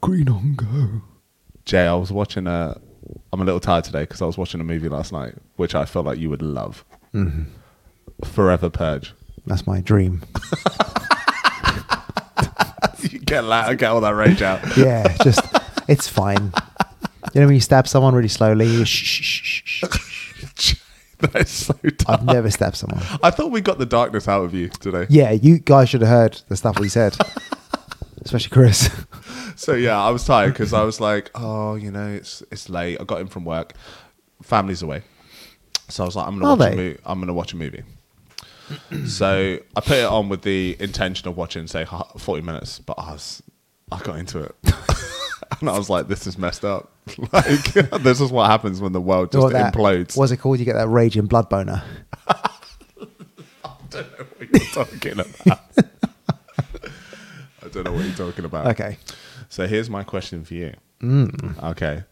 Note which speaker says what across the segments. Speaker 1: Green on go.
Speaker 2: Jay, I was watching a. I'm a little tired today because I was watching a movie last night, which I felt like you would love. Forever Purge.
Speaker 1: Mm-hmm. That's my dream.
Speaker 2: you get that, get all that rage out.
Speaker 1: Yeah, just it's fine. You know when you stab someone really slowly. you- shh, shh, shh, shh, shh.
Speaker 2: That's so dark.
Speaker 1: I've never stabbed someone.
Speaker 2: I thought we got the darkness out of you today.
Speaker 1: Yeah, you guys should have heard the stuff we said, especially Chris.
Speaker 2: So yeah, I was tired because I was like, oh, you know, it's it's late. I got in from work. Family's away, so I was like, I'm gonna
Speaker 1: Are
Speaker 2: watch
Speaker 1: they?
Speaker 2: a movie. I'm gonna watch a movie. so I put it on with the intention of watching, say, ha- 40 minutes. But I was, I got into it, and I was like, this is messed up. like this is what happens when the world just
Speaker 1: What that-
Speaker 2: implodes.
Speaker 1: What's it called? You get that raging blood boner.
Speaker 2: I don't know what you're talking about. I don't know what you're talking about.
Speaker 1: Okay.
Speaker 2: So here's my question for you.
Speaker 1: Mm.
Speaker 2: Okay.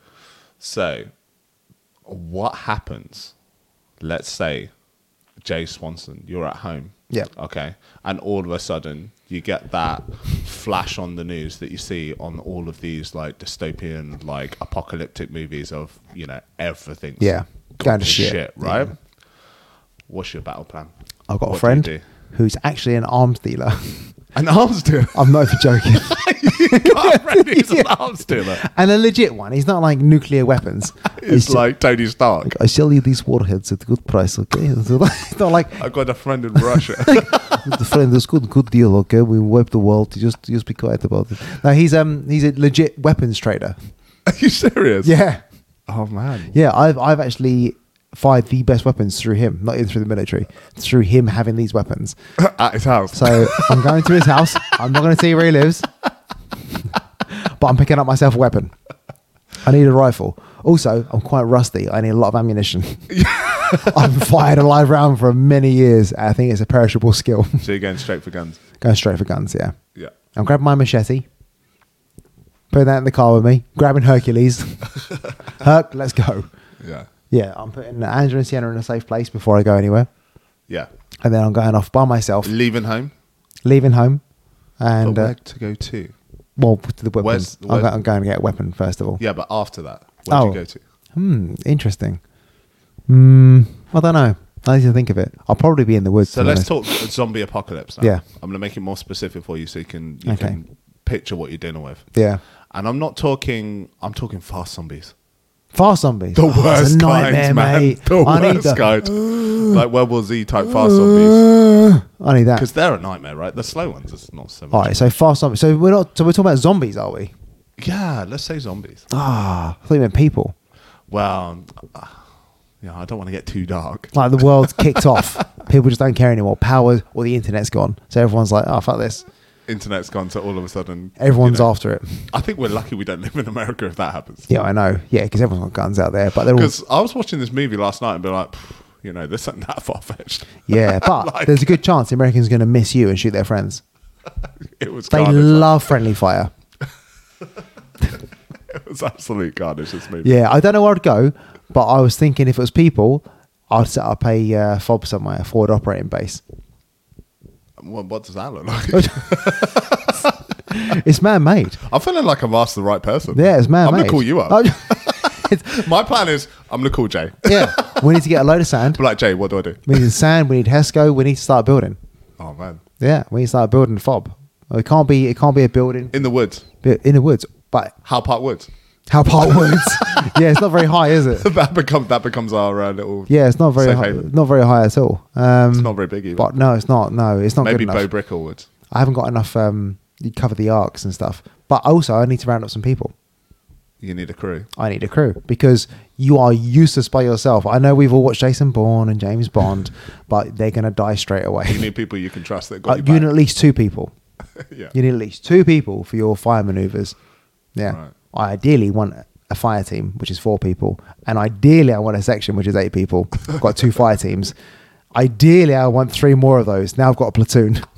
Speaker 2: So what happens? Let's say Jay Swanson, you're at home.
Speaker 1: Yeah.
Speaker 2: Okay. And all of a sudden you get that flash on the news that you see on all of these like dystopian, like apocalyptic movies of, you know, everything.
Speaker 1: Yeah. Going to shit.
Speaker 2: right? What's your battle plan?
Speaker 1: I've
Speaker 2: What
Speaker 1: got
Speaker 2: do
Speaker 1: a
Speaker 2: you
Speaker 1: friend
Speaker 2: do?
Speaker 1: who's actually an arms dealer.
Speaker 2: An arms dealer.
Speaker 1: I'm not even joking.
Speaker 2: got a friend who's an arms dealer.
Speaker 1: and a legit one. He's not like nuclear weapons.
Speaker 2: It's
Speaker 1: He's
Speaker 2: like Tony Stark.
Speaker 1: I sell you these warheads at a good price, okay? It's not like
Speaker 2: I got a friend in Russia.
Speaker 1: the friend, this good good deal, okay? We wipe the world. Just just be quiet about it. No, he's um he's a legit weapons trader.
Speaker 2: Are you serious?
Speaker 1: Yeah,
Speaker 2: Oh man.
Speaker 1: yeah. I've I've actually fired the best weapons through him, not even through the military, through him having these weapons.
Speaker 2: At his house.
Speaker 1: So I'm going to his house. I'm not going to see where he lives, but I'm picking up myself a weapon. I need a rifle. Also, I'm quite rusty. I need a lot of ammunition. I've fired a live round for many years. I think it's a perishable skill.
Speaker 2: so you're going straight for guns.
Speaker 1: going straight for guns, yeah.
Speaker 2: Yeah.
Speaker 1: I'm grabbing my machete, putting that in the car with me, grabbing Hercules. Herc, let's go.
Speaker 2: Yeah.
Speaker 1: Yeah, I'm putting Andrew and Sienna in a safe place before I go anywhere.
Speaker 2: Yeah.
Speaker 1: And then I'm going off by myself,
Speaker 2: Leaving home.
Speaker 1: leaving home. And
Speaker 2: but where
Speaker 1: uh,
Speaker 2: to go to?
Speaker 1: Well, to the weapon.
Speaker 2: Where's-
Speaker 1: I'm,
Speaker 2: where's-
Speaker 1: go- I'm going to get a weapon first of all.
Speaker 2: Yeah, but after that, where do
Speaker 1: Oh.
Speaker 2: you go to?
Speaker 1: Hmm. Interesting. Hmm. I don't know. I need to think of it. I'll probably be in the woods.
Speaker 2: So
Speaker 1: to be
Speaker 2: let's
Speaker 1: honest.
Speaker 2: talk zombie apocalypse now.
Speaker 1: Yeah.
Speaker 2: I'm gonna make it more specific for you so you can you
Speaker 1: Okay.
Speaker 2: can picture what you're dealing with.
Speaker 1: Yeah.
Speaker 2: And I'm not talking I'm talking fast zombies.
Speaker 1: Fast zombies.
Speaker 2: The
Speaker 1: Oh, it's a
Speaker 2: worst
Speaker 1: nightmare,
Speaker 2: kinds, man.
Speaker 1: mate.
Speaker 2: The
Speaker 1: I need
Speaker 2: worst
Speaker 1: the-
Speaker 2: kind. like World War Z type fast zombies.
Speaker 1: Uh, I need
Speaker 2: Because
Speaker 1: that.
Speaker 2: they're a nightmare, right? The slow ones, it's not so much.
Speaker 1: All right. So fast zombies. So we're not. So we're talking about zombies, are we?
Speaker 2: Yeah, let's say zombies.
Speaker 1: Ah, I thought you meant people.
Speaker 2: Well, uh, yeah, I don't want to get too dark.
Speaker 1: Like the world's kicked off. People just don't care anymore. Power or the internet's gone. So everyone's like, oh fuck this.
Speaker 2: Internet's gone, so all of a sudden
Speaker 1: Everyone's
Speaker 2: you know,
Speaker 1: after it.
Speaker 2: I think we're lucky we don't live in America if that happens.
Speaker 1: Yeah, I know. Yeah, because everyone's got guns out there, but they're all
Speaker 2: Because I was watching this movie last night and be like, "Pff, you know, this ain't that far fetched.
Speaker 1: Yeah, but
Speaker 2: Like-
Speaker 1: there's a good chance the Americans are going to miss you and shoot their friends.
Speaker 2: It was
Speaker 1: They
Speaker 2: carnage.
Speaker 1: love friendly fire.
Speaker 2: it was absolute carnage. This movie.
Speaker 1: Yeah, I don't know where I'd go, but I was thinking if it was people, I'd set up a uh, fob somewhere, a forward operating base.
Speaker 2: What, what does that look like?
Speaker 1: Oh, It's man made.
Speaker 2: I'm feeling like I'm asked the right person.
Speaker 1: Yeah, it's Oh, man
Speaker 2: I'm
Speaker 1: made.
Speaker 2: gonna call you up. My plan is I'm gonna call Jay.
Speaker 1: yeah, we need to get a load of sand.
Speaker 2: I'm like Jay, what do I do?
Speaker 1: We need sand. We need Hesco. We need to start building.
Speaker 2: Oh man,
Speaker 1: Yeah, we need to start building a fob. It can't be. It can't be a building
Speaker 2: in the woods,
Speaker 1: in the woods. But
Speaker 2: How Park Woods.
Speaker 1: how part woods? yeah, it's not very high, is it?
Speaker 2: that becomes that becomes our uh, little.
Speaker 1: Yeah, it's not very
Speaker 2: safe
Speaker 1: high,
Speaker 2: haven.
Speaker 1: not very high at all. Um,
Speaker 2: It's not very big either.
Speaker 1: But no, it's not. No, it's not
Speaker 2: Maybe
Speaker 1: good enough.
Speaker 2: Bo Bricklewood.
Speaker 1: I haven't got enough. Um, you cover the arcs and stuff. But also, I need to round up some people.
Speaker 2: You need a crew.
Speaker 1: I need a crew because you are useless by yourself. I know we've all watched Jason Bourne and James Bond, but they're gonna die straight away.
Speaker 2: You need people you can trust that
Speaker 1: Uh,
Speaker 2: got
Speaker 1: you
Speaker 2: you
Speaker 1: need
Speaker 2: back.
Speaker 1: at least two people.
Speaker 2: yeah.
Speaker 1: You need at least two people for your fire maneuvers. Yeah.
Speaker 2: Right.
Speaker 1: I ideally want a fire team, which is four people, and ideally I want a section, which is eight people. I've got two fire teams. Ideally, I want three more of those. Now I've got a platoon.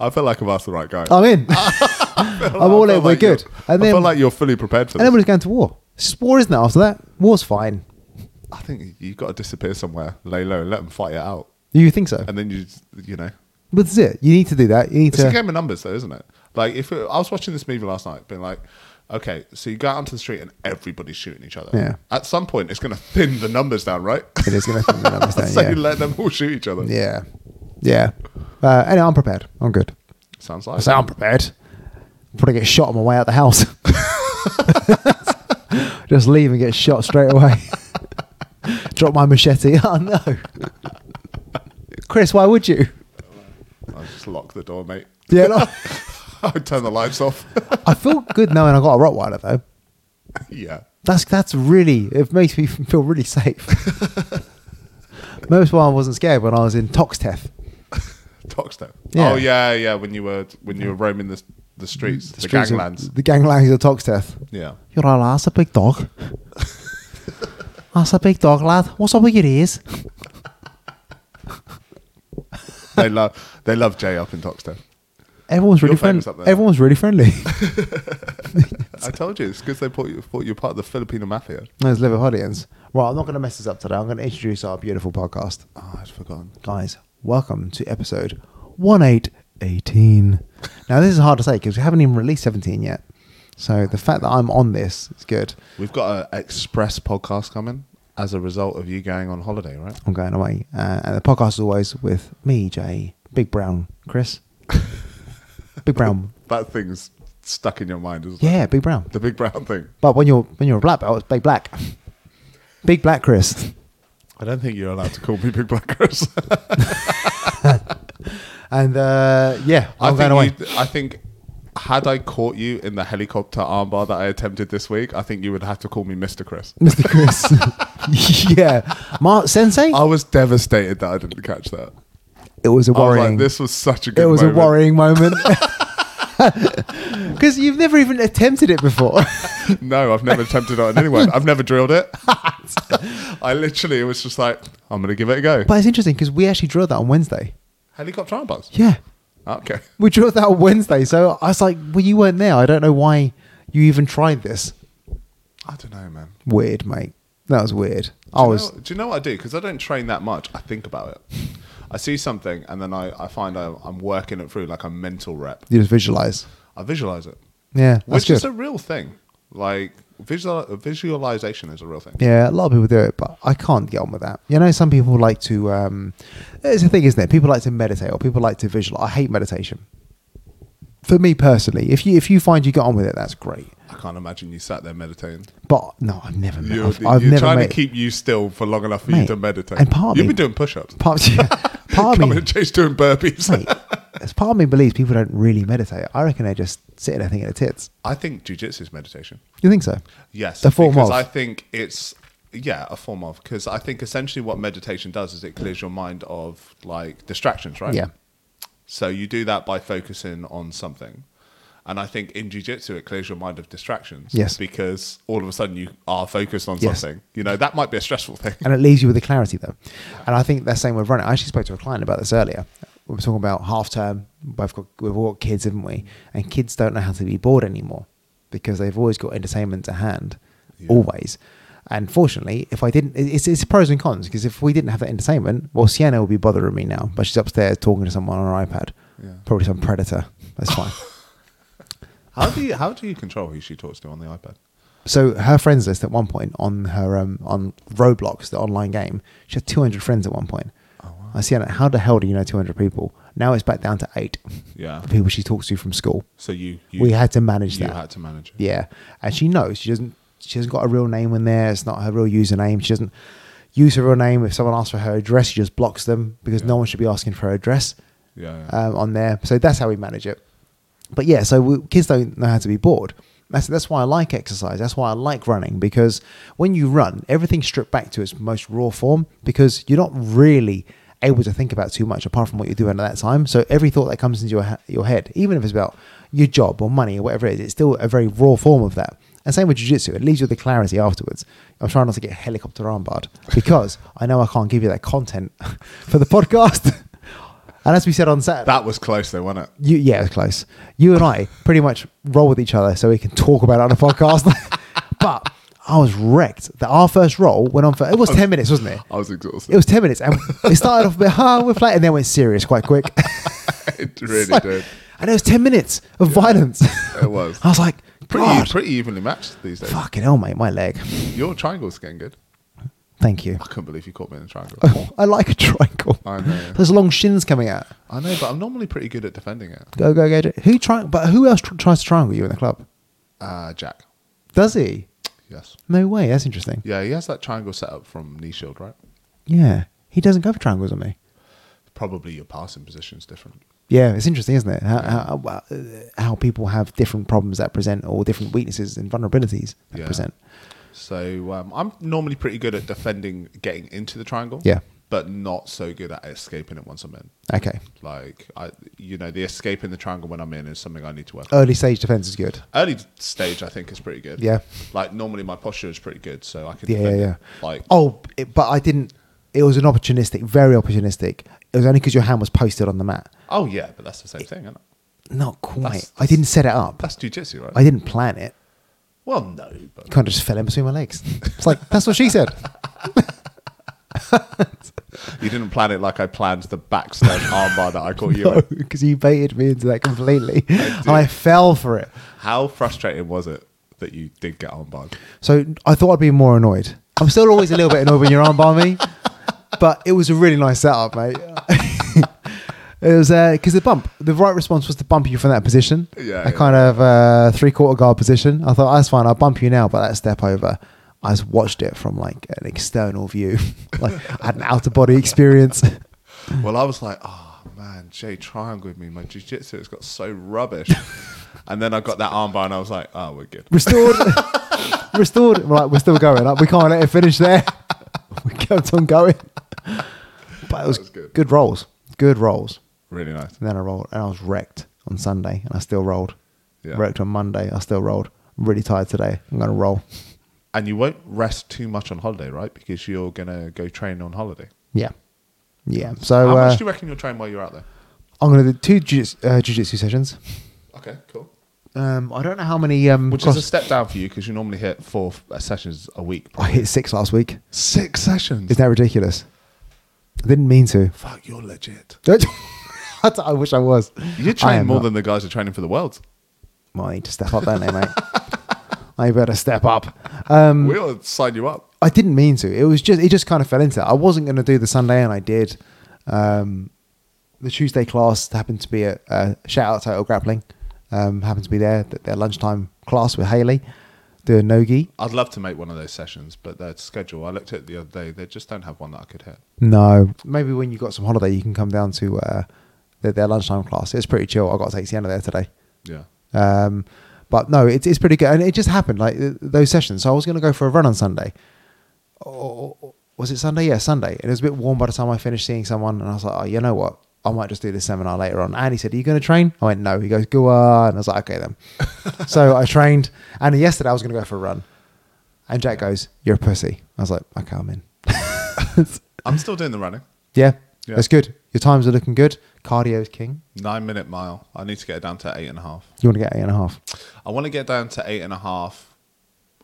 Speaker 2: I feel like I've asked the right guy.
Speaker 1: I'm in. Uh, I'm all in. We're good.
Speaker 2: And
Speaker 1: And
Speaker 2: I
Speaker 1: then,
Speaker 2: feel like you're fully prepared for
Speaker 1: and then we're
Speaker 2: this.
Speaker 1: just going to war. It's just war, isn't it? After that, war's fine.
Speaker 2: I think you've got to disappear somewhere, lay low, and let them fight it out.
Speaker 1: You think so?
Speaker 2: And then you, you know,
Speaker 1: But that's it. You need to do that. You need
Speaker 2: Uh, It's a
Speaker 1: to.
Speaker 2: game of numbers, though, isn't it? Like, if it, I was watching this movie last night, being like, okay, so you go out onto the street and everybody's shooting each other.
Speaker 1: Yeah.
Speaker 2: At some point, it's going to thin the numbers down, right?
Speaker 1: It is going to thin the numbers down.
Speaker 2: so
Speaker 1: yeah.
Speaker 2: you let them all shoot each other.
Speaker 1: yeah. Yeah. Uh, anyway, I'm prepared. I'm good.
Speaker 2: Sounds
Speaker 1: I
Speaker 2: like
Speaker 1: say I'm prepared. Probably get shot on my way out the house. Just leave and get shot straight away. Drop my machete. Oh no, Chris, why would you?
Speaker 2: I just lock the door, mate.
Speaker 1: Yeah, like-
Speaker 2: I would turn the lights off.
Speaker 1: I feel good knowing I got a Rottweiler though.
Speaker 2: yeah.
Speaker 1: That's that's really it makes me feel really safe. Most why I wasn't scared when I was in Toxteth.
Speaker 2: Toxtep.
Speaker 1: Yeah.
Speaker 2: Oh yeah, yeah. When you were when you were roaming the the streets, the,
Speaker 1: streets of-
Speaker 2: ganglands.
Speaker 1: The ganglands of Toxteth.
Speaker 2: yeah.
Speaker 1: You're all that's a big dog. that's a big dog, lad. What's up with your ears?
Speaker 2: They love they love Jay up in Toxtep.
Speaker 1: Everyone's really
Speaker 2: Your favourites
Speaker 1: friendly.
Speaker 2: up there.
Speaker 1: Everyone's really friendly.
Speaker 2: I told you it's because they thought you thought you're part of the Filipino mafia.
Speaker 1: Those liver audience. Well, I'm not going to mess this up today. I'm going to introduce our beautiful podcast, Ah,
Speaker 2: Oh, I'd forgotten.
Speaker 1: guys. Welcome to episode 1818. Now, this is hard to say because we haven't even released 17 yet. So the fact that I'm on this is good.
Speaker 2: We've got an express podcast coming as a result of you going on holiday, right?
Speaker 1: I'm going away, uh, and the podcast is always with me, Jay, Big Brown, Chris, Big Brown.
Speaker 2: That thing's stuck in your mind, isn't it?
Speaker 1: Yeah, Big Brown.
Speaker 2: The big brown thing.
Speaker 1: But when you're when you're a black belt, it's big black, big black Chris.
Speaker 2: I don't think you're allowed to call me Big Black Chris.
Speaker 1: And uh, yeah,
Speaker 2: I
Speaker 1: I'm going away.
Speaker 2: think you, I think had I caught you in the helicopter armbar that I attempted this week, I think you would have to call me Mr. Chris.
Speaker 1: Mr. Chris. yeah, Mark Sensei.
Speaker 2: I was devastated that I didn't catch that.
Speaker 1: it was
Speaker 2: I
Speaker 1: a
Speaker 2: was
Speaker 1: worrying.
Speaker 2: like, this was such a good
Speaker 1: it was
Speaker 2: moment.
Speaker 1: a worrying moment. Because you've never even attempted it before.
Speaker 2: No, I've never attempted it on anyone. I've never drilled it. I literally was just like, I'm going to give it a go.
Speaker 1: but it's interesting because we actually drilled that on Wednesday.
Speaker 2: Helicopter armbars.
Speaker 1: Yeah.
Speaker 2: Okay.
Speaker 1: We drilled that on Wednesday. So I was like, well, you weren't there. I don't know why you even tried this.
Speaker 2: I don't know, man.
Speaker 1: Weird, mate. That was weird.
Speaker 2: Do
Speaker 1: I
Speaker 2: you
Speaker 1: was.
Speaker 2: know- do you know what I do? Because I don't train that much. I think about it. I see something and then I, I find I, I'm working it through like a mental rep.
Speaker 1: You just visualize.
Speaker 2: I visualize it,
Speaker 1: Yeah. That's
Speaker 2: which
Speaker 1: good.
Speaker 2: is a real thing. Like visual, visualization is a real thing.
Speaker 1: Yeah, a lot of people do it, but I can't get on with that. You know, some people like to. Um, it's a thing, isn't it? People like to meditate, or people like to visualize. I hate meditation. For me personally, if you if you find you get on with it, that's great.
Speaker 2: I can't imagine you sat there meditating.
Speaker 1: But no, I've never. Met,
Speaker 2: You're,
Speaker 1: I've, I've
Speaker 2: you're
Speaker 1: never
Speaker 2: trying
Speaker 1: made,
Speaker 2: to keep you still for long enough for you
Speaker 1: Mate,
Speaker 2: to meditate.
Speaker 1: and part of
Speaker 2: You've
Speaker 1: me-
Speaker 2: been doing push-ups.
Speaker 1: Part, yeah, part of
Speaker 2: Coming
Speaker 1: me,
Speaker 2: and chase doing burpees.
Speaker 1: mate, it's part of me believes people don't really meditate. I reckon they just sit there thinking of tits.
Speaker 2: I think jujitsu is meditation.
Speaker 1: You think so?
Speaker 2: Yes,
Speaker 1: A form
Speaker 2: because
Speaker 1: of.
Speaker 2: I think it's yeah a form of because I think essentially what meditation does is it clears your mind of like distractions, right?
Speaker 1: Yeah.
Speaker 2: So you do that by focusing on something, and I think in jujitsu it clears your mind of distractions.
Speaker 1: Yes.
Speaker 2: because all of a sudden you are focused on
Speaker 1: Yes.
Speaker 2: something. You know that might be a stressful thing.
Speaker 1: and it leaves you with a clarity though. And I think that's the same with running. I actually spoke to a client about this earlier. We were talking about half term. We've got we've all got kids, haven't we? And kids don't know how to be bored anymore because they've always got entertainment to hand,
Speaker 2: Yeah.
Speaker 1: always. And fortunately, if I didn't, it- it's, it's pros and cons because if we didn't have that entertainment, well, Sienna would be bothering me now, but she's upstairs talking to someone on her iPad,
Speaker 2: Yeah.
Speaker 1: probably some predator. That's fine.
Speaker 2: How do you how do you control who she talks to on the iPad?
Speaker 1: so her friends list at one point on her um, on Roblox, the online game, she had 200 friends at one point.
Speaker 2: Oh, wow.
Speaker 1: I see. and How the hell do you know 200 people? Now it's back down to eight
Speaker 2: Yeah.
Speaker 1: the people she talks to from school.
Speaker 2: So you, you
Speaker 1: we had to manage
Speaker 2: you
Speaker 1: that.
Speaker 2: had to manage. It.
Speaker 1: Yeah, and she knows she doesn't. She hasn't got a real name in there. It's not her real username. She doesn't use her real name. If someone asks for her address, she just blocks them because no one should be asking for her address
Speaker 2: Yeah. yeah.
Speaker 1: um, on there. So that's how we manage it. But yeah, so we, kids don't know how to be bored. That's that's why I like exercise. That's why I like running because when you run, everything's stripped back to its most raw form because you're not really able to think about too much apart from what you're doing at that time. So every thought that comes into your ha- your head, even if it's about your job or money or whatever it is, it's still a very raw form of that. And same with jiu-jitsu, it leaves you with the clarity afterwards. I'm trying not to get helicopter armbarred because I know I can't give you that content for the podcast. and as we said on Saturday,
Speaker 2: that was close though, wasn't it?
Speaker 1: you, yeah, it was close. You and I pretty much roll with each other so we can talk about it on a podcast. but I was wrecked that our first roll went on for it
Speaker 2: Oh.
Speaker 1: was ten minutes, wasn't it?
Speaker 2: I was exhausted.
Speaker 1: It was ten minutes, and it started off a bit, ah, we're flat, and then went serious quite quick.
Speaker 2: really
Speaker 1: So-
Speaker 2: did.
Speaker 1: And it was 10 minutes of violence.
Speaker 2: It was.
Speaker 1: I was like,
Speaker 2: Pretty,
Speaker 1: God,
Speaker 2: pretty evenly matched these days.
Speaker 1: fucking hell, mate, my leg.
Speaker 2: Your triangle's getting good.
Speaker 1: Thank you.
Speaker 2: I couldn't believe you caught me in a triangle.
Speaker 1: I like a triangle.
Speaker 2: I know.
Speaker 1: There's long shins coming out.
Speaker 2: I know, but I'm normally pretty good at defending it.
Speaker 1: Go, go, go. Jack. Who try, But who else tr- tries to triangle you in the club?
Speaker 2: Uh, Jack.
Speaker 1: Does he?
Speaker 2: Yes.
Speaker 1: No way. That's interesting.
Speaker 2: Yeah, he has that triangle set up from knee shield, right?
Speaker 1: Yeah. He doesn't go for triangles on me.
Speaker 2: Probably your passing position's different.
Speaker 1: Yeah, it's interesting, isn't it? How, how, uh, how people have different problems that present or different weaknesses and vulnerabilities that
Speaker 2: Yeah.
Speaker 1: present.
Speaker 2: So um, I'm normally pretty good at defending getting into the triangle.
Speaker 1: Yeah.
Speaker 2: But not so good at escaping it once I'm in.
Speaker 1: Okay.
Speaker 2: Like I, you know, the escaping the triangle when I'm in is something I need to work. on.
Speaker 1: Early stage defense is good.
Speaker 2: Early stage, I think, is pretty good.
Speaker 1: Yeah.
Speaker 2: Like normally my posture is pretty good, so I can.
Speaker 1: Yeah, yeah,
Speaker 2: defend
Speaker 1: yeah.
Speaker 2: It. Like
Speaker 1: oh, it, but I didn't. It was an opportunistic, very opportunistic. It was only because your hand was posted on the mat.
Speaker 2: oh yeah, but that's the same thing, isn't it?
Speaker 1: Not quite.
Speaker 2: That's-
Speaker 1: I didn't set it up.
Speaker 2: That's jujitsu, right?
Speaker 1: I didn't plan it.
Speaker 2: well, no, but
Speaker 1: Kind of just fell in between my legs. It's like that's what she said.
Speaker 2: you didn't plan it like I planned the backslash armbar that I caught Oh, you. in.
Speaker 1: because you baited me into that completely, and
Speaker 2: did.
Speaker 1: I fell for it.
Speaker 2: How frustrating was it that you did get armbarred?
Speaker 1: So I thought I'd be more annoyed. I'm still always a little bit annoyed when you're armbar me, but it was a really nice setup, mate. it was because the bump, the right response was to bump you from that position,
Speaker 2: Yeah,
Speaker 1: that
Speaker 2: yeah.
Speaker 1: kind of uh, three quarter guard position. I thought that's fine. I'll bump you now, but that step over. I just watched it from like an external view, like I had an outer body experience.
Speaker 2: Well, I was like, oh man, Jay triangled me. My jujitsu has got so rubbish. and then I got that armbar and I was like, oh, we're good.
Speaker 1: restored, restored. We're like, we're still going. Like, we can't let it finish there. we kept on going. But it was,
Speaker 2: was
Speaker 1: good.
Speaker 2: good.
Speaker 1: rolls, good rolls.
Speaker 2: Really nice.
Speaker 1: And then I rolled, and I was wrecked on Sunday, and I still rolled.
Speaker 2: Yeah.
Speaker 1: Wrecked on Monday, I still rolled. I'm really tired today. I'm gonna roll.
Speaker 2: And you won't rest too much on holiday, right? Because you're going to go train on holiday.
Speaker 1: Yeah, yeah. So
Speaker 2: How
Speaker 1: uh,
Speaker 2: much do you reckon you'll train while you're out there?
Speaker 1: I'm gonna do two jiu-jitsu, uh, jiu-jitsu sessions.
Speaker 2: Okay, cool.
Speaker 1: Um, I don't know how many. Um,
Speaker 2: Which
Speaker 1: cost-
Speaker 2: is a step down for you because you normally hit four uh, sessions a week.
Speaker 1: I hit six last week.
Speaker 2: Six sessions.
Speaker 1: Isn't that ridiculous? I didn't mean to.
Speaker 2: Fuck, you're legit.
Speaker 1: I t- I wish I was.
Speaker 2: You
Speaker 1: I
Speaker 2: train
Speaker 1: am
Speaker 2: more
Speaker 1: not.
Speaker 2: than the guys who are training for the world.
Speaker 1: Well, I need to step up, don't they, mate? I better step up. Um,
Speaker 2: we'll sign you up.
Speaker 1: I didn't mean to. It was just it just kind of fell into. It. I wasn't going to do the Sunday, and I did. Um, the Tuesday class happened to be a, a shout out to Total Grappling. Um, happened to be there th- their lunchtime class with Haley doing nogi.
Speaker 2: I'd love to make one of those sessions, but their schedule, I looked at it the other day, they just don't have one that I could hit.
Speaker 1: No, maybe when you got some holiday, you can come down to uh, their, their lunchtime class. It's pretty chill. I got to take Sienna there today.
Speaker 2: Yeah.
Speaker 1: Um, but no, it's, it's pretty good. And it just happened like th- those sessions. So I was going to go for a run on Sunday. Or was it Sunday? Yeah, Sunday. And it was a bit warm by the time I finished seeing someone. And I was like, oh, you know what? I might just do this seminar later on. And he said, Are you going to train? I went, No. He goes, Go on. And I was like, Okay, then. so I trained. And yesterday I was going to go for a run. And Jack goes, You're a pussy. I was like, Okay, I'm in.
Speaker 2: I'm still doing the running.
Speaker 1: yeah,
Speaker 2: Yeah.
Speaker 1: that's good. Your times are looking good. Cardio is king.
Speaker 2: Nine minute mile. I need to get it down to eight and a half.
Speaker 1: You want to get eight and a half.
Speaker 2: I want to get down to eight and a half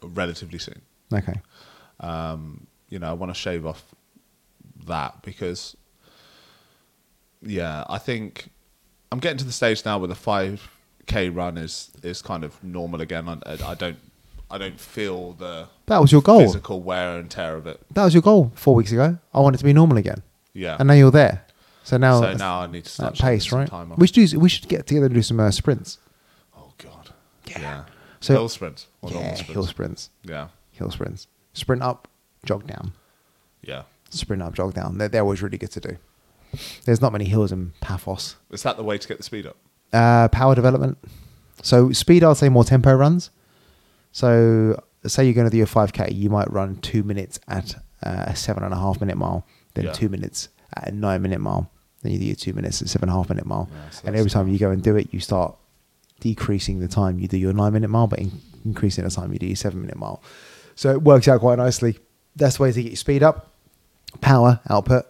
Speaker 2: relatively soon.
Speaker 1: Okay.
Speaker 2: Um, you know, I want to shave off that because, yeah, I think I'm getting to the stage now where the 5K run is is kind of normal again. I, I don't. I don't feel the
Speaker 1: That was your goal.
Speaker 2: physical wear and tear of it.
Speaker 1: That was your goal four weeks ago. I want it to be normal again.
Speaker 2: Yeah.
Speaker 1: And now you're there. So now,
Speaker 2: so now I need to start
Speaker 1: that
Speaker 2: shaving
Speaker 1: pace,
Speaker 2: some
Speaker 1: right?
Speaker 2: Time off.
Speaker 1: We should do, we should get together and do some uh, sprints.
Speaker 2: Oh God.
Speaker 1: Yeah.
Speaker 2: Yeah.
Speaker 1: So-
Speaker 2: hill sprints or normal
Speaker 1: yeah,
Speaker 2: sprints.
Speaker 1: hill sprints,
Speaker 2: Yeah.
Speaker 1: hill sprints, sprint up, jog down,
Speaker 2: Yeah.
Speaker 1: sprint up, jog down. They're, they're always really good to do. There's not many hills in Paphos.
Speaker 2: Is that the way to get the speed up?
Speaker 1: Uh, power development. So speed, I'd say more tempo runs. So say you're going to do a 5K, you might run two minutes at uh, a seven and a half minute mile, then
Speaker 2: Yeah.
Speaker 1: two minutes at a nine minute mile, then you do your two minutes at seven and a half minute mile.
Speaker 2: Yeah, so
Speaker 1: and
Speaker 2: that's
Speaker 1: every time you go and do it, you start decreasing the time you do your nine minute mile, but in- increasing the time you do your seven minute mile. So it works out quite nicely. That's the way to get your speed up, power output.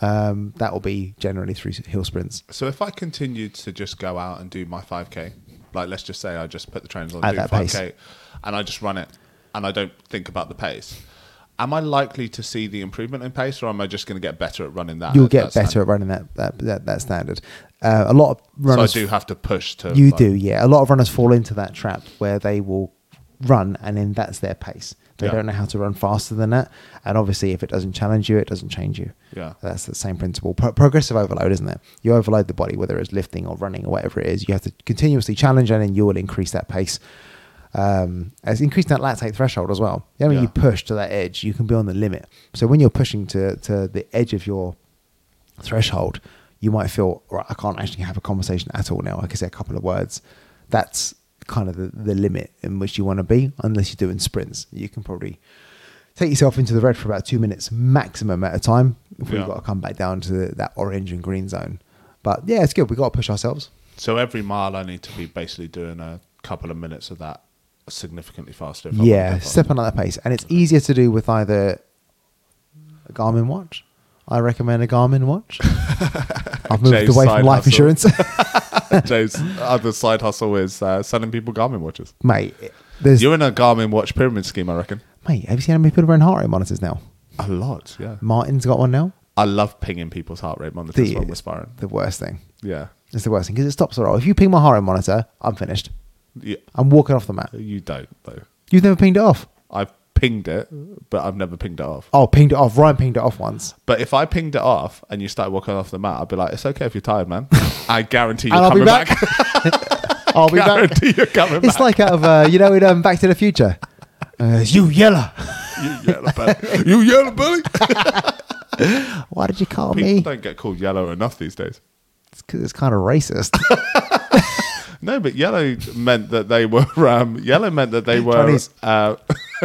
Speaker 1: Um, that will be generally through hill sprints.
Speaker 2: So if I continued to just go out and do my 5K, like let's just say I just put the trains on,
Speaker 1: At
Speaker 2: do
Speaker 1: that
Speaker 2: 5K, and I just run it, and I don't think about the pace, am I likely to see the improvement in pace, or am I just going to get better at running that?
Speaker 1: You'll
Speaker 2: at
Speaker 1: get
Speaker 2: that
Speaker 1: better
Speaker 2: standard?
Speaker 1: at running that that that, that standard. Uh, a lot of
Speaker 2: So I
Speaker 1: runners
Speaker 2: do have to push to.
Speaker 1: You
Speaker 2: like-
Speaker 1: do, yeah. A lot of runners fall into that trap where they will run and then that's their pace. They
Speaker 2: Yeah.
Speaker 1: don't know how to run faster than that. And obviously, if it doesn't challenge you, it doesn't change you. Uh,
Speaker 2: Yeah.
Speaker 1: That's the same principle. Pro- progressive overload, isn't it? You overload the body, whether it's lifting or running or whatever it is. You have to continuously challenge and then you will increase that pace. Um, as increasing that lactate threshold as well. Yeah, when
Speaker 2: Yeah.
Speaker 1: you push to that edge, you can be on the limit. So when you're pushing to, to the edge of your threshold, you might feel, right, I can't actually have a conversation at all now. I can say a couple of words. That's kind of the, the limit in which you want to be, unless you're doing sprints. You can probably take yourself into the red for about two minutes maximum at a time before
Speaker 2: Yeah.
Speaker 1: you've got to come back down to the, that orange and green zone. But yeah, it's good. We've got to push ourselves.
Speaker 2: So every mile, I need to be basically doing a couple of minutes of that significantly faster. If I want to
Speaker 1: Yeah,
Speaker 2: go
Speaker 1: step on that pace. And it's easier to do with either a Garmin watch. I recommend a Garmin watch. I've moved
Speaker 2: Jay's
Speaker 1: away from
Speaker 2: side
Speaker 1: life
Speaker 2: hustle.
Speaker 1: insurance.
Speaker 2: faster. Jay's other side hustle is uh, selling people Garmin watches.
Speaker 1: Mate, there's
Speaker 2: You're in a Garmin watch pyramid scheme, I reckon.
Speaker 1: Mate, have you seen how many people are wearing heart rate monitors now?
Speaker 2: A lot, yeah.
Speaker 1: Martin's got one now.
Speaker 2: I love pinging people's heart rate monitors
Speaker 1: The,
Speaker 2: when we're sparring.
Speaker 1: the worst thing.
Speaker 2: Yeah.
Speaker 1: It's the worst thing because it stops the roll. If you ping my heart rate monitor, I'm finished.
Speaker 2: yeah.
Speaker 1: I'm walking off the mat.
Speaker 2: You don't, though.
Speaker 1: You've never pinged it off.
Speaker 2: I've pinged it, but I've never pinged it off.
Speaker 1: Oh, pinged it off. Ryan pinged it off once.
Speaker 2: But if I pinged it off and you started walking off the mat, I'd be like, it's okay if you're tired, man. I guarantee you're
Speaker 1: And I'll be
Speaker 2: coming back.
Speaker 1: back. I'll be back.
Speaker 2: guarantee you're coming
Speaker 1: It's
Speaker 2: back.
Speaker 1: like out of, uh, you know, in um, Back to the Future. Uh, you yeller.
Speaker 2: you yellow belly. You yellow belly.
Speaker 1: Why did you call
Speaker 2: People
Speaker 1: me?
Speaker 2: don't get called yellow enough these days.
Speaker 1: It's 'cause it's kind of racist.
Speaker 2: No, but yellow meant that they were. Um, yellow meant that they were.
Speaker 1: Chinese.
Speaker 2: Uh,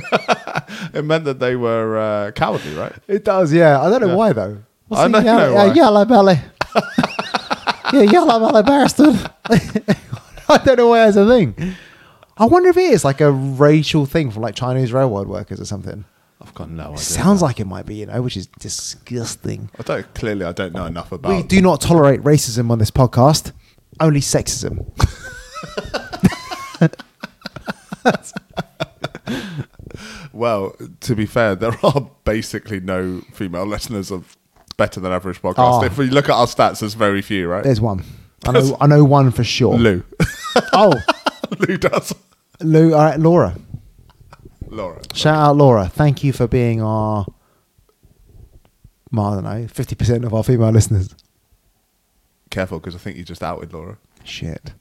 Speaker 2: it meant that they were uh, cowardly, right?
Speaker 1: It does, yeah. I don't know
Speaker 2: Yeah.
Speaker 1: why though.
Speaker 2: I don't
Speaker 1: yellow,
Speaker 2: know why.
Speaker 1: Yeah, yellow belly. yeah, yellow belly bastard. I don't know why that's a thing. I wonder if it is like a racial thing from like Chinese railroad workers or something.
Speaker 2: I've got no idea.
Speaker 1: Sounds like it might be, you know, which is disgusting.
Speaker 2: I don't. Clearly, I don't know enough about.
Speaker 1: We do not tolerate racism on this podcast. Only sexism.
Speaker 2: Well, to be fair, there are basically no female listeners of Better Than Average podcast.
Speaker 1: Oh.
Speaker 2: If we look at our stats, Ah. there's very few, right?
Speaker 1: There's one. I know. I know one for sure.
Speaker 2: Lou.
Speaker 1: Oh,
Speaker 2: Lou does.
Speaker 1: Lou. All right, Laura.
Speaker 2: Laura.
Speaker 1: Shout out Laura. Thank you for being our, well, I don't know, 50% of our female listeners.
Speaker 2: Careful, because I think you just outed Laura.
Speaker 1: Shit.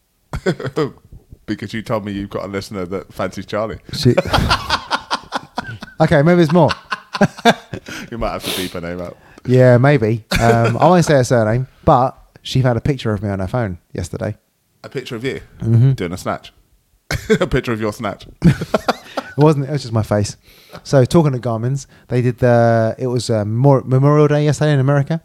Speaker 2: because you told me you've got a listener that fancies Charlie.
Speaker 1: Shit. okay, maybe there's more.
Speaker 2: You might have to beep her name out.
Speaker 1: Yeah, maybe. Um, I won't say her surname, but she found a picture of me on her phone yesterday.
Speaker 2: A picture of you doing a snatch. a Mm-hmm. picture of your snatch.
Speaker 1: It wasn't, it was just my face. So, talking to Garmin's, they did the, it was uh, Mor- Memorial Day yesterday in America.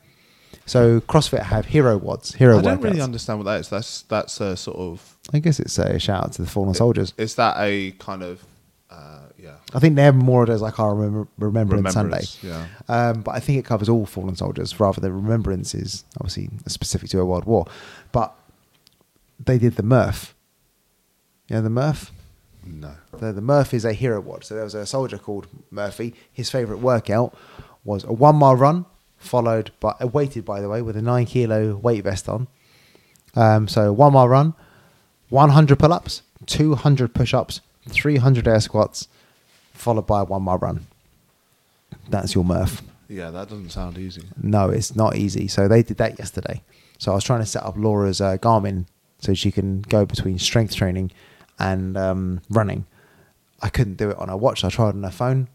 Speaker 1: So, CrossFit have hero wads, hero
Speaker 2: I don't
Speaker 1: workouts.
Speaker 2: really understand what that is. That's that's a sort of.
Speaker 1: I guess it's a shout out to the fallen soldiers.
Speaker 2: Is that a kind of? Uh, yeah.
Speaker 1: I think they're more of those like our remember, remembrance Sunday.
Speaker 2: Remembrance, yeah.
Speaker 1: Um, but I think it covers all fallen soldiers rather than remembrances, obviously specific to a world war. But they did the Murph. Yeah, the Murph.
Speaker 2: No.
Speaker 1: The, the Murph is a hero watch. So there was a soldier called Murphy. His favorite workout was a one mile run, followed by, uh, weighted by the way, with a nine kilo weight vest on. Um, so one mile run, 100 pull ups, 200 push ups, 300 air squats, followed by a one mile run. That's your Murph.
Speaker 2: Yeah, that doesn't sound easy.
Speaker 1: No, it's not easy. So they did that yesterday. So I was trying to set up Laura's uh, Garmin so she can go between strength training and um, running. I couldn't do it on her watch. I tried on her phone.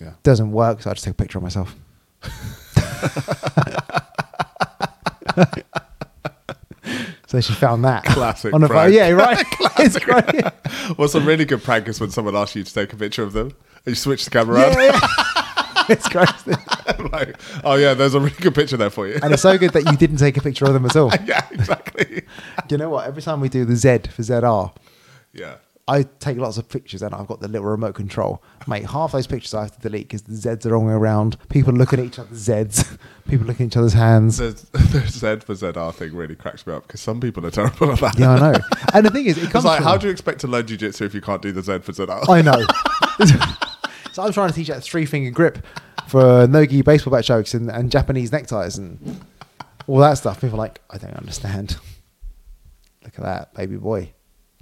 Speaker 2: Yeah.
Speaker 1: Doesn't work. So I just took a picture of myself. so she found that
Speaker 2: Classic
Speaker 1: on the phone.
Speaker 2: prank.
Speaker 1: Yeah, right. it's great.
Speaker 2: What's a really good prank is when someone asks you to take a picture of them and you switch the camera
Speaker 1: Yeah,
Speaker 2: around.
Speaker 1: yeah. it's crazy.
Speaker 2: like, oh yeah, there's a really good picture there for you.
Speaker 1: And it's so good that you didn't take a picture of them at all.
Speaker 2: yeah, exactly.
Speaker 1: You know what? Every time we do the Z for ZR,
Speaker 2: Yeah.
Speaker 1: I take lots of pictures and I've got the little remote control. Mate, half those pictures I have to delete because the Zeds are all around. People looking at each other's Zeds. People looking at each other's hands.
Speaker 2: The, the Z for ZR thing really cracks me up because some people are terrible at that.
Speaker 1: Yeah, I know. And the thing is, it
Speaker 2: It's
Speaker 1: comes
Speaker 2: like,
Speaker 1: from,
Speaker 2: how do you expect to learn jujitsu if you can't do the Z for ZR?
Speaker 1: I know. So I'm trying to teach that three finger grip for nogi baseball bat jokes and, and Japanese neckties and all that stuff. People are like, I don't understand. Look at that, baby boy.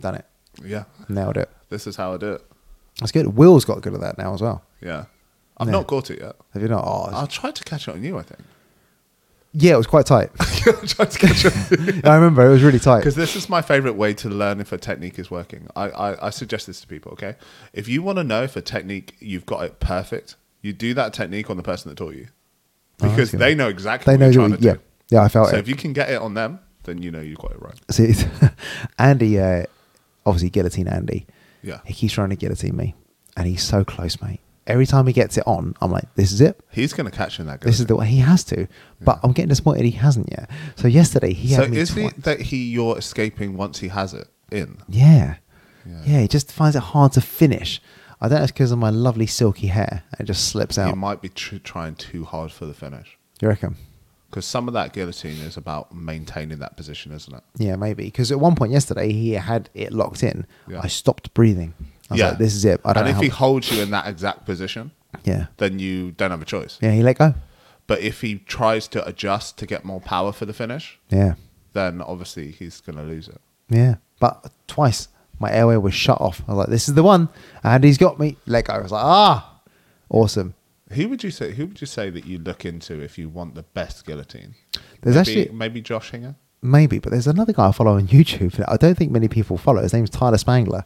Speaker 1: Done it.
Speaker 2: Yeah.
Speaker 1: Nailed it.
Speaker 2: This is how I do it.
Speaker 1: That's good. Will's got good at that now as well.
Speaker 2: Yeah. I've
Speaker 1: Yeah.
Speaker 2: not caught it yet.
Speaker 1: Have you not? Oh, it's-
Speaker 2: I tried to catch it on you, I think.
Speaker 1: yeah, it was quite tight.
Speaker 2: I tried to catch it on you.
Speaker 1: I remember it was really tight.
Speaker 2: Because this is my favorite way to learn if a technique is working. I, I, I suggest this to people, okay? If you want to know if a technique, you've got it perfect, you do that technique on the person that taught you.
Speaker 1: Oh, that's
Speaker 2: Because
Speaker 1: good.
Speaker 2: they know exactly
Speaker 1: They
Speaker 2: what
Speaker 1: know
Speaker 2: you're trying
Speaker 1: that.
Speaker 2: to
Speaker 1: Yeah,
Speaker 2: do.
Speaker 1: yeah, I felt
Speaker 2: So
Speaker 1: it.
Speaker 2: if you can get it on them, then you know you got it right.
Speaker 1: See, Andy, uh, obviously guillotine Andy.
Speaker 2: Yeah.
Speaker 1: He keeps trying to guillotine me, and he's so close, mate. Every time he gets it on, I'm like, "This is it.
Speaker 2: He's going to catch in that.
Speaker 1: This is the way he has to." But I'm getting disappointed he hasn't yet. So yesterday he
Speaker 2: so
Speaker 1: had me
Speaker 2: is
Speaker 1: twice.
Speaker 2: it that he you're escaping once he has it in?
Speaker 1: yeah.
Speaker 2: Yeah.
Speaker 1: yeah, He just finds it hard to finish. I don't know if it's because of my lovely silky hair. It just slips
Speaker 2: He
Speaker 1: out.
Speaker 2: might be tr- trying too hard for the finish.
Speaker 1: you reckon?
Speaker 2: Because some of that guillotine is about maintaining that position, isn't it?
Speaker 1: Yeah, maybe. Because at one point yesterday, he had it locked in.
Speaker 2: Yeah.
Speaker 1: I stopped breathing. I was like, this is it. I don't
Speaker 2: and
Speaker 1: know.
Speaker 2: if
Speaker 1: How,
Speaker 2: he holds you in that exact position,
Speaker 1: yeah.
Speaker 2: then you don't have a choice.
Speaker 1: Yeah, he let go.
Speaker 2: But if he tries to adjust to get more power for the finish,
Speaker 1: Yeah.
Speaker 2: then obviously he's going to lose it.
Speaker 1: Yeah. But twice, my airway was shut off. I was like, this is the one. And he's got me. Let go. I was like, ah, awesome.
Speaker 2: Who would you say? Who would you say that you look into if you want the best guillotine?
Speaker 1: There's
Speaker 2: maybe,
Speaker 1: actually-
Speaker 2: maybe Josh Hinger.
Speaker 1: Maybe. But there's another guy I follow on YouTube that I don't think many people follow. His name's Tyler Spangler.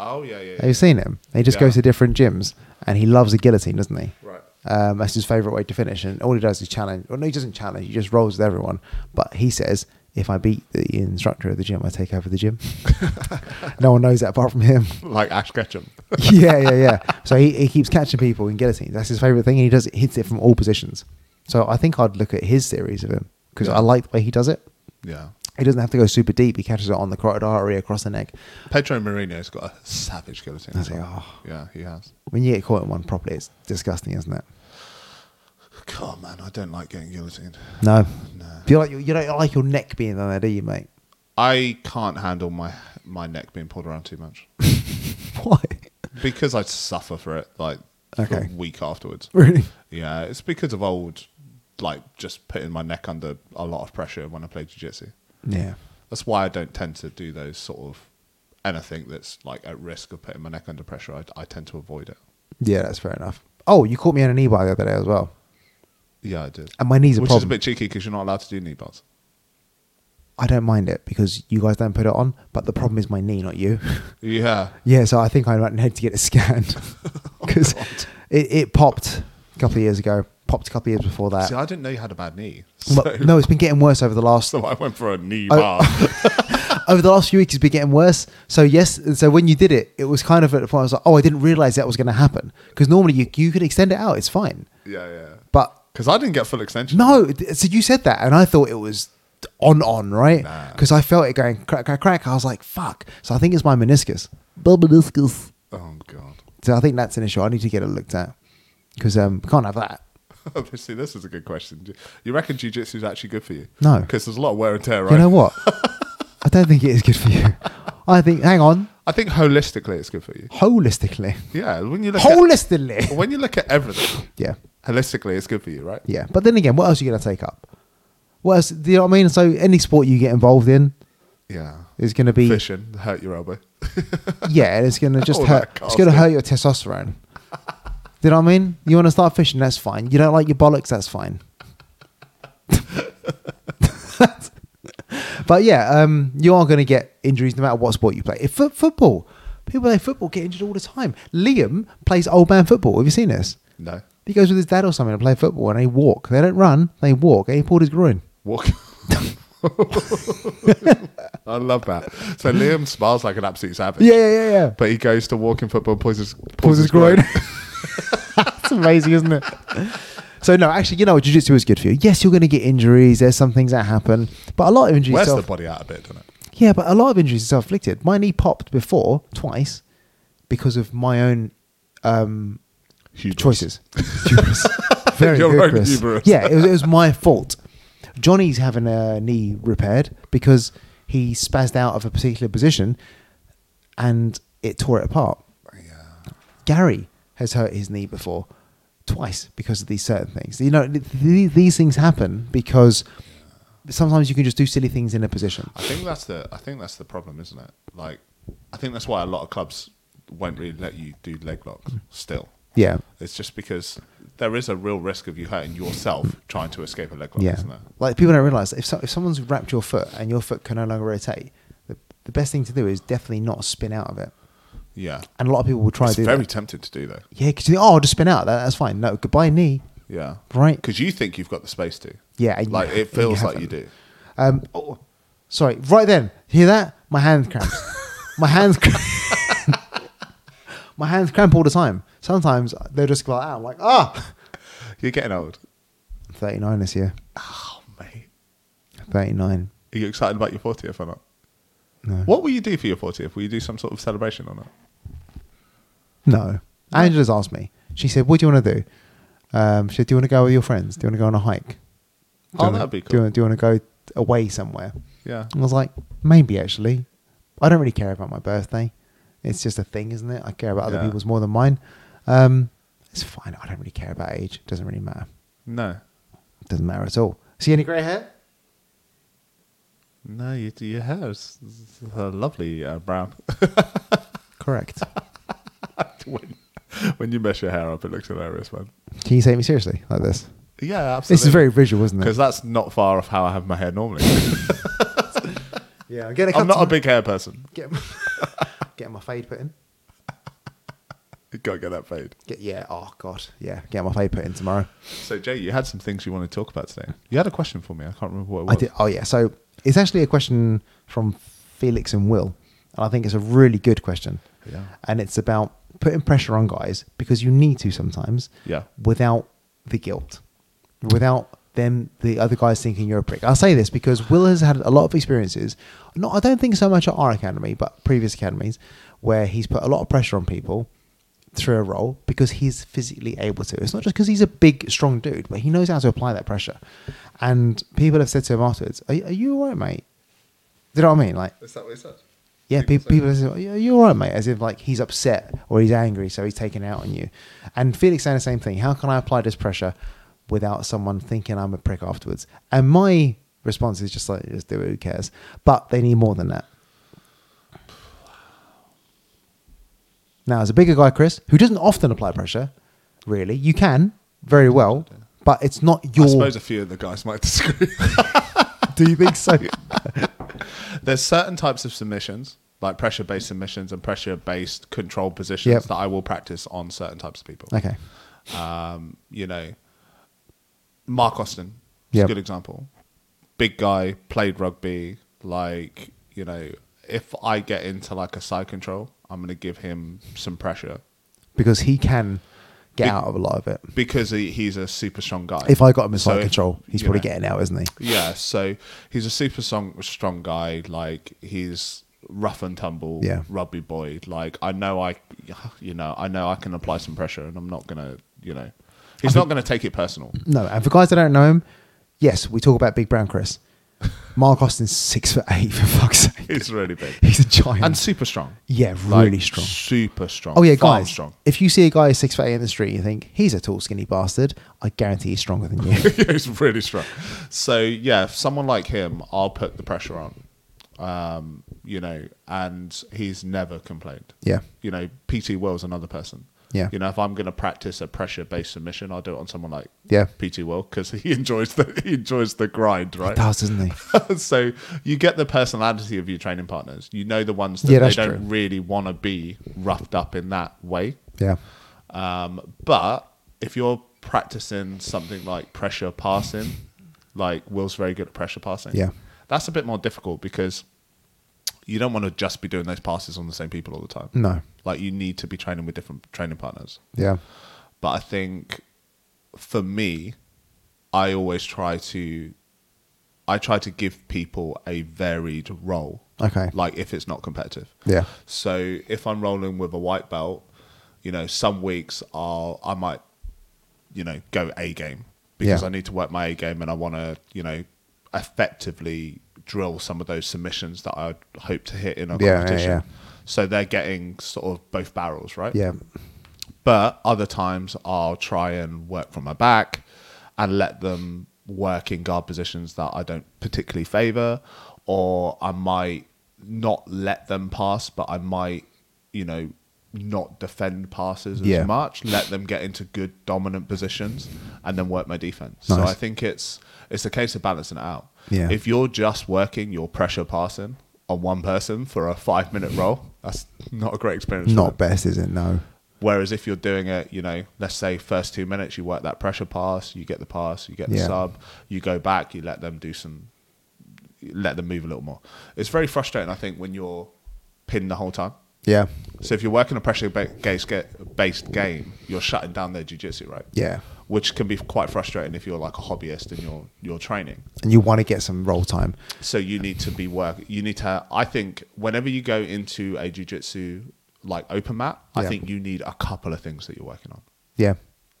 Speaker 2: Oh yeah, yeah,
Speaker 1: Have you seen him? He just
Speaker 2: Yeah.
Speaker 1: goes to different gyms and he loves a guillotine, doesn't he?
Speaker 2: Right.
Speaker 1: Um, that's his favorite way to finish. And all he does is challenge. Well, no, he doesn't challenge. He just rolls with everyone. But he says, if I beat the instructor at the gym, I take over the gym. no one knows that apart from him.
Speaker 2: like Ash Ketchum.
Speaker 1: yeah, yeah, yeah. So he, he keeps catching people in guillotines. That's his favorite thing. And he does it, hits it from all positions. So I think I'd look at his series of him because
Speaker 2: Yeah.
Speaker 1: I like the way he does it.
Speaker 2: yeah,
Speaker 1: He doesn't have to go super deep. He catches it on the carotid artery across the neck.
Speaker 2: Pedro Marino's got a savage guillotine.
Speaker 1: I
Speaker 2: as
Speaker 1: say,
Speaker 2: well.
Speaker 1: oh.
Speaker 2: Yeah, he has.
Speaker 1: When you get caught in one properly, it's disgusting, isn't it?
Speaker 2: God, man, I don't like getting guillotined.
Speaker 1: No.
Speaker 2: No.
Speaker 1: Do you like your, you don't like your neck being on there, do you, mate?
Speaker 2: I can't handle my my neck being pulled around too much
Speaker 1: Why?
Speaker 2: because I suffer for it like for
Speaker 1: Okay.
Speaker 2: a week afterwards.
Speaker 1: Really?
Speaker 2: Yeah, it's because of old, like just putting my neck under a lot of pressure when I play jiu-jitsu.
Speaker 1: Yeah.
Speaker 2: That's why I don't tend to do those sort of anything that's like at risk of putting my neck under pressure. I, I tend to avoid it.
Speaker 1: Yeah, that's fair enough. Oh, you caught me on an e-bike the other day as well.
Speaker 2: Yeah, I did.
Speaker 1: And my knees are
Speaker 2: Which is a
Speaker 1: problem.
Speaker 2: bit cheeky because you're not allowed to do knee bars.
Speaker 1: I don't mind it because you guys don't put it on, but the problem is my knee, not you.
Speaker 2: Yeah.
Speaker 1: yeah, so I think I might need to get it scanned
Speaker 2: Oh,
Speaker 1: because it, it popped a couple of years ago, popped a couple of years before that.
Speaker 2: See, I didn't know you had a bad knee. So,
Speaker 1: But no, it's been getting worse over the last
Speaker 2: so I went for a knee
Speaker 1: Oh.
Speaker 2: bar.
Speaker 1: over the last few weeks, it's been getting worse. So yes, so when you did it, it was kind of at the point I was like, oh, I didn't realize that was going to happen because normally you you could extend it out, it's fine,
Speaker 2: yeah, yeah.
Speaker 1: but
Speaker 2: Because I didn't get full extension.
Speaker 1: No, th- so you said that, and I thought it was on on right
Speaker 2: Nah.
Speaker 1: because I felt it going crack crack crack. I was like, "Fuck!" So I think it's my meniscus, Bill meniscus.
Speaker 2: Oh god.
Speaker 1: So I think that's an issue. I need to get it looked at because um, we can't have that.
Speaker 2: See, this is a good question. Do You reckon jiu-jitsu is actually good for you?
Speaker 1: No.
Speaker 2: Because there's a lot of wear and tear, right?
Speaker 1: You know what? I don't think it is good for you. I think, hang on,
Speaker 2: I think holistically it's good for you.
Speaker 1: holistically,
Speaker 2: Yeah, when you look at,
Speaker 1: holistically,
Speaker 2: when you look at everything,
Speaker 1: yeah,
Speaker 2: holistically it's good for you, right?
Speaker 1: yeah. But then again, what else are you going to take up? What else? Do you know what I mean? So any sport you get involved in
Speaker 2: Yeah.
Speaker 1: is going to be
Speaker 2: Fishing hurt your elbow.
Speaker 1: Yeah, and it's gonna just
Speaker 2: All
Speaker 1: hurt.
Speaker 2: that
Speaker 1: It's gonna
Speaker 2: casting.
Speaker 1: hurt your testosterone. Do you know what I mean? You want to start fishing? That's fine. You don't like your bollocks? That's fine. but yeah, um, you are gonna get injuries no matter what sport you play. If foot football, people play football get injured all the time. Liam plays old man football. Have you seen this?
Speaker 2: no.
Speaker 1: He goes with his dad or something to play football, and they walk. They don't run. They walk. And he pulled his groin.
Speaker 2: Walk. I love that. So Liam smiles like an absolute savage.
Speaker 1: Yeah, yeah, yeah, yeah.
Speaker 2: But he goes to walking football, pulls his, pulls
Speaker 1: pulls his
Speaker 2: his groin.
Speaker 1: groin. That's amazing, isn't it? So no, actually, you know, what, jiu-jitsu is good for you. Yes, you're going to get injuries. There's some things that happen, but a lot of injuries.
Speaker 2: Wears the
Speaker 1: self-
Speaker 2: body out a bit, doesn't it?
Speaker 1: yeah, but a lot of injuries are self-inflicted. My knee popped before twice because of my own um,
Speaker 2: Hubris.
Speaker 1: choices. Hubris. Very
Speaker 2: Your
Speaker 1: good,
Speaker 2: own
Speaker 1: Chris.
Speaker 2: hubris.
Speaker 1: Yeah, it was, it was my fault. Johnny's having a knee repaired because he spazzed out of a particular position, and it tore it apart.
Speaker 2: Yeah.
Speaker 1: Gary has hurt his knee before twice because of these certain things. You know, th- th- these things happen because sometimes you can just do silly things in a position.
Speaker 2: I think that's the I think that's the problem, isn't it? Like, I think that's why a lot of clubs won't really let you do leg locks. Still,
Speaker 1: Yeah.
Speaker 2: it's just because there is a real risk of you hurting yourself trying to escape a leg lock,
Speaker 1: Yeah.
Speaker 2: isn't there?
Speaker 1: Like people don't realize that if, so, if someone's wrapped your foot and your foot can no longer rotate, the, the best thing to do is definitely not spin out of it.
Speaker 2: Yeah,
Speaker 1: And a lot of people will try
Speaker 2: it's
Speaker 1: to do
Speaker 2: very
Speaker 1: that.
Speaker 2: tempted to do though.
Speaker 1: Yeah, because you think, oh, I'll just spin out. That, that's fine. No, goodbye knee.
Speaker 2: Yeah,
Speaker 1: Right.
Speaker 2: Because you think you've got the space to.
Speaker 1: Yeah, and you
Speaker 2: like
Speaker 1: ha-
Speaker 2: it
Speaker 1: and you
Speaker 2: feels like you
Speaker 1: haven't.
Speaker 2: do.
Speaker 1: Um, oh, sorry. Right then, hear that? My hands cramps. My hands. Cr- my hands cramp all the time. Sometimes they're just like, ah, I'm like, ah.
Speaker 2: You're getting old, Oh,
Speaker 1: I'm 39 this year.
Speaker 2: mate.
Speaker 1: 39.
Speaker 2: Are you excited about your 40th or not?
Speaker 1: No.
Speaker 2: What will you do for your 40th? Will you do some sort of celebration or not?
Speaker 1: No. Angela's asked me. She said, "What do you want to do?" Um, she said, "Do you want to go with your friends? Do you want to go on a hike? Do you
Speaker 2: Oh,
Speaker 1: wanna-
Speaker 2: that'd be
Speaker 1: Do you,
Speaker 2: cool.
Speaker 1: wanna, do you want to go away somewhere?"
Speaker 2: Yeah.
Speaker 1: And I was like, "Maybe actually. I don't really care about my birthday. It's just a thing, isn't it? I care about other
Speaker 2: Yeah.
Speaker 1: people's more than mine. Um, it's fine. I don't really care about age. It doesn't really matter.
Speaker 2: No.
Speaker 1: It doesn't matter at all. See any grey hair?
Speaker 2: No, you, your hair is is, uh, lovely uh, brown.
Speaker 1: Correct.
Speaker 2: when, when you mess your hair up, it looks hilarious, man.
Speaker 1: Can you take me seriously like this?
Speaker 2: Yeah, absolutely.
Speaker 1: This is very visual, isn't
Speaker 2: Because
Speaker 1: it?
Speaker 2: that's not far off how I have my hair normally.
Speaker 1: Yeah, I'm getting
Speaker 2: I'm not a big hair person.
Speaker 1: get, getting my fade put in.
Speaker 2: You gotta get that fade.
Speaker 1: Get, yeah. Oh God. Yeah. Get my fade put in tomorrow.
Speaker 2: So, Jay, you had some things you wanted to talk about today. You had a question for me. I can't remember what it was.
Speaker 1: I did. Oh yeah. So it's actually a question from Felix and Will, and I think it's a really good question.
Speaker 2: Yeah.
Speaker 1: And it's about putting pressure on guys because you need to sometimes.
Speaker 2: Yeah.
Speaker 1: Without the guilt, without them, the other guys thinking you're a prick. I'll say this because Will has had a lot of experiences. Not, I don't think so much at our academy, but previous academies, where he's put a lot of pressure on people through a role because he's physically able to. It's not just because he's a big, strong dude, but he knows how to apply that pressure. And people have said to him afterwards, "Are, are you all right, mate?" Do you know what I mean? Like,
Speaker 2: Is that what he said?
Speaker 1: yeah,
Speaker 2: People
Speaker 1: people,
Speaker 2: say-
Speaker 1: people say, "Yeah, "You're all right, mate," as if like he's upset or he's angry, so he's taking it out on you. And Felix saying the same thing. How can I apply this pressure without someone thinking I'm a prick afterwards? And my response is just like, just do it. Who cares? But they need more than that. Now, as a bigger guy, Chris, who doesn't often apply pressure, really, you can very well, but it's not your.
Speaker 2: I suppose a few of the guys might disagree.
Speaker 1: do you think so?
Speaker 2: There's certain types of submissions, like pressure based submissions and pressure based control positions
Speaker 1: Yep.
Speaker 2: that I will practice on certain types of people.
Speaker 1: okay.
Speaker 2: Um, you know, Mark Austin is
Speaker 1: Yep.
Speaker 2: a good example. Big guy, played rugby. Like, you know, if I get into like a side control, I'm going to give him some pressure
Speaker 1: Because he can get
Speaker 2: Be-
Speaker 1: out of a lot of it.
Speaker 2: because he, he's a super strong guy.
Speaker 1: If I got him in side
Speaker 2: So if-
Speaker 1: control, he's
Speaker 2: you
Speaker 1: probably
Speaker 2: know.
Speaker 1: getting out, isn't he?
Speaker 2: Yeah, so he's a super strong, strong guy. Like he's rough and tumble,
Speaker 1: Yeah.
Speaker 2: rugby boy. Like I know I, you know, I know I can apply some pressure, and I'm not gonna, you know, he's not gonna take it personal.
Speaker 1: No, and for guys that don't know him, yes, we talk about Big Brown Chris. Mark Austin's six foot eight, for fuck's sake.
Speaker 2: He's really big
Speaker 1: He's a giant.
Speaker 2: and super strong.
Speaker 1: yeah,
Speaker 2: Like,
Speaker 1: really strong.
Speaker 2: super strong.
Speaker 1: Oh yeah,
Speaker 2: Farm
Speaker 1: guys.
Speaker 2: strong.
Speaker 1: If you see a guy six foot eight in the street, you think he's a tall, skinny bastard. I guarantee he's stronger than you.
Speaker 2: yeah, he's really strong. So yeah, if someone like him, I'll put the pressure on. Um, you know, and he's never complained.
Speaker 1: Yeah.
Speaker 2: You know, PT Will's another person.
Speaker 1: Yeah.
Speaker 2: You know, if I'm going to practice a pressure-based submission, I'll do it on someone like
Speaker 1: Yeah.
Speaker 2: PT Will because he enjoys the he enjoys the grind, right?
Speaker 1: does, doesn't he?
Speaker 2: so you get the personality of your training partners. You know the ones that
Speaker 1: Yeah,
Speaker 2: they
Speaker 1: that's
Speaker 2: don't
Speaker 1: true.
Speaker 2: really want to be roughed up in that way.
Speaker 1: Yeah.
Speaker 2: Um, but if you're practicing something like pressure passing, like Will's very good at pressure passing.
Speaker 1: Yeah.
Speaker 2: That's a bit more difficult because you don't want to just be doing those passes on the same people all the time.
Speaker 1: No.
Speaker 2: Like you need to be training with different training partners.
Speaker 1: Yeah.
Speaker 2: But I think for me, I always try to I try to give people a varied role.
Speaker 1: Okay.
Speaker 2: Like if it's not competitive.
Speaker 1: Yeah.
Speaker 2: So if I'm rolling with a white belt, you know, some weeks I'll I might, you know, go A game because
Speaker 1: Yeah.
Speaker 2: I need to work my A game and I want to, you know, effectively drill some of those submissions that I hope to hit in a
Speaker 1: Yeah, yeah,
Speaker 2: competition.
Speaker 1: yeah.
Speaker 2: So they're getting sort of both barrels, right?
Speaker 1: Yeah.
Speaker 2: But other times I'll try and work from my back and let them work in guard positions that I don't particularly favor, or I might not let them pass, but I might, you know, not defend passes as
Speaker 1: Yeah.
Speaker 2: much, let them get into good dominant positions and then work my defense. So
Speaker 1: Nice.
Speaker 2: I think it's it's a case of balancing it out.
Speaker 1: Yeah.
Speaker 2: If you're just working your pressure passing on one person for a five minute role, that's not a great experience. for
Speaker 1: Not
Speaker 2: them.
Speaker 1: best, is it? No.
Speaker 2: Whereas if you're doing it, you know, let's say first two minutes, you work that pressure pass, you get the pass, you get the
Speaker 1: Yeah.
Speaker 2: sub, you go back, you let them do some, let them move a little more. It's very frustrating, I think, when you're pinned the whole time.
Speaker 1: Yeah.
Speaker 2: So if you're working a pressure ba- based ga- based game, you're shutting down their jujitsu, right?
Speaker 1: Yeah.
Speaker 2: Which can be quite frustrating if you're like a hobbyist and you're you're training.
Speaker 1: And you want to get some roll time.
Speaker 2: So you need to be work. You need to. I think whenever you go into a jujitsu like open mat, I
Speaker 1: Yeah.
Speaker 2: think you need a couple of things that you're working on.
Speaker 1: Yeah.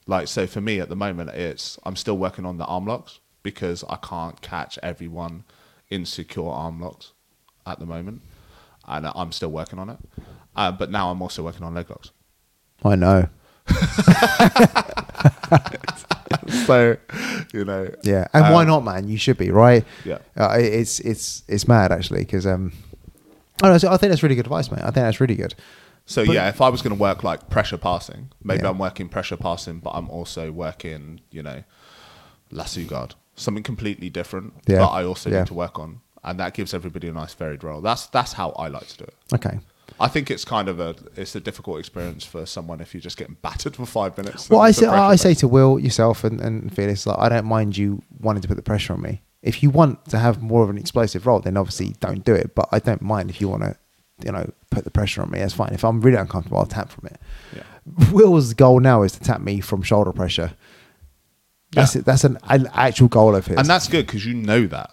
Speaker 2: Like so for me at the moment, it's I'm still working on the arm locks because I can't catch everyone in secure arm locks at the moment, and I'm still working on it. Uh, but now I'm also working on leg locks.
Speaker 1: I know.
Speaker 2: so you know
Speaker 1: Yeah, and why not, man? You should be right.
Speaker 2: Um, Yeah.
Speaker 1: uh, it- it's it's it's mad actually because um, I don't know, so I think that's really good advice, mate. I think that's really good.
Speaker 2: so
Speaker 1: But-
Speaker 2: yeah if i was going to work like pressure passing maybe
Speaker 1: Yeah.
Speaker 2: i'm working pressure passing but i'm also working you know lasso guard something completely different
Speaker 1: Yeah.
Speaker 2: that i also
Speaker 1: Yeah.
Speaker 2: need to work on and that gives everybody a nice varied role that's that's how i like to do it
Speaker 1: Okay.
Speaker 2: I think it's kind of a it's a difficult experience for someone if you're just getting battered for five minutes.
Speaker 1: Well, I
Speaker 2: It's a
Speaker 1: say
Speaker 2: pressure
Speaker 1: I I say
Speaker 2: based.
Speaker 1: to Will yourself and, and Felix, like I don't mind you wanting to put the pressure on me. If you want to have more of an explosive role, then obviously don't do it. But I don't mind if you want to, you know, put the pressure on me. That's fine. If I'm really uncomfortable, I'll tap from it.
Speaker 2: Yeah.
Speaker 1: Will's goal now is to tap me from shoulder pressure. That's
Speaker 2: Yeah.
Speaker 1: it. That's an, an actual goal of his.
Speaker 2: and that's good because you know that.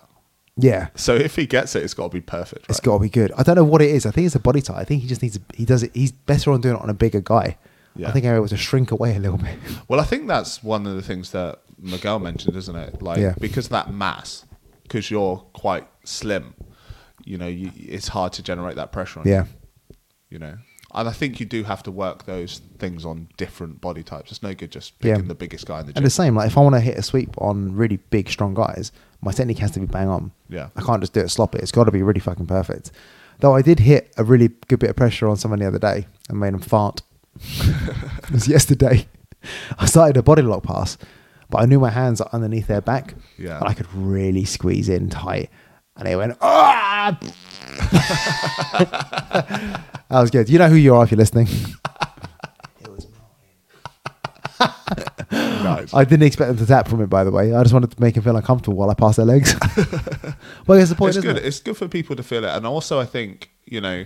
Speaker 1: yeah.
Speaker 2: So if he gets it, it's got to be perfect.
Speaker 1: It's
Speaker 2: right?
Speaker 1: got to be good. I don't know what it is. I think it's a body type. I think he just needs. He does it. He's better on doing it on a bigger guy. I
Speaker 2: Yeah.
Speaker 1: think I'm able to shrink away a little bit.
Speaker 2: Well, I think that's one of the things that Miguel mentioned, isn't it? Like
Speaker 1: Yeah.
Speaker 2: because of that mass, because you're quite slim, you know, you, it's hard to generate that pressure on
Speaker 1: Yeah,
Speaker 2: you. You know, and I think you do have to work those things on different body types. It's no good just
Speaker 1: Yeah.
Speaker 2: picking the biggest guy in the
Speaker 1: and
Speaker 2: gym.
Speaker 1: the same. Like if I want to hit a sweep on really big, strong guys, my technique has to be bang on.
Speaker 2: Yeah.
Speaker 1: I can't just do it sloppy. It's got to be really fucking perfect. Though I did hit a really good bit of pressure on someone the other day and made him fart. it was yesterday. I started a body lock pass, but I knew my hands are underneath their back.
Speaker 2: Yeah.
Speaker 1: And I could really squeeze in tight. And they went, ah! that was good. You know who you are if you're listening. it was
Speaker 2: Nice.
Speaker 1: I didn't expect them to tap from it, by the way. I just wanted to make them feel uncomfortable while I pass their legs. well, here's the point,
Speaker 2: it's
Speaker 1: isn't
Speaker 2: good.
Speaker 1: it?
Speaker 2: It's good for people to feel it, and also I think you know,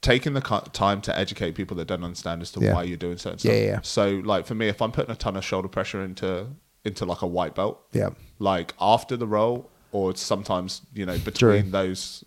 Speaker 2: taking the cu- time to educate people that don't understand as to
Speaker 1: Yeah.
Speaker 2: why you're doing certain
Speaker 1: Yeah,
Speaker 2: stuff.
Speaker 1: yeah, yeah.
Speaker 2: So like for me, if I'm putting a ton of shoulder pressure into into like a white belt,
Speaker 1: Yeah.
Speaker 2: like after the roll or sometimes you know between
Speaker 1: During.
Speaker 2: those.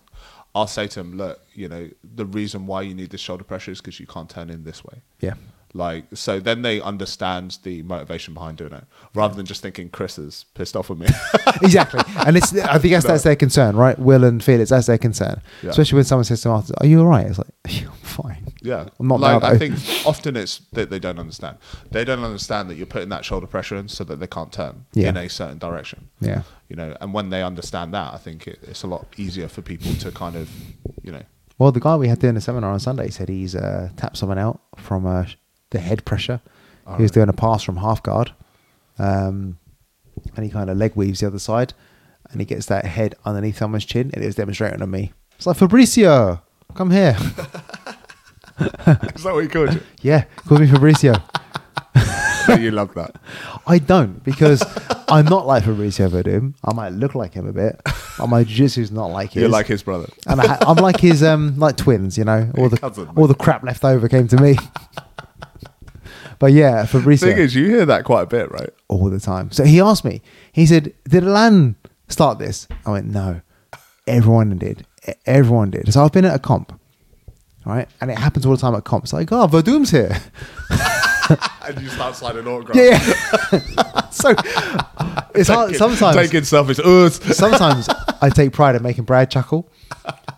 Speaker 2: I'll say to them, look, you know, the reason why you need this shoulder pressure is because you can't turn in this way.
Speaker 1: Yeah.
Speaker 2: Like, so then they understand the motivation behind doing it rather than just thinking Chris is pissed off with me.
Speaker 1: exactly. And it's, I think that's, that's their concern, right? Will and Felix, that's their concern.
Speaker 2: Yeah.
Speaker 1: Especially when someone says to them after, Are you all right? It's like, I'm fine.
Speaker 2: Yeah,
Speaker 1: I'm not
Speaker 2: like
Speaker 1: now,
Speaker 2: I
Speaker 1: though.
Speaker 2: think often it's that they don't understand. They don't understand that you're putting that shoulder pressure in so that they can't turn
Speaker 1: Yeah.
Speaker 2: in a certain direction.
Speaker 1: Yeah.
Speaker 2: you know, and when they understand that, I think it, it's a lot easier for people to kind of, you know,
Speaker 1: Well, the guy we had doing the seminar on Sunday said he's uh, tapped someone out from uh, sh- the head pressure. he was doing a pass from half guard, um, and he kind of leg weaves the other side, and he gets that head underneath someone's chin, and it was demonstrating on me. It's like Fabricio, come here.
Speaker 2: is that what you called it?
Speaker 1: yeah, calls me Fabricio.
Speaker 2: you love that.
Speaker 1: I don't because I'm not like Fabricio Verdum. I might look like him a bit, but my jiu-jitsu's not like his.
Speaker 2: You're like his brother.
Speaker 1: and I ha- I'm like his um like twins, you know. All the
Speaker 2: Cousin.
Speaker 1: all the crap left over came to me. but yeah,
Speaker 2: Thing
Speaker 1: Fabrizio
Speaker 2: is, you hear that quite a bit, right?
Speaker 1: all the time. So he asked me. He said, "Did Alan start this?" I went, "No, everyone did. E- Everyone did." So I've been at a comp, right, and it happens all the time at comps. Like, oh, Verdum's here.
Speaker 2: And you start sliding autographs.
Speaker 1: yeah. so it's hard
Speaker 2: Taking-
Speaker 1: sometimes.
Speaker 2: taking selfies. Ugh.
Speaker 1: sometimes I take pride in making Brad chuckle.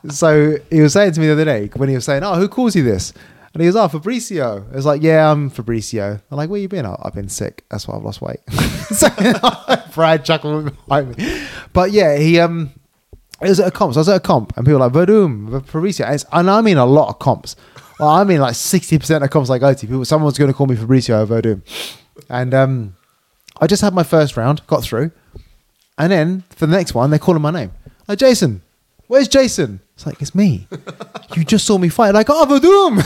Speaker 1: So he was saying to me the other day when he was saying, "Oh, who calls you this?" And he was, oh, Fabricio. I was like, yeah, I'm Fabricio. I'm like, where you been? "Oh, I've been sick. That's why I've lost weight. so Brad chuckled behind me. But yeah, he, um, it was at a comp. So I was at a comp and people were like, Verdum, Fabricio. And, it's, and I mean a lot of comps. Well, I mean like 60% of comps I go to, people, someone's going to call me Fabricio or Verdum. And um, I just had my first round, got through. And then for the next one, they're calling my name. Like, Jason, where's Jason? It's like, it's me. you just saw me fight. Like, oh, Verdum.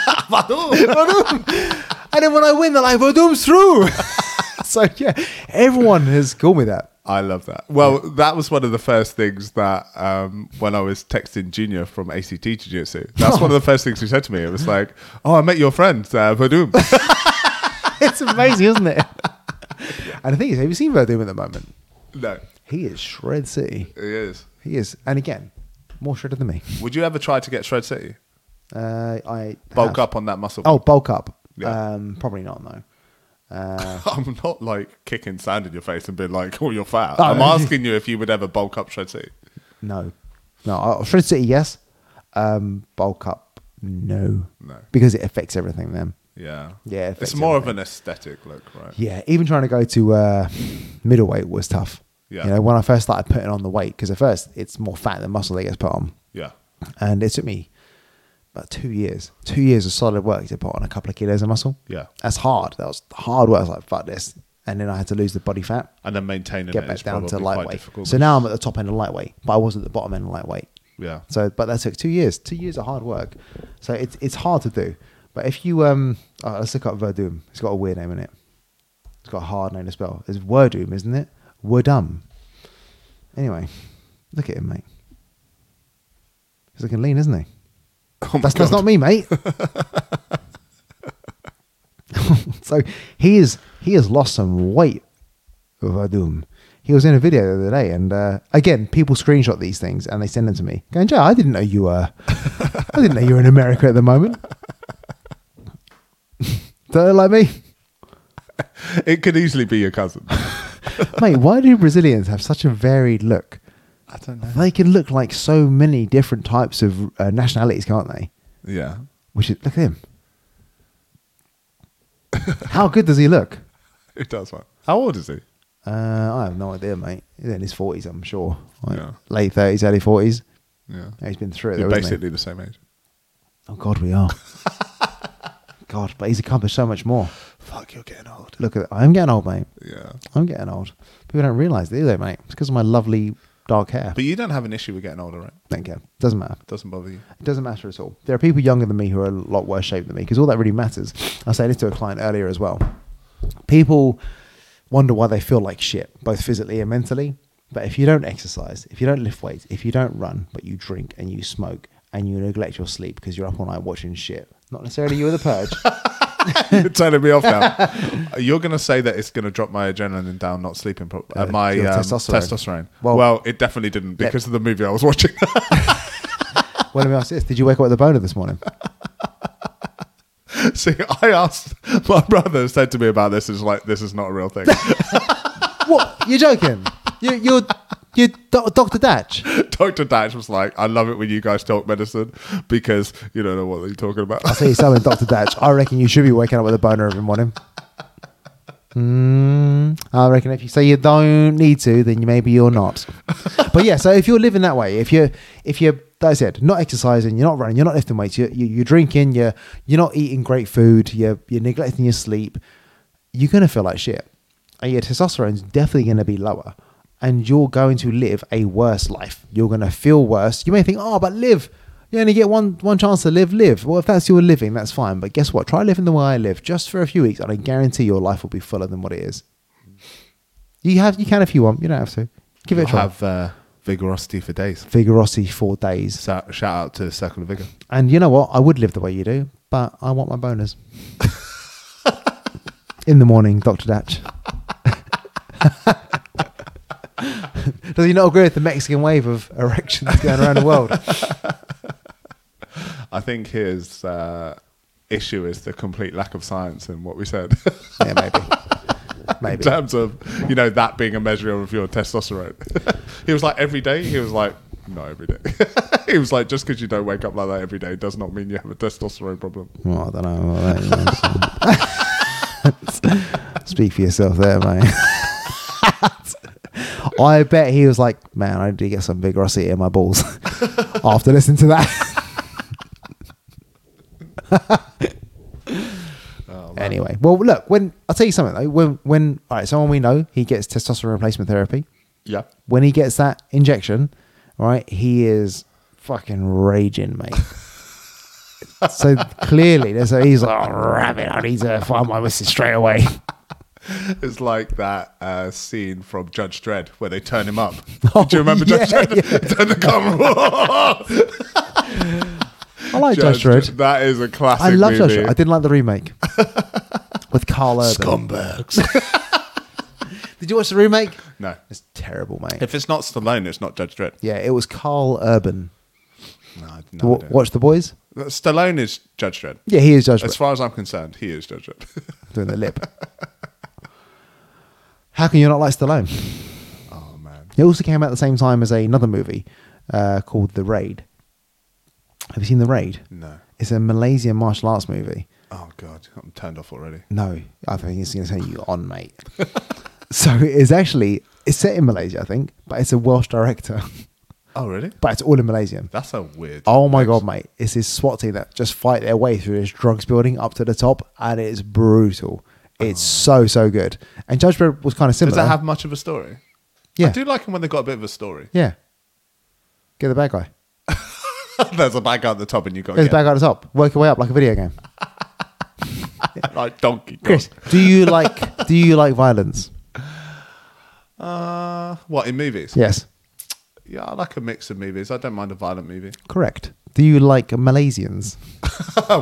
Speaker 1: Verdum. And then when I win, they're like, Verdum's through. so yeah, everyone has called me that.
Speaker 2: I love that. Well, that was one of the first things that um, when I was texting Junior from ACT Jiu Jitsu, that's one of the first things he said to me. It was like, "Oh, I met your friend uh, Vadum."
Speaker 1: It's amazing, isn't it? And the thing is, have you seen Verdum at the moment?
Speaker 2: no,
Speaker 1: He is shred city.
Speaker 2: it is.
Speaker 1: He is, and again, more shredded than me.
Speaker 2: Would you ever try to get shred city?
Speaker 1: Uh, I
Speaker 2: Bulk
Speaker 1: have-
Speaker 2: up on that muscle.
Speaker 1: Oh, bulk up.
Speaker 2: Yeah.
Speaker 1: Um, probably not though. Uh,
Speaker 2: I'm not like kicking sand in your face and being like, "Oh, you're fat."
Speaker 1: Oh.
Speaker 2: I'm asking you if you would ever bulk up shred city.
Speaker 1: No, no. I- Shred City, yes. Um, bulk up, no.
Speaker 2: No.
Speaker 1: because it affects everything. Then,
Speaker 2: Yeah,
Speaker 1: Yeah, it
Speaker 2: It's
Speaker 1: affects
Speaker 2: more of
Speaker 1: everything.
Speaker 2: an aesthetic look, right?
Speaker 1: yeah. Even trying to go to uh, middleweight was tough.
Speaker 2: Yeah.
Speaker 1: You know, when I first started putting on the weight, because at first it's more fat than muscle that gets put on,
Speaker 2: Yeah.
Speaker 1: and it took me about two years, two years of solid work to put on a couple of kilos of muscle.
Speaker 2: Yeah.
Speaker 1: that's hard. That was hard work. I was like, fuck this, and then I had to lose the body fat.
Speaker 2: and then maintaining
Speaker 1: get
Speaker 2: it
Speaker 1: back
Speaker 2: is
Speaker 1: down to
Speaker 2: probably quite
Speaker 1: lightweight.
Speaker 2: difficult.
Speaker 1: So now I'm at the top end of lightweight, but I was at the bottom end of lightweight.
Speaker 2: yeah,
Speaker 1: So, but that took two years. Two years of hard work. So it's it's hard to do. But if you um, oh, let's look up Verdum. It's got a weird name in it. It's got a hard name to spell. It's Wordum, isn't it? Wordum. Anyway, look at him, mate. He's looking lean, isn't he? that's that's not me, mate. so he is he has lost some weight. Vadum. He was in a video the other day, and uh, again, people screenshot these things and they send them to me. Going, Joe, I didn't know you were. I didn't know you were in America at the moment. Don't they like me,
Speaker 2: it could easily be your cousin.
Speaker 1: mate. Why do Brazilians have such a varied look?
Speaker 2: I don't know.
Speaker 1: They can look like so many different types of uh, nationalities, can't they?
Speaker 2: Yeah,
Speaker 1: Which is look at him. How good does he look?
Speaker 2: it does. Man. How old is he?
Speaker 1: Uh, I have no idea, mate. He's in his forties, I'm sure. Like,
Speaker 2: Yeah.
Speaker 1: Late thirties, early forties.
Speaker 2: Yeah,
Speaker 1: He's been through it.
Speaker 2: they're
Speaker 1: Though, hasn't he?
Speaker 2: basically the same age.
Speaker 1: Oh God, we are. God, but he's accomplished so much more.
Speaker 2: Fuck, you're getting old.
Speaker 1: Look at I'm getting old, mate.
Speaker 2: Yeah,
Speaker 1: I'm getting old. People don't realise, do they, mate? It's because of my lovely dark hair.
Speaker 2: but you don't have an issue with getting older, right?
Speaker 1: don't care. Doesn't matter.
Speaker 2: Doesn't bother you.
Speaker 1: It doesn't matter at all. There are people younger than me who are a lot worse shaped than me because all that really matters. I say this to a client earlier as well. People wonder why they feel like shit, both physically and mentally. But if you don't exercise, if you don't lift weights, if you don't run, but you drink and you smoke and you neglect your sleep because you're up all night watching shit, not necessarily you with a purge.
Speaker 2: you're turning me off now. you're going to say that it's going to drop my adrenaline down, not sleeping properly.
Speaker 1: Uh,
Speaker 2: my
Speaker 1: your
Speaker 2: um,
Speaker 1: testosterone.
Speaker 2: testosterone.
Speaker 1: Well-
Speaker 2: Well, it definitely didn't
Speaker 1: Yeah.
Speaker 2: because of the movie I was watching.
Speaker 1: well, let me ask this: Did you wake up with a boner this morning?
Speaker 2: See, I asked my brother said to me about this. Is like this is not a real thing.
Speaker 1: what? You're joking? You, you're you're doc Doctor Datch.
Speaker 2: Dr. Dash was like, I love it when you guys talk medicine because you don't know what you're talking about.
Speaker 1: I'll tell you something, Dr. Datch. I reckon you should be waking up with a boner every morning. Mm, I reckon if you say you don't need to, then you, maybe you're not. But yeah, so if you're living that way, if you're, if you're, that's it, not exercising, you're not running, you're not lifting weights, you're, you you're drinking, you're, you're not eating great food, you're, you're neglecting your sleep, you're going to feel like shit. And your testosterone's definitely going to be lower. And you're going to live a worse life. You're going to feel worse. You may think, oh, but live. You only get one, one chance to live, live. Well, if that's your living, that's fine. But guess what? Try living the way I live just for a few weeks, and I guarantee your life will be fuller than what it is. You have you can if you want. You don't have to. Give it a try.
Speaker 2: have uh, vigorosity for days.
Speaker 1: Vigorosi for days.
Speaker 2: So, shout out to Circle of Vigor.
Speaker 1: And you know what? I would live the way you do, but I want my boners. In the morning, Dr. Datch. Does he not agree with the Mexican wave of erections going around the world?
Speaker 2: I think his uh, issue is the complete lack of science in what we said
Speaker 1: Yeah, maybe.
Speaker 2: in
Speaker 1: Maybe.
Speaker 2: terms of you know that being a measure of your testosterone. he was like every day. He was like not every day. he was like, just because you don't wake up like that every day does not mean you have a testosterone problem.
Speaker 1: Well, I don't know. about that, you know, so- Speak for yourself there, mate. I bet he was like, man, I need to get some big Rossi in my balls after listening to that.
Speaker 2: Oh, man.
Speaker 1: anyway, well, look, when I'll tell you something though, when, when, all right, someone we know, he gets testosterone replacement therapy.
Speaker 2: Yeah.
Speaker 1: When he gets that injection, all right, he is fucking raging, mate. so clearly, there's a, he's like, oh, rabbit, I need to find my missus straight away.
Speaker 2: It's like that uh, scene from Judge Dredd where they turn him up. Do you remember Judge
Speaker 1: Oh, yeah,
Speaker 2: Dredd? turn the camera.
Speaker 1: I like Judge Dredd.
Speaker 2: That is a classic.
Speaker 1: I love
Speaker 2: movie.
Speaker 1: Judge Dredd. I didn't like the remake with Carl Urban.
Speaker 2: Scumbags.
Speaker 1: Did you watch the remake?
Speaker 2: no.
Speaker 1: It's terrible, mate.
Speaker 2: If it's not Stallone, it's not Judge Dredd.
Speaker 1: yeah, it was Carl Urban.
Speaker 2: No, I- no,
Speaker 1: W-
Speaker 2: I don't.
Speaker 1: watch the boys.
Speaker 2: Stallone is Judge Dredd.
Speaker 1: Yeah, he is Judge
Speaker 2: As
Speaker 1: Dredd
Speaker 2: far as I'm concerned, he is Judge Dredd.
Speaker 1: doing the lip. How can you not like Stallone?
Speaker 2: oh man.
Speaker 1: It also came out at the same time as another movie uh, called The Raid. Have you seen The Raid?
Speaker 2: No.
Speaker 1: It's a Malaysian martial arts movie.
Speaker 2: Oh god, I'm turned off already.
Speaker 1: No, I think it's going to turn you on, mate. so it's actually it's set in Malaysia, I think, but it's a Welsh director,
Speaker 2: Oh really?
Speaker 1: but it's all in Malaysian.
Speaker 2: That's a weird.
Speaker 1: Oh my god, mate! It's this SWAT team that just fight their way through this drugs building up to the top, and it's brutal. It's so so good. And Judge Dredd was kind
Speaker 2: Oh.
Speaker 1: of
Speaker 2: Does
Speaker 1: similar.
Speaker 2: that have much of a story?
Speaker 1: Yeah,
Speaker 2: I do like them when they've got a bit of a story.
Speaker 1: yeah. Get the bad guy.
Speaker 2: There's a bad guy at the top, and you got
Speaker 1: Get the
Speaker 2: to
Speaker 1: bad guy to the top. Work your way up like a video game.
Speaker 2: get, like Donkey Kong.
Speaker 1: Chris, do you like do you like violence?
Speaker 2: Uh, what in movies?
Speaker 1: Yes,
Speaker 2: yeah, I like a mix of movies. I don't mind a violent movie.
Speaker 1: correct. Do you like Malaysians?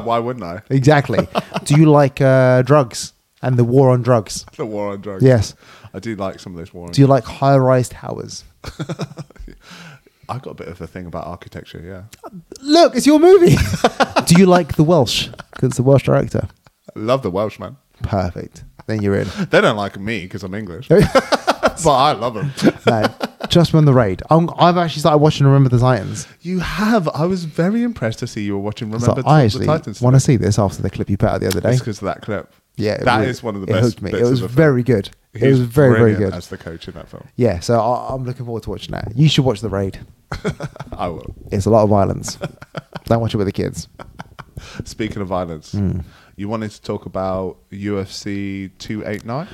Speaker 2: Why wouldn't I?
Speaker 1: Exactly. do you like uh, drugs and the war on drugs?
Speaker 2: The war on drugs.
Speaker 1: Yes.
Speaker 2: I do like some of those war on.
Speaker 1: Do you like high-rise towers?
Speaker 2: I got a bit of a thing about architecture. Yeah,
Speaker 1: Look, it's your movie. do you like the Welsh? Because it's the Welsh director.
Speaker 2: I love the Welsh man.
Speaker 1: Perfect. Then you're in.
Speaker 2: They don't like me because I'm English, but I love them.
Speaker 1: no, just from the raid. I'm, I've actually started watching Remember the Titans.
Speaker 2: You have. I was very impressed to see you were watching.
Speaker 1: So
Speaker 2: Remember
Speaker 1: I
Speaker 2: the
Speaker 1: actually
Speaker 2: Titans?
Speaker 1: want to see this after the clip you put out the other day.
Speaker 2: It's because of that clip.
Speaker 1: Yeah, it
Speaker 2: that is
Speaker 1: really-
Speaker 2: one of the
Speaker 1: it
Speaker 2: best.
Speaker 1: hooked me.
Speaker 2: bits
Speaker 1: It was
Speaker 2: of the
Speaker 1: very good.
Speaker 2: Film.
Speaker 1: it
Speaker 2: He's
Speaker 1: was very very
Speaker 2: brilliant
Speaker 1: good.
Speaker 2: as the coach in that film.
Speaker 1: yeah, so I, I'm looking forward to watching that. You should watch the raid.
Speaker 2: I will.
Speaker 1: It's a lot of violence. Don't watch it with the kids.
Speaker 2: Speaking of violence,
Speaker 1: Hmm.
Speaker 2: you wanted to talk about UFC 289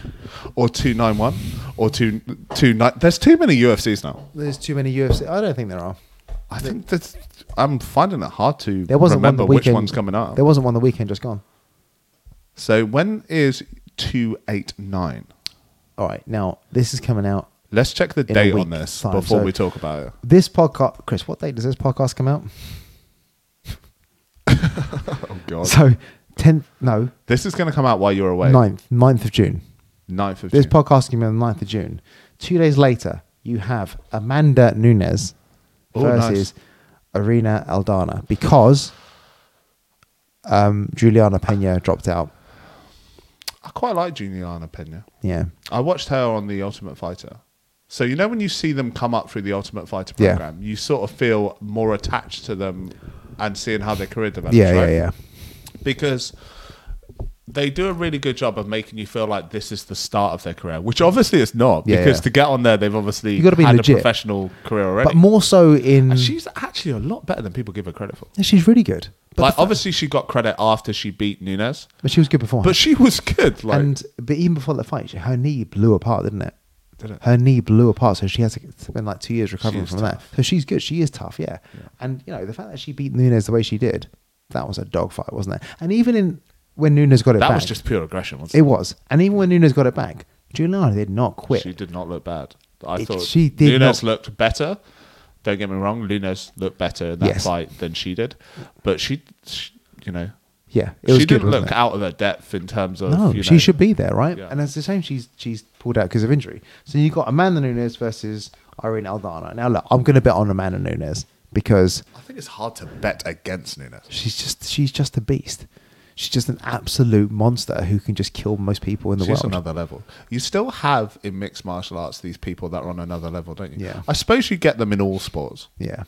Speaker 2: or 291 or 2 29 There's too many UFCs now.
Speaker 1: There's too many UFC. I don't think there are.
Speaker 2: I think that's I'm finding it hard to
Speaker 1: There wasn't
Speaker 2: remember
Speaker 1: one the
Speaker 2: which
Speaker 1: weekend.
Speaker 2: one's coming up.
Speaker 1: There wasn't one the weekend just gone.
Speaker 2: so when is 289?
Speaker 1: All right, now this is coming out.
Speaker 2: Let's check the
Speaker 1: a
Speaker 2: date on
Speaker 1: week's
Speaker 2: this
Speaker 1: time,
Speaker 2: before
Speaker 1: so-
Speaker 2: we talk about it.
Speaker 1: This podcast, Chris. What date does this podcast come out?
Speaker 2: Oh god.
Speaker 1: So, tenth, no,
Speaker 2: this is going to come out while you're away.
Speaker 1: 9th, 9th of June.
Speaker 2: 9th of
Speaker 1: This
Speaker 2: June.
Speaker 1: podcast came out on the 9th of June. Two days later, you have Amanda Nunes
Speaker 2: Oh,
Speaker 1: versus Arena Aldana because um, Juliana Pena dropped out.
Speaker 2: I quite like Juliana Pena.
Speaker 1: Yeah.
Speaker 2: I watched her on the Ultimate Fighter. So you know when you see them come up through the Ultimate Fighter
Speaker 1: Yeah.
Speaker 2: program, you sort of feel more attached to them and seeing how their career develops.
Speaker 1: Yeah, yeah,
Speaker 2: right?
Speaker 1: yeah.
Speaker 2: Because they do a really good job of making you feel like this is the start of their career, which obviously it's not.
Speaker 1: Yeah,
Speaker 2: because
Speaker 1: yeah.
Speaker 2: to get on there, they've obviously
Speaker 1: You gotta be
Speaker 2: had
Speaker 1: legit.
Speaker 2: a professional career already.
Speaker 1: But more so in.
Speaker 2: And she's actually a lot better than people give her credit for.
Speaker 1: Yeah, she's really good. But,
Speaker 2: like obviously she got credit after she beat Nunes,
Speaker 1: but she was good before.
Speaker 2: but she was good. Like
Speaker 1: and but even before the fight, she- her knee blew apart, didn't it?
Speaker 2: Did it?
Speaker 1: Her knee blew apart, so she has to spend like two years recovering
Speaker 2: is
Speaker 1: from that. So she's good. She is tough, yeah. And you know the fact that she beat Nunes the way she did, that was a dogfight, wasn't it? And even in when Nunes got it
Speaker 2: that
Speaker 1: back,
Speaker 2: was just pure aggression. Wasn't
Speaker 1: it was. And even when Nunes got it back, Juliana did not quit.
Speaker 2: She did not look bad. I
Speaker 1: It-
Speaker 2: thought
Speaker 1: she
Speaker 2: Nunes
Speaker 1: did not-
Speaker 2: looked better. Don't get me wrong, Nunes looked better in that
Speaker 1: Yes.
Speaker 2: fight than she did, but she, she you know,
Speaker 1: yeah, it
Speaker 2: she
Speaker 1: was good.
Speaker 2: didn't
Speaker 1: wasn't
Speaker 2: look
Speaker 1: it?
Speaker 2: out of her depth in terms of.
Speaker 1: No,
Speaker 2: you
Speaker 1: she
Speaker 2: know-
Speaker 1: should be there, right?
Speaker 2: Yeah.
Speaker 1: And it's the same. She's she's pulled out because of injury. So you have got Amanda Nunes versus Irene Aldana. Now look, I'm going to bet on Amanda Nunes because
Speaker 2: I think it's hard to bet against Nunes.
Speaker 1: She's just she's just a beast. She's just an absolute monster who can just kill most people in the
Speaker 2: She's
Speaker 1: world.
Speaker 2: another level. You still have in mixed martial arts these people that are on another level, don't you?
Speaker 1: Yeah.
Speaker 2: I suppose you get them in all sports.
Speaker 1: yeah.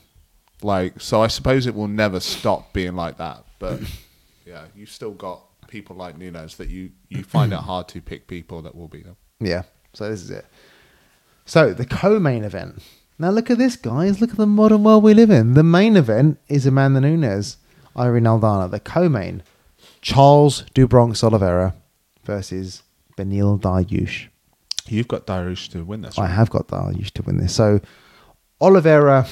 Speaker 2: Like, so I suppose it will never stop being like that. But yeah, you've still got people like Nunes that you, you find it hard to pick people that will be them.
Speaker 1: Yeah. So this is it. So the co-main event. Now look at this, guys. Look at the modern world we live in. The main event is Amanda Nunes, Irene Aldana. The co-main, Charles Dubronx Oliveira versus Benil Dariush.
Speaker 2: You've got Darius to win this.
Speaker 1: I
Speaker 2: Right?
Speaker 1: have got Dariush to win this. So Oliveira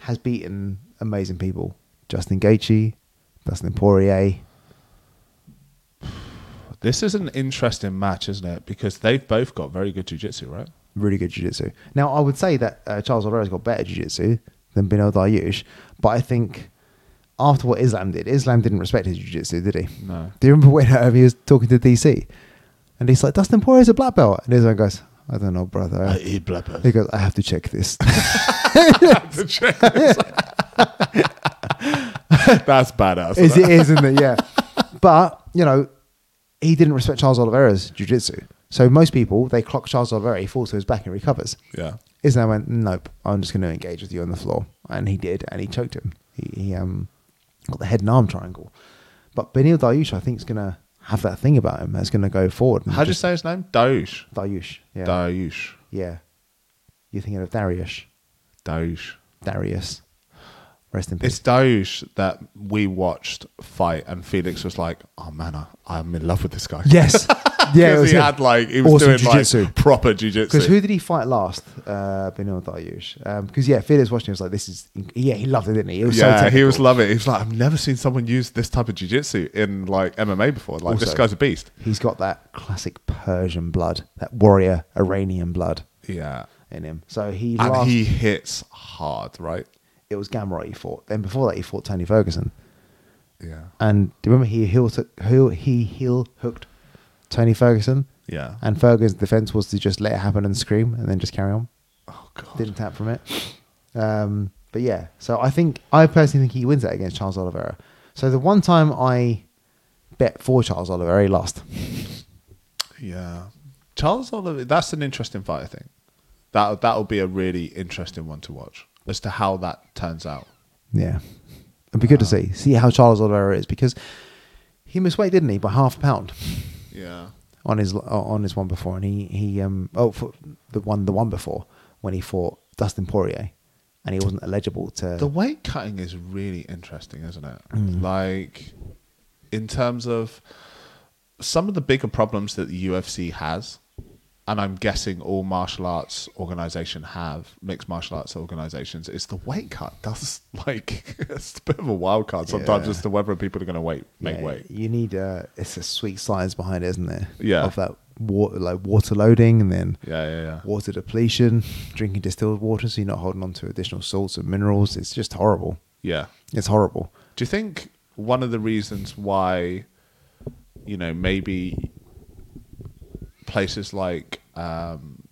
Speaker 1: has beaten amazing people: Justin Gaethje, Dustin Poirier.
Speaker 2: This is an interesting match, isn't it? Because they've both got very good jiu-jitsu, right?
Speaker 1: really good jiu-jitsu. Now, I would say that uh, Charles Oliveira's got better jiu-jitsu than Bino Dariush, but I think after what Islam did, Islam didn't respect his jiu-jitsu, did he?
Speaker 2: No.
Speaker 1: Do you remember when um, he was talking to DC? And he's like, Dustin Poirier's a black belt. And Islam goes, I don't know, brother.
Speaker 2: eat
Speaker 1: Uh, he goes, I have to check this.
Speaker 2: That's badass.
Speaker 1: Is it is, isn't it? Yeah. But, you know, he didn't respect Charles Oliveira's jiu-jitsu. So most people, they clock Charles Oliveira, he falls to his back and recovers.
Speaker 2: Yeah.
Speaker 1: Islam went, nope, I'm just going to engage with you on the floor. And he did, and he choked him. He, he um, got the head and arm triangle. But Benil Dayush, I think, is going to have that thing about him that's going to go forward. and
Speaker 2: How do you
Speaker 1: just-
Speaker 2: say his name? Dariush.
Speaker 1: Dariush? Yeah.
Speaker 2: Dariush.
Speaker 1: yeah. You're thinking of Darius.
Speaker 2: Dariush.
Speaker 1: Darius. Rest in peace.
Speaker 2: It's Dariush that we watched fight, and Felix was like, "Oh man, I, I'm in love with this guy."
Speaker 1: yes. Yeah. it
Speaker 2: because
Speaker 1: was
Speaker 2: he
Speaker 1: him.
Speaker 2: had like he was
Speaker 1: Awesome
Speaker 2: doing
Speaker 1: jiu-jitsu.
Speaker 2: like proper jujitsu.
Speaker 1: Because who did he fight last? Uh, Benil Dariush. Because, yeah, Felix watching, he was like, this is. Yeah, he loved it, didn't he? It was so
Speaker 2: yeah, he
Speaker 1: technical.
Speaker 2: was loving it. He was like, "I've never seen someone use this type of jujitsu in like MMA before. Like this
Speaker 1: Also-
Speaker 2: guy's a beast."
Speaker 1: He's got that classic Persian blood, that warrior Iranian blood.
Speaker 2: Yeah,
Speaker 1: in him. So he
Speaker 2: and
Speaker 1: last,
Speaker 2: he hits hard, right?
Speaker 1: it was Gamrot he fought. Then before that he fought Tony Ferguson.
Speaker 2: Yeah,
Speaker 1: And do you remember he heel took who he heel hooked Tony Ferguson?
Speaker 2: yeah.
Speaker 1: And Ferguson's defense was to just let it happen and scream and then just carry on.
Speaker 2: oh god,
Speaker 1: Didn't tap from it. Um, but yeah, so I think I personally think he wins that against Charles Oliveira. So the one time I bet for Charles Oliveira, he lost.
Speaker 2: yeah. Charles Oliver, that's an interesting fight. I think that that'll be a really interesting one to watch as to how that turns out.
Speaker 1: Yeah. It'd be good to see. See how Charles Oliveira is because he missed weight, didn't he, by half a pound.
Speaker 2: Yeah.
Speaker 1: on his on his one before, and he he um oh for the one the one before when he fought Dustin Poirier, and he wasn't eligible to.
Speaker 2: The weight cutting is really interesting, isn't it?
Speaker 1: Hmm.
Speaker 2: Like, in terms of some of the bigger problems that the UFC has, and I'm guessing all martial arts organization have mixed martial arts organizations, is the weight cut. That's like it's a bit of a wild card sometimes
Speaker 1: Yeah.
Speaker 2: as to whether people are going to wait, make
Speaker 1: Yeah,
Speaker 2: weight.
Speaker 1: You need uh, it's a sweet science behind it, isn't there?
Speaker 2: Yeah.
Speaker 1: Of that water like water loading and then
Speaker 2: Yeah, yeah, yeah.
Speaker 1: water depletion, drinking distilled water, so you're not holding on to additional salts and minerals. It's just horrible.
Speaker 2: Yeah.
Speaker 1: It's horrible.
Speaker 2: Do you think one of the reasons why, you know, maybe places like um,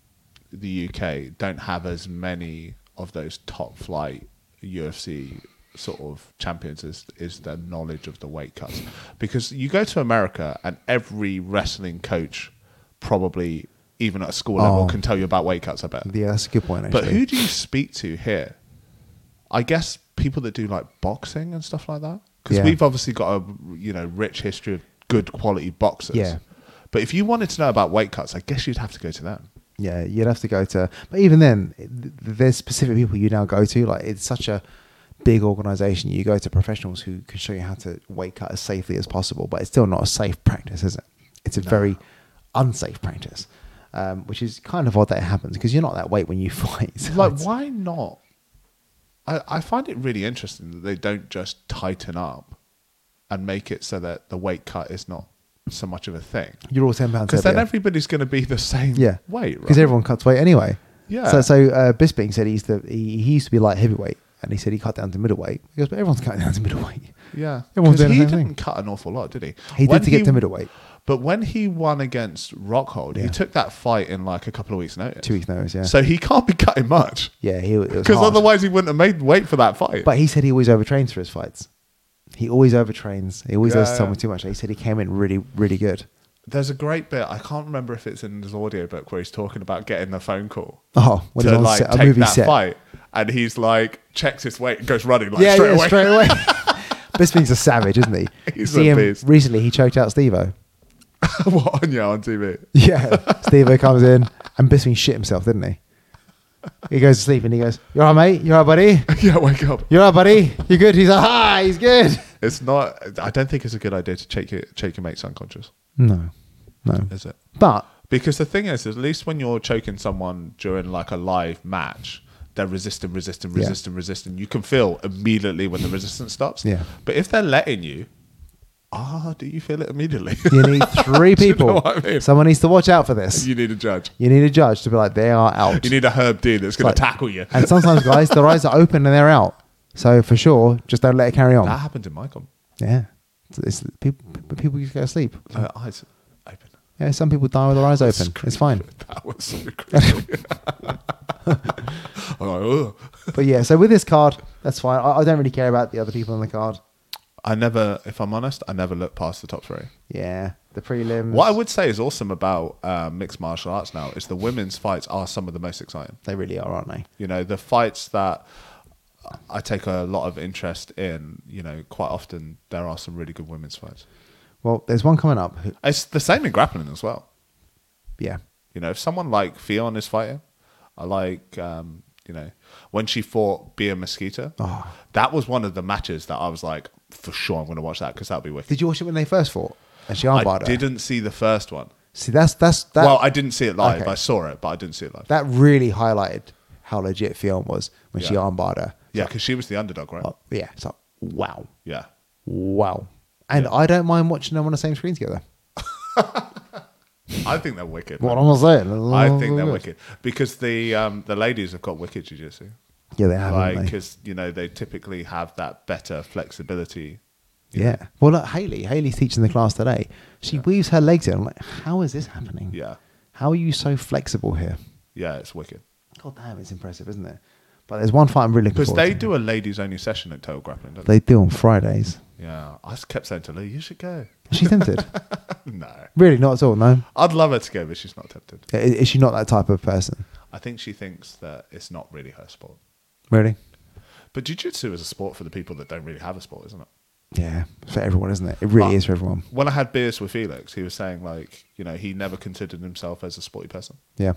Speaker 2: the UK don't have as many of those top flight UFC sort of champions is, is their knowledge of the weight cuts? Because you go to America and every wrestling coach probably, even at a school level,
Speaker 1: Oh.
Speaker 2: can tell you about weight cuts, I bet.
Speaker 1: Yeah, that's a good point. Actually.
Speaker 2: But who do you speak to here? I guess people that do like boxing and stuff like that. Because
Speaker 1: Yeah.
Speaker 2: we've obviously got a you know rich history of good quality boxers.
Speaker 1: Yeah.
Speaker 2: But if you wanted to know about weight cuts, I guess you'd have to go to them.
Speaker 1: Yeah, you'd have to go to. But even then, th- there's specific people you now go to. Like it's such a big organization. You go to professionals who can show you how to weight cut as safely as possible. But it's still not a safe practice, is it? It's a very unsafe practice, um, which is kind of odd that it happens because you're not that weight when you fight. So
Speaker 2: Like,
Speaker 1: it's-
Speaker 2: why not? I, I find it really interesting that they don't just tighten up and make it so that the weight cut is not so much of a thing.
Speaker 1: You're all ten pounds.
Speaker 2: Because then
Speaker 1: heavier.
Speaker 2: everybody's going to be the same
Speaker 1: yeah
Speaker 2: weight, right?
Speaker 1: because everyone cuts weight anyway
Speaker 2: Yeah.
Speaker 1: so, so uh, Bisping said he used to he, he used to be like heavyweight and he said he cut down to middleweight he goes but everyone's cutting down to middleweight
Speaker 2: Yeah,
Speaker 1: everyone's
Speaker 2: 'Cause
Speaker 1: doing
Speaker 2: he
Speaker 1: the same
Speaker 2: didn't
Speaker 1: thing
Speaker 2: cut an awful lot, did he?
Speaker 1: he
Speaker 2: When
Speaker 1: did to get to middleweight
Speaker 2: But when he won against Rockhold, he
Speaker 1: Yeah.
Speaker 2: took that fight in like a couple of weeks' notice.
Speaker 1: two weeks notice yeah
Speaker 2: So he can't be cutting much
Speaker 1: yeah he it was
Speaker 2: because
Speaker 1: hard.
Speaker 2: otherwise he wouldn't have made weight for that fight.
Speaker 1: but he said he always overtrains for his fights he always overtrains he always
Speaker 2: Yeah,
Speaker 1: does
Speaker 2: yeah.
Speaker 1: something too much he said he came in really really good
Speaker 2: There's a great bit I can't remember if it's in his audiobook where he's talking about getting the phone call
Speaker 1: oh when
Speaker 2: to
Speaker 1: he's on
Speaker 2: like
Speaker 1: set, a
Speaker 2: take
Speaker 1: movie
Speaker 2: that
Speaker 1: set
Speaker 2: fight, and he's like checks his weight and goes running like
Speaker 1: yeah,
Speaker 2: straight
Speaker 1: yeah,
Speaker 2: away.
Speaker 1: straight away. Bisping's a savage, isn't he?
Speaker 2: He's
Speaker 1: See
Speaker 2: a
Speaker 1: him
Speaker 2: beast.
Speaker 1: recently. He choked out Stevo.
Speaker 2: what on yeah on TV?
Speaker 1: Yeah, Stevo comes in and Bisping shit himself, didn't he? He goes to sleep and he goes, "You alright, mate? You alright, buddy?
Speaker 2: yeah, wake up.
Speaker 1: You alright, buddy? You good?" He's like, "Ah, he's good."
Speaker 2: It's not. I don't think it's a good idea to check your check your mates unconscious,
Speaker 1: No, no.
Speaker 2: is it?
Speaker 1: But
Speaker 2: Because the thing is, at least when you're choking someone during like a live match, they're resisting, resisting,
Speaker 1: Yeah.
Speaker 2: resisting, resisting. You can feel immediately when the resistance stops.
Speaker 1: Yeah.
Speaker 2: But if they're letting you, ah, do you feel it immediately?
Speaker 1: you need three
Speaker 2: Do you know
Speaker 1: people.
Speaker 2: what I mean?
Speaker 1: Someone needs to watch out for this.
Speaker 2: you need a judge.
Speaker 1: You need a judge to be like, "They are out."
Speaker 2: You need a Herb Dean that's going
Speaker 1: Like-
Speaker 2: to tackle you.
Speaker 1: and sometimes, guys, their eyes are open and they're out. So for sure, just don't let it carry on.
Speaker 2: That happened in my com.
Speaker 1: Yeah, it's, it's, people people just go to sleep.
Speaker 2: Uh, eyes open.
Speaker 1: Yeah, some people die with their eyes open. It's fine.
Speaker 2: That was so creepy. I'm like, "Ugh."
Speaker 1: But yeah, so with this card, that's fine. I, I don't really care about the other people on the card.
Speaker 2: I never, if I'm honest, I never look past the top three.
Speaker 1: Yeah, the prelims.
Speaker 2: What I would say is awesome about uh, mixed martial arts now is the women's fights are some of the most exciting.
Speaker 1: They really are, aren't they?
Speaker 2: You know, the fights that I take a lot of interest in, you know, quite often there are some really good women's fights.
Speaker 1: Well, there's one coming up. who-
Speaker 2: It's the same in grappling as well.
Speaker 1: Yeah,
Speaker 2: You know, if someone like Fionn is fighting, I like, um, you know, when she fought Bia Mosquito,
Speaker 1: Ah.
Speaker 2: that was one of the matches that I was like, for sure I'm going to watch that because that'll be wicked.
Speaker 1: did you watch it when they first fought? And she
Speaker 2: I
Speaker 1: armbarred her.
Speaker 2: didn't see the first one.
Speaker 1: See, that's that's that.
Speaker 2: well, I didn't see it live.
Speaker 1: Okay.
Speaker 2: I saw it, but I didn't see it live.
Speaker 1: that really highlighted how legit Fionn was when she
Speaker 2: Yeah.
Speaker 1: armbarred her.
Speaker 2: Yeah, because she was the underdog, right?
Speaker 1: Like, "Oh, yeah, it's like wow,
Speaker 2: Yeah.
Speaker 1: wow. And I don't mind watching them on the same screen together.
Speaker 2: I think they're wicked.
Speaker 1: What
Speaker 2: man.
Speaker 1: am I saying?
Speaker 2: I think they're wicked because the um, the ladies have got wicked jujitsu,
Speaker 1: Yeah, they have.
Speaker 2: like
Speaker 1: haven't they?
Speaker 2: because you know they typically have that better flexibility.
Speaker 1: Yeah. Well, look, Haley. Haley's teaching the class today. She weaves her legs in. I'm like, how is this happening?
Speaker 2: Yeah.
Speaker 1: How are you so flexible here?
Speaker 2: Yeah, it's wicked
Speaker 1: God damn, it's impressive, isn't it? But there's one fight I'm really looking
Speaker 2: because
Speaker 1: forward
Speaker 2: they
Speaker 1: to.
Speaker 2: do a ladies only session at Total Grappling. Don't they?
Speaker 1: They do on Fridays.
Speaker 2: Yeah, I just kept saying to Lee, "You should go."
Speaker 1: She's tempted.
Speaker 2: no,
Speaker 1: really, not at all. No.
Speaker 2: I'd love her to go, but she's not tempted.
Speaker 1: I- Is, she not that type of person?
Speaker 2: I think she thinks that it's not really her sport.
Speaker 1: Really?
Speaker 2: But jujitsu is a sport for the people that don't really have a sport, isn't it?
Speaker 1: Yeah. For everyone, isn't it? It really
Speaker 2: Ah.
Speaker 1: is for everyone.
Speaker 2: When I had beers with Felix, he was saying like, you know, he never considered himself as a sporty person.
Speaker 1: Yeah.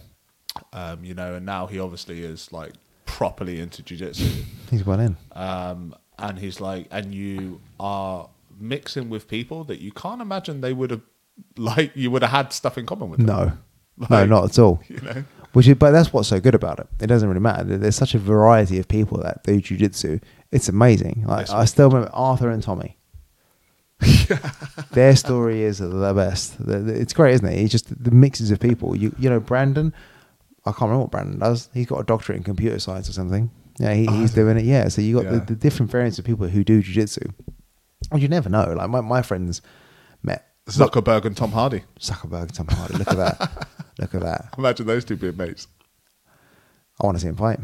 Speaker 2: um, you know, and now he obviously is like properly into jujitsu.
Speaker 1: He's well in.
Speaker 2: Um, and he's like, and you are mixing with people that you can't imagine they would have, like, you would have had stuff in common with. Them,
Speaker 1: No. no, not at all.
Speaker 2: You know,
Speaker 1: Which is, but that's what's so good about it. It doesn't really matter. There- There's such a variety of people that do jujitsu. It's amazing. Like
Speaker 2: Yes.
Speaker 1: I still remember Arthur and Tommy. Their story is the best. The- the- It's great, isn't it? It's just the mixes of people. You you know Brandon. I can't remember what Brandon does. He's got a doctorate in computer science or something. Yeah, he, he's doing it. Yeah, so you got
Speaker 2: Oh, Yeah.
Speaker 1: the, the different variants of people who do jujitsu. And you never know. Like my, my friends met
Speaker 2: Zuckerberg and Tom Hardy.
Speaker 1: Zuckerberg, Tom Hardy. Look at that. Look at that.
Speaker 2: Imagine those two being mates.
Speaker 1: I want to see him fight.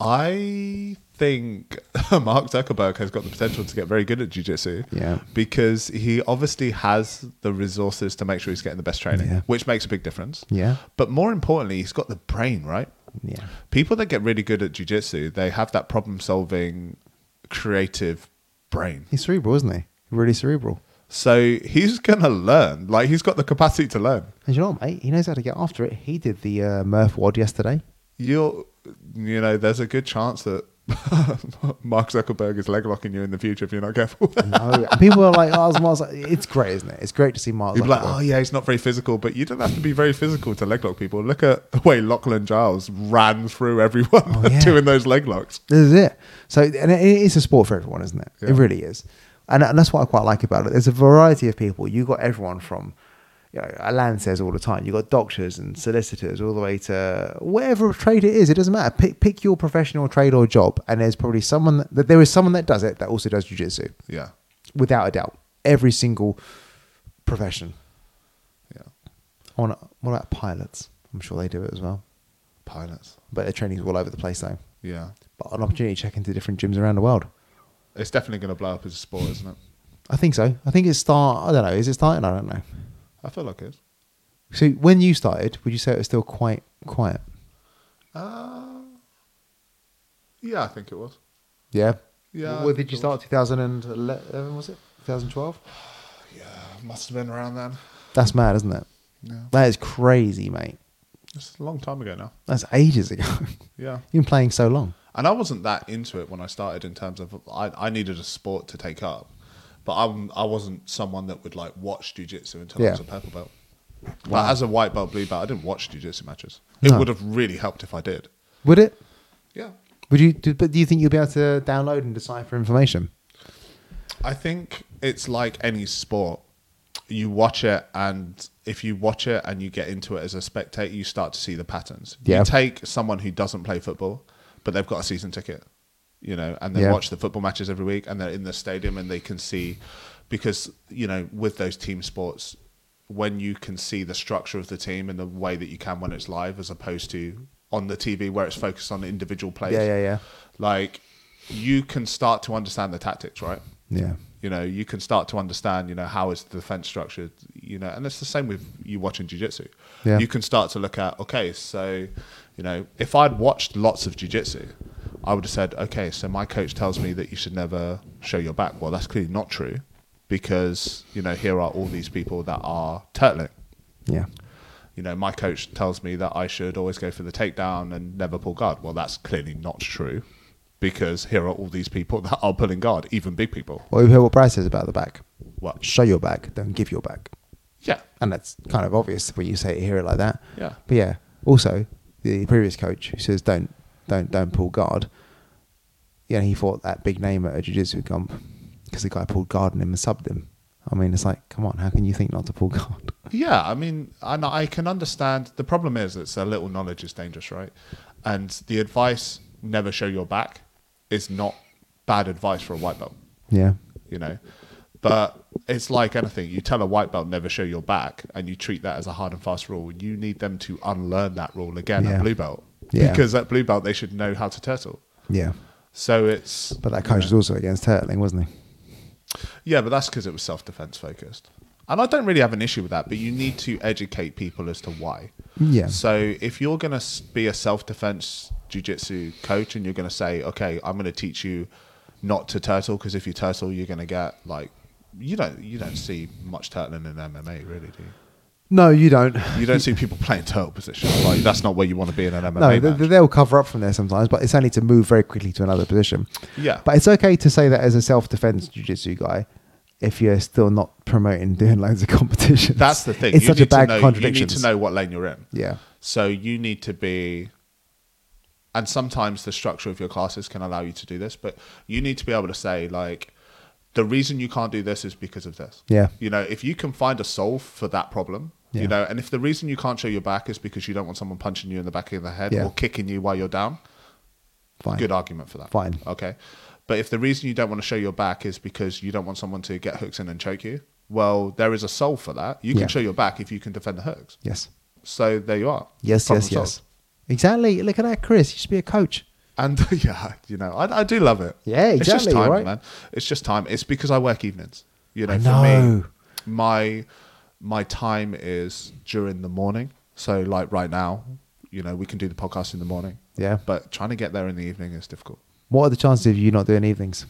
Speaker 2: I think Mark Zuckerberg has got the potential to get very good at jujitsu.
Speaker 1: Yeah.
Speaker 2: Because he obviously has the resources to make sure he's getting the best training,
Speaker 1: Yeah.
Speaker 2: which makes a big difference.
Speaker 1: Yeah.
Speaker 2: But more importantly, he's got the brain, right?
Speaker 1: Yeah.
Speaker 2: People that get really good at jujitsu, they have that problem solving, creative brain.
Speaker 1: He's cerebral, isn't he? Really cerebral.
Speaker 2: So he's going to learn. Like, he's got the capacity to learn.
Speaker 1: And you know what, mate? He knows how to get after it. He did the uh, Murph Wad yesterday.
Speaker 2: You'll, you know, there's a good chance that Mark Zuckerberg is leg locking you in the future if you're not careful.
Speaker 1: No, and people are like, oh, Mark's like, it's great, isn't it? It's great to see Mark.
Speaker 2: You'd be like,
Speaker 1: Zuckerberg.
Speaker 2: oh yeah, he's not very physical, but you don't have to be very physical to leg lock people. Look at the way Lachlan Giles ran through everyone
Speaker 1: yeah.
Speaker 2: doing those leg locks.
Speaker 1: This is it. So, and it is a sport for everyone, isn't it? It
Speaker 2: Yeah.
Speaker 1: really is. And, and that's what I quite like about it. There's a variety of people. You got everyone from, you know, Alan says all the time, you got doctors and solicitors all the way to whatever trade it is. It doesn't matter. Pick, pick your professional trade or job. And there's probably someone that, there is someone that does it that also does jujitsu.
Speaker 2: Yeah,
Speaker 1: without a doubt. Every single profession.
Speaker 2: yeah.
Speaker 1: I wanna, what about pilots? I'm sure they do it as well.
Speaker 2: Pilots.
Speaker 1: But their training's all over the place, though.
Speaker 2: Yeah,
Speaker 1: But an opportunity to check into different gyms around the world.
Speaker 2: it's definitely going to blow up as a sport, isn't it?
Speaker 1: I think so. I think it's start. I don't know. Is it starting? I don't know.
Speaker 2: I feel like it is.
Speaker 1: So when you started, would you say it was still quite quiet?
Speaker 2: Uh, Yeah, I think it was.
Speaker 1: Yeah.
Speaker 2: Yeah, I
Speaker 1: Where
Speaker 2: think
Speaker 1: did you
Speaker 2: it
Speaker 1: start? 2011 was it? 2012.
Speaker 2: Must have been around then.
Speaker 1: That's mad, isn't it?
Speaker 2: Yeah.
Speaker 1: That is crazy, mate.
Speaker 2: It's a long time ago now.
Speaker 1: That's ages ago.
Speaker 2: Yeah.
Speaker 1: You've been playing so long.
Speaker 2: And I wasn't that into it when I started in terms of I, I needed a sport to take up. But I'm I wasn't someone that would like watch jujitsu until I was a
Speaker 1: Yeah.
Speaker 2: purple belt. But as a white belt, blue belt, I didn't watch jujitsu matches. It
Speaker 1: No.
Speaker 2: would have really helped if I did.
Speaker 1: Would it?
Speaker 2: Yeah.
Speaker 1: Would you? Do, but do you think you'll be able to download and decipher information?
Speaker 2: I think it's like any sport. You watch it, and if you watch it and you get into it as a spectator, you start to see the patterns.
Speaker 1: Yeah.
Speaker 2: You take someone who doesn't play football, but they've got a season ticket, you know, and they
Speaker 1: Yeah.
Speaker 2: watch the football matches every week, and they're in the stadium and they can see, because you know, with those team sports, when you can see the structure of the team in the way that you can when it's live, as opposed to on the TV where it's focused on individual players.
Speaker 1: Yeah, yeah, yeah.
Speaker 2: Like you can start to understand the tactics, right?
Speaker 1: Yeah.
Speaker 2: you know you can start to understand you know how is the defense structured you know and it's the same with you watching jiu-jitsu
Speaker 1: Yeah.
Speaker 2: you can start to look at okay so you know if i'd watched lots of jiu-jitsu i would have said okay so my coach tells me that you should never show your back well that's clearly not true because you know here are all these people that are turtling
Speaker 1: Yeah.
Speaker 2: you know my coach tells me that i should always go for the takedown and never pull guard well that's clearly not true because here are all these people that are pulling guard even big people
Speaker 1: Well, you heard what Bryce says about the back.
Speaker 2: What?
Speaker 1: Show your back, don't give your back.
Speaker 2: yeah
Speaker 1: And that's kind of obvious when you say it, hear it like that.
Speaker 2: Yeah.
Speaker 1: But yeah. Also, the previous coach who says don't, don't, don't pull guard. Yeah, he fought that big name at a jiu-jitsu comp because the guy pulled guard on him and subbed him. I mean, it's like, come on, how can you think not to pull guard?
Speaker 2: Yeah, I mean, and I can understand. The problem is, it's a little knowledge is dangerous, right? And the advice "never show your back" is not bad advice for a white belt,
Speaker 1: Yeah.
Speaker 2: you know. But it's like anything. You tell a white belt "never show your back," and you treat that as a hard and fast rule. You need them to unlearn that rule again
Speaker 1: Yeah.
Speaker 2: at blue belt,
Speaker 1: Yeah.
Speaker 2: because at blue belt they should know how to turtle.
Speaker 1: Yeah.
Speaker 2: So it's
Speaker 1: But that coach was also against turtling, wasn't he?
Speaker 2: Yeah, but that's because it was self defense focused. And I don't really have an issue with that, but you need to educate people as to why.
Speaker 1: Yeah.
Speaker 2: So if you're going to be a self defense jujitsu coach and you're going to say, okay, I'm going to teach you not to turtle because if you turtle, you're going to get like, you don't you don't see much turtling in MMA, really, do you?
Speaker 1: No, you don't.
Speaker 2: You don't see people playing turtle position. Like that's not where you want to be in an MMA.
Speaker 1: No, they,
Speaker 2: match.
Speaker 1: they'll cover up from there sometimes, but it's only to move very quickly to another position.
Speaker 2: Yeah.
Speaker 1: But it's okay to say that as a self defense jiu-jitsu guy if you're still not promoting doing loads of competitions.
Speaker 2: that's the thing.
Speaker 1: It's
Speaker 2: You
Speaker 1: such a
Speaker 2: need to
Speaker 1: bag
Speaker 2: know-
Speaker 1: of
Speaker 2: You
Speaker 1: contradictions.
Speaker 2: need to know what lane you're in.
Speaker 1: Yeah.
Speaker 2: So you need to be, and sometimes the structure of your classes can allow you to do this, but you need to be able to say, like, the reason you can't do this is because of this.
Speaker 1: Yeah.
Speaker 2: You know, if you can find a solve for that problem,
Speaker 1: Yeah.
Speaker 2: you know, and if the reason you can't show your back is because you don't want someone punching you in the back of the head
Speaker 1: Yeah.
Speaker 2: or kicking you while you're down,
Speaker 1: Fine.
Speaker 2: good argument for that.
Speaker 1: Fine.
Speaker 2: Okay. But if the reason you don't want to show your back is because you don't want someone to get hooks in and choke you, well, there is a solve for that. You can
Speaker 1: Yeah.
Speaker 2: show your back if you can defend the hooks.
Speaker 1: Yes.
Speaker 2: So there you are.
Speaker 1: Yes,
Speaker 2: Problem
Speaker 1: yes, yes.
Speaker 2: solved.
Speaker 1: Exactly. Look at that, Chris. You should be a coach.
Speaker 2: And yeah, you know, I, I do love it.
Speaker 1: Yeah,
Speaker 2: It's just
Speaker 1: exactly,
Speaker 2: time,
Speaker 1: right?
Speaker 2: man. It's just time. It's because I work evenings. You know,
Speaker 1: I know.
Speaker 2: for me, my my time is during the morning. So like right now, you know, we can do the podcast in the morning.
Speaker 1: Yeah.
Speaker 2: But trying to get there in the evening is difficult.
Speaker 1: What are the chances of you not doing evenings?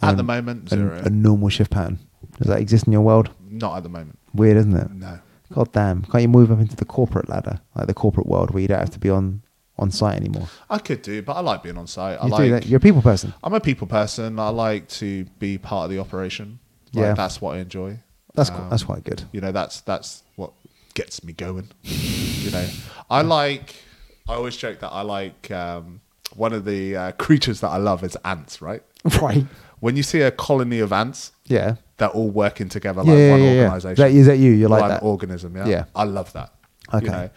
Speaker 2: At
Speaker 1: Um,
Speaker 2: the moment,
Speaker 1: A,
Speaker 2: zero.
Speaker 1: a normal shift pattern. Does that exist in your world?
Speaker 2: Not at the moment.
Speaker 1: Weird, isn't it?
Speaker 2: No.
Speaker 1: God damn. Can't you move up into the corporate ladder, like the corporate world where you don't have to be on, on site anymore?
Speaker 2: I could do, but I like being on site. I
Speaker 1: You
Speaker 2: like
Speaker 1: do that. You're a people person.
Speaker 2: I'm a people person. I like to be part of the operation. Like,
Speaker 1: Yeah.
Speaker 2: that's what I enjoy.
Speaker 1: That's
Speaker 2: Um,
Speaker 1: that's quite good.
Speaker 2: you know that's that's what gets me going you know i like i always joke that i like um, one of the uh, creatures that i love is ants right
Speaker 1: Right.
Speaker 2: when you see a colony of ants
Speaker 1: Yeah.
Speaker 2: they're all working together
Speaker 1: Yeah,
Speaker 2: like one
Speaker 1: yeah, yeah, yeah.
Speaker 2: organization
Speaker 1: That- is that you? You
Speaker 2: Or
Speaker 1: like
Speaker 2: an
Speaker 1: that?
Speaker 2: organism yeah?
Speaker 1: Yeah.
Speaker 2: i love that
Speaker 1: Okay.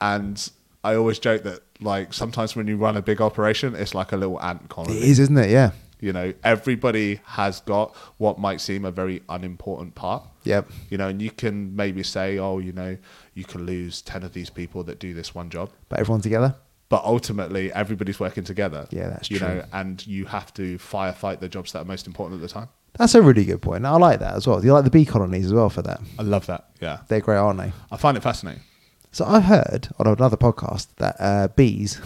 Speaker 2: and i always joke that like sometimes when you run a big operation it's like a little ant colony
Speaker 1: It is, isn't it? Yeah.
Speaker 2: you know, everybody has got what might seem a very unimportant part.
Speaker 1: Yep.
Speaker 2: You know, and you can maybe say, oh, you know, you can lose 10 of these people that do this one job.
Speaker 1: But everyone together.
Speaker 2: But ultimately, everybody's working together.
Speaker 1: Yeah, that's
Speaker 2: you
Speaker 1: true.
Speaker 2: know, and you have to firefight the jobs that are most important at the time.
Speaker 1: That's a really good point. I like that as well. Do you like the bee colonies as well for that?
Speaker 2: I love that. Yeah.
Speaker 1: They're great, aren't they?
Speaker 2: I find it fascinating.
Speaker 1: So I heard on another podcast that uh, bees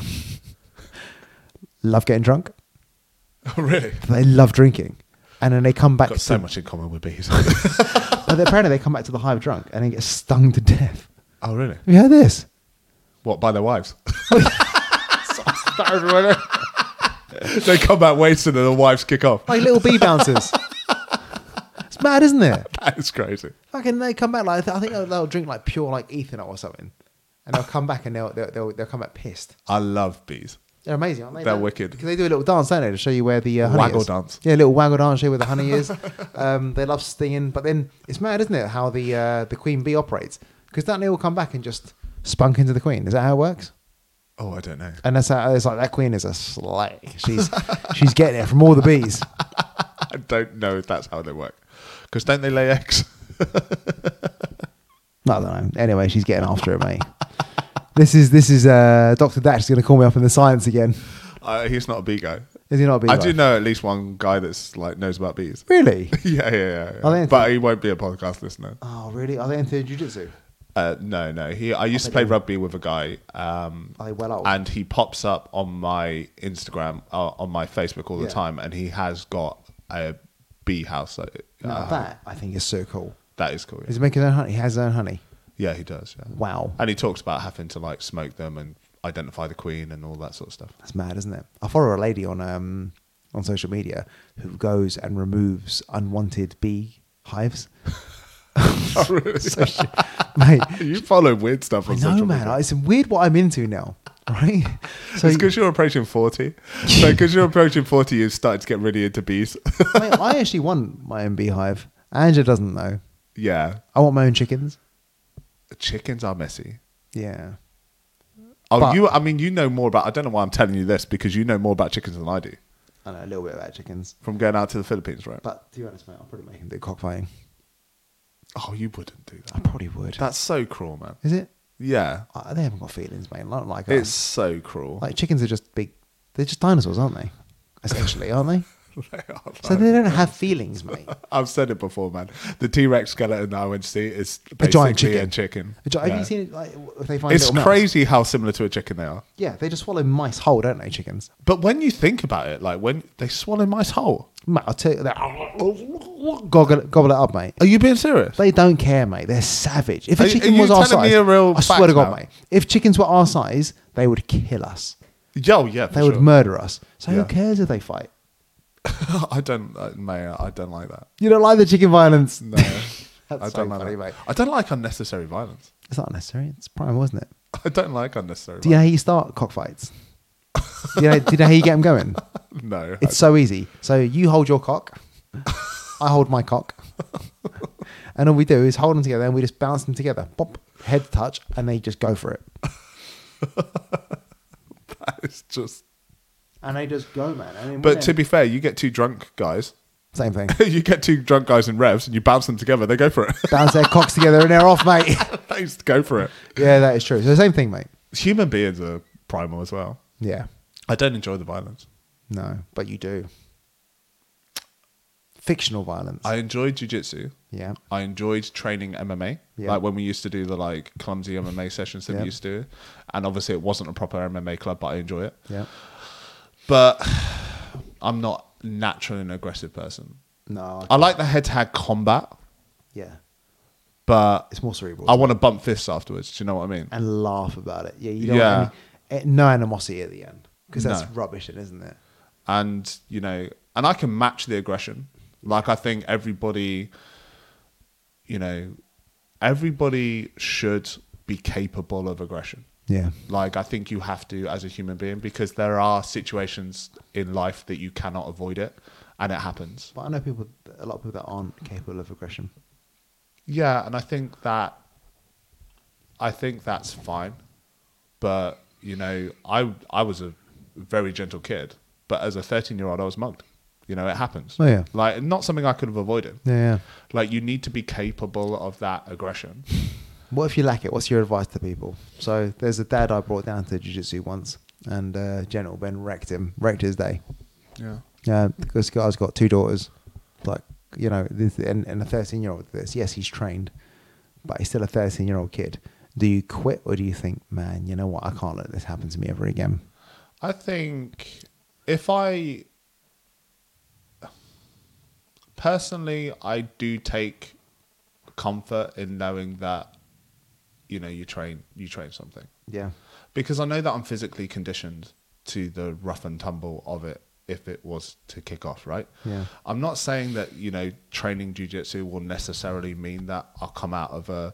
Speaker 1: love getting drunk.
Speaker 2: Oh, really?
Speaker 1: They love drinking. And then they come back.
Speaker 2: Got so
Speaker 1: to-
Speaker 2: much in common with bees.
Speaker 1: But apparently they come back to the hive drunk and then get stung to death.
Speaker 2: oh, really?
Speaker 1: Have you heard this?
Speaker 2: What, by their wives? they come back wasted and the wives kick off.
Speaker 1: Like little bee bouncers. it's mad, isn't it?
Speaker 2: That is crazy.
Speaker 1: Fucking, they come back like I think they'll, they'll drink like pure like ethanol or something, and they'll come back and they'll they'll, they'll, they'll come back pissed.
Speaker 2: I love bees.
Speaker 1: They're amazing, aren't they?
Speaker 2: They're wicked.
Speaker 1: because they do a little dance, don't they, to show you where the uh, honey
Speaker 2: Waggle
Speaker 1: is.
Speaker 2: dance.
Speaker 1: Yeah, a little waggle dance, show you where the honey is. Um, they love stinging, but then it's mad, isn't it? How the uh, the queen bee operates because that they will come back and just spunk into the queen. Is that how it works?
Speaker 2: Oh, I don't know.
Speaker 1: And that's how it's like that queen is a slag. She's she's getting it from all the bees.
Speaker 2: I don't know if that's how they work. Because don't they lay eggs?
Speaker 1: No, I don't know. Anyway, she's getting after it, mate. this is this is uh, Doctor Dash is going to call me up in the science again.
Speaker 2: Uh, he's not a bee guy.
Speaker 1: Is he not? a bee
Speaker 2: I
Speaker 1: guy?
Speaker 2: do know at least one guy that's like knows about bees.
Speaker 1: Really?
Speaker 2: yeah, yeah, yeah. yeah.
Speaker 1: Are Oh, they into-
Speaker 2: But he won't be a podcast listener.
Speaker 1: Oh, really? Are they into jujitsu?
Speaker 2: Uh, no, no. He. I used to play rugby with a guy, um,
Speaker 1: Are they well old?
Speaker 2: and he pops up on my Instagram, uh, on my Facebook all the
Speaker 1: Yeah.
Speaker 2: time, and he has got a bee house. That,
Speaker 1: now
Speaker 2: uh,
Speaker 1: that I think is so cool.
Speaker 2: that is cool. Yeah.
Speaker 1: Is he making his own honey? He has his own honey.
Speaker 2: yeah, he does. Yeah.
Speaker 1: Wow,
Speaker 2: And he talks about having to like smoke them and identify the queen and all that sort of stuff.
Speaker 1: that's mad, isn't it? I follow a lady on um on social media who goes and removes unwanted bee hives. So she, mate,
Speaker 2: you follow weird stuff
Speaker 1: I
Speaker 2: on
Speaker 1: know,
Speaker 2: social
Speaker 1: man.
Speaker 2: media.
Speaker 1: It's weird what I'm into now, right? So
Speaker 2: it's because you're approaching 40. So, because you're approaching 40, you've started to get really into bees.
Speaker 1: Mate, I actually want my own beehive. Angela doesn't know.
Speaker 2: yeah.
Speaker 1: I want my own chickens.
Speaker 2: Chickens are messy.
Speaker 1: Yeah.
Speaker 2: Oh,
Speaker 1: But-
Speaker 2: you, I mean, you know more about, I don't know why I'm telling you this, because you know more about chickens than I do
Speaker 1: I know a little bit about chickens.
Speaker 2: from going out to the Philippines, right?
Speaker 1: But to be honest, mate, I'll probably make him do cockfighting.
Speaker 2: oh, you wouldn't do
Speaker 1: I
Speaker 2: that.
Speaker 1: probably would.
Speaker 2: That's so cruel, man.
Speaker 1: Is it?
Speaker 2: Yeah.
Speaker 1: Uh, they haven't got feelings, mate. Not like
Speaker 2: It's
Speaker 1: us.
Speaker 2: so cruel.
Speaker 1: Like chickens are just big. They're just dinosaurs, aren't they? Essentially, aren't they?
Speaker 2: They are,
Speaker 1: So
Speaker 2: man.
Speaker 1: they don't have feelings, mate.
Speaker 2: I've said it before, man. The T Rex skeleton that I went to see is
Speaker 1: A
Speaker 2: basically
Speaker 1: giant
Speaker 2: a
Speaker 1: chicken.
Speaker 2: chicken.
Speaker 1: A gi- Have
Speaker 2: Yeah.
Speaker 1: you seen it? Like, if they find
Speaker 2: It's
Speaker 1: little mouse?
Speaker 2: crazy how similar to a chicken they are.
Speaker 1: Yeah, they just swallow mice whole, don't they? Chickens.
Speaker 2: But when you think about it, like when they swallow mice whole,
Speaker 1: Mate, I'll tell you, they gobble, gobble it up, mate.
Speaker 2: are you being serious?
Speaker 1: They don't care, mate. They're savage. If
Speaker 2: Are
Speaker 1: a
Speaker 2: you-
Speaker 1: chicken
Speaker 2: are you
Speaker 1: was our
Speaker 2: telling
Speaker 1: size,
Speaker 2: me a real
Speaker 1: I swear
Speaker 2: fact
Speaker 1: to God,
Speaker 2: now?
Speaker 1: mate. If chickens were our size, they would kill us.
Speaker 2: Yo, yeah, for
Speaker 1: They
Speaker 2: sure.
Speaker 1: would murder us. So
Speaker 2: Yeah.
Speaker 1: who cares if they fight?
Speaker 2: I don't, uh, mate. I don't like that.
Speaker 1: You don't like the chicken violence.
Speaker 2: No,
Speaker 1: That's
Speaker 2: I
Speaker 1: so
Speaker 2: don't like that.
Speaker 1: funny, mate.
Speaker 2: I don't like unnecessary violence.
Speaker 1: It's not necessary. It's prime, wasn't it?
Speaker 2: I don't like unnecessary.
Speaker 1: Do you know how you start cockfights? Do you know, do you know how you get them going?
Speaker 2: violence. No,
Speaker 1: It's so easy. So you hold your cock, I hold my cock, and all we do is hold them together and we just bounce them together. Pop, head to touch, and they just go for it.
Speaker 2: it's just.
Speaker 1: And they just go, man. I mean,
Speaker 2: But to be fair, you get two drunk guys.
Speaker 1: same thing.
Speaker 2: you get two drunk guys in revs, and you bounce them together. They go for it.
Speaker 1: Bounce their cocks together and they're off, mate.
Speaker 2: they just go for it.
Speaker 1: Yeah, that is true. So same thing, mate.
Speaker 2: Human beings are primal as well.
Speaker 1: Yeah.
Speaker 2: I don't enjoy the violence.
Speaker 1: No, but you do. Fictional violence.
Speaker 2: I enjoyed jujitsu.
Speaker 1: yeah.
Speaker 2: I enjoyed training MMA,
Speaker 1: Yeah.
Speaker 2: like when we used to do the like clumsy MMA sessions that
Speaker 1: Yeah.
Speaker 2: we used to do, and obviously it wasn't a proper MMA club, but I enjoy it.
Speaker 1: Yeah.
Speaker 2: But I'm not naturally an aggressive person.
Speaker 1: No. I-
Speaker 2: I like the head-to-head combat,
Speaker 1: yeah.
Speaker 2: but
Speaker 1: It's more cerebral.
Speaker 2: I want to bump fists afterwards. Do you know what I mean?
Speaker 1: and laugh about it. Yeah. You don't
Speaker 2: Yeah.
Speaker 1: want any, eh, no animosity at the end because that's
Speaker 2: No.
Speaker 1: rubbish, then, isn't it?
Speaker 2: and you know and i can match the aggression like i think everybody you know everybody should be capable of aggression
Speaker 1: Yeah.
Speaker 2: like i think you have to as a human being because there are situations in life that you cannot avoid it and it happens
Speaker 1: But I know people, a lot of people that aren't capable of aggression.
Speaker 2: yeah and i think that i think that's fine but you know i i was a very gentle kid but as a 13 year old i was mugged you know it happens
Speaker 1: Oh, yeah.
Speaker 2: like not something i could have avoided
Speaker 1: Yeah. yeah.
Speaker 2: like you need to be capable of that aggression
Speaker 1: What if you lack it? What's your advice to people? So there's a dad I brought down to jiu-jitsu once and uh, General Ben wrecked him, wrecked his day.
Speaker 2: yeah
Speaker 1: Yeah, this guy's got two daughters, like you know, this, and, and a thirteen-year-old. This, yes, he's trained, but he's still a thirteen-year-old kid. Do you quit or do you think, man, you know what? I can't let this happen to me ever again.
Speaker 2: i think if I personally, I do take comfort in knowing that you know you train you train something
Speaker 1: Yeah.
Speaker 2: because I know that I'm physically conditioned to the rough and tumble of it if it was to kick off, right?
Speaker 1: Yeah.
Speaker 2: I'm not saying that, you know, training jujitsu will necessarily mean that I'll come out of a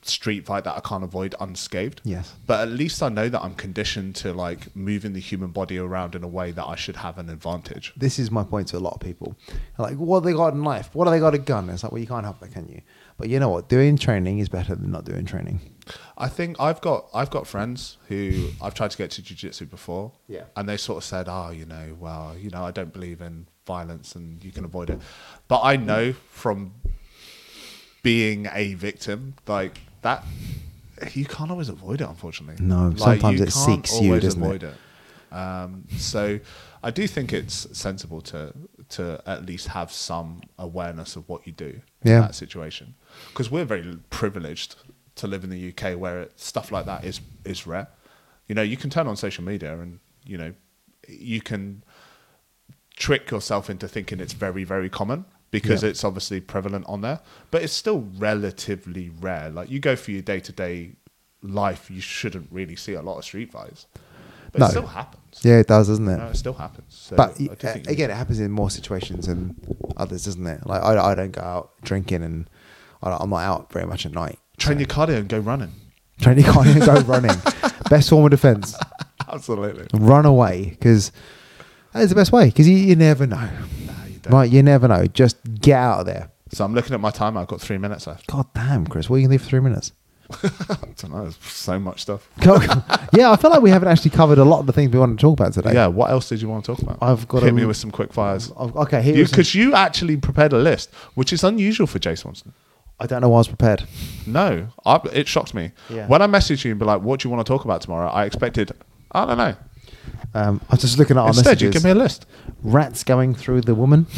Speaker 2: street fight that I can't avoid unscathed.
Speaker 1: Yes.
Speaker 2: But at least I know that I'm conditioned to like moving the human body around in a way that I should have an advantage.
Speaker 1: This is my point to a lot of people. They're like, what have they got in life? What have they got a gun? It's like, well, you can't help that, can you? But you know what? Doing training is better than not doing training.
Speaker 2: I think I've got I've got friends who I've tried to get to jujitsu before.
Speaker 1: Yeah.
Speaker 2: And they sort of said, Oh, you know, well, you know, I don't believe in violence and you can avoid it. But I know from being a victim, like that you can't always avoid it, unfortunately.
Speaker 1: No,
Speaker 2: Like,
Speaker 1: sometimes it seeks you,
Speaker 2: always
Speaker 1: doesn't it?
Speaker 2: avoid it. Um, so I do think it's sensible to to at least have some awareness of what you do in
Speaker 1: Yeah.
Speaker 2: that situation because we're very privileged to live in the UK where it, stuff like that is is rare. You know, you can turn on social media and you know you can trick yourself into thinking it's very very common because
Speaker 1: Yeah.
Speaker 2: it's obviously prevalent on there, but it's still relatively rare. Like you go through your day to day life, you shouldn't really see a lot of street fights, but
Speaker 1: No.
Speaker 2: it still happens.
Speaker 1: Yeah, it does, doesn't it?
Speaker 2: No, it still happens. So
Speaker 1: but
Speaker 2: I
Speaker 1: y- uh,
Speaker 2: do think you-
Speaker 1: again, it happens in more situations than others, doesn't it? Like I, I don't go out drinking, and I, don't- I'm not out very much at night.
Speaker 2: train your cardio and go running.
Speaker 1: Training can't even go running. Best form of defense:
Speaker 2: Absolutely.
Speaker 1: run away because that is the best way. Because you, you never know,
Speaker 2: Nah, you don't.
Speaker 1: right? You never know. Just get out of there.
Speaker 2: So I'm looking at my timer. I've got three minutes left.
Speaker 1: God damn, Chris, what are you gonna leave for three minutes?
Speaker 2: I don't know. There's so much stuff.
Speaker 1: Go- yeah, I feel like we haven't actually covered a lot of the things we wanted to talk about today.
Speaker 2: yeah. What else did you want to talk about?
Speaker 1: I've got
Speaker 2: hit
Speaker 1: a-
Speaker 2: me with some quick fires.
Speaker 1: I've- okay, here is-
Speaker 2: Because you, actually prepared a list, which is unusual for Jay Swanson.
Speaker 1: I don't know why I was prepared.
Speaker 2: No, I, it shocked me.
Speaker 1: Yeah.
Speaker 2: When I messaged you and be like, "What do you want to talk about tomorrow?" I expected, I don't know.
Speaker 1: Um, I was just looking at our
Speaker 2: Instead, you
Speaker 1: messages.
Speaker 2: give me a list.
Speaker 1: Rats going through the woman.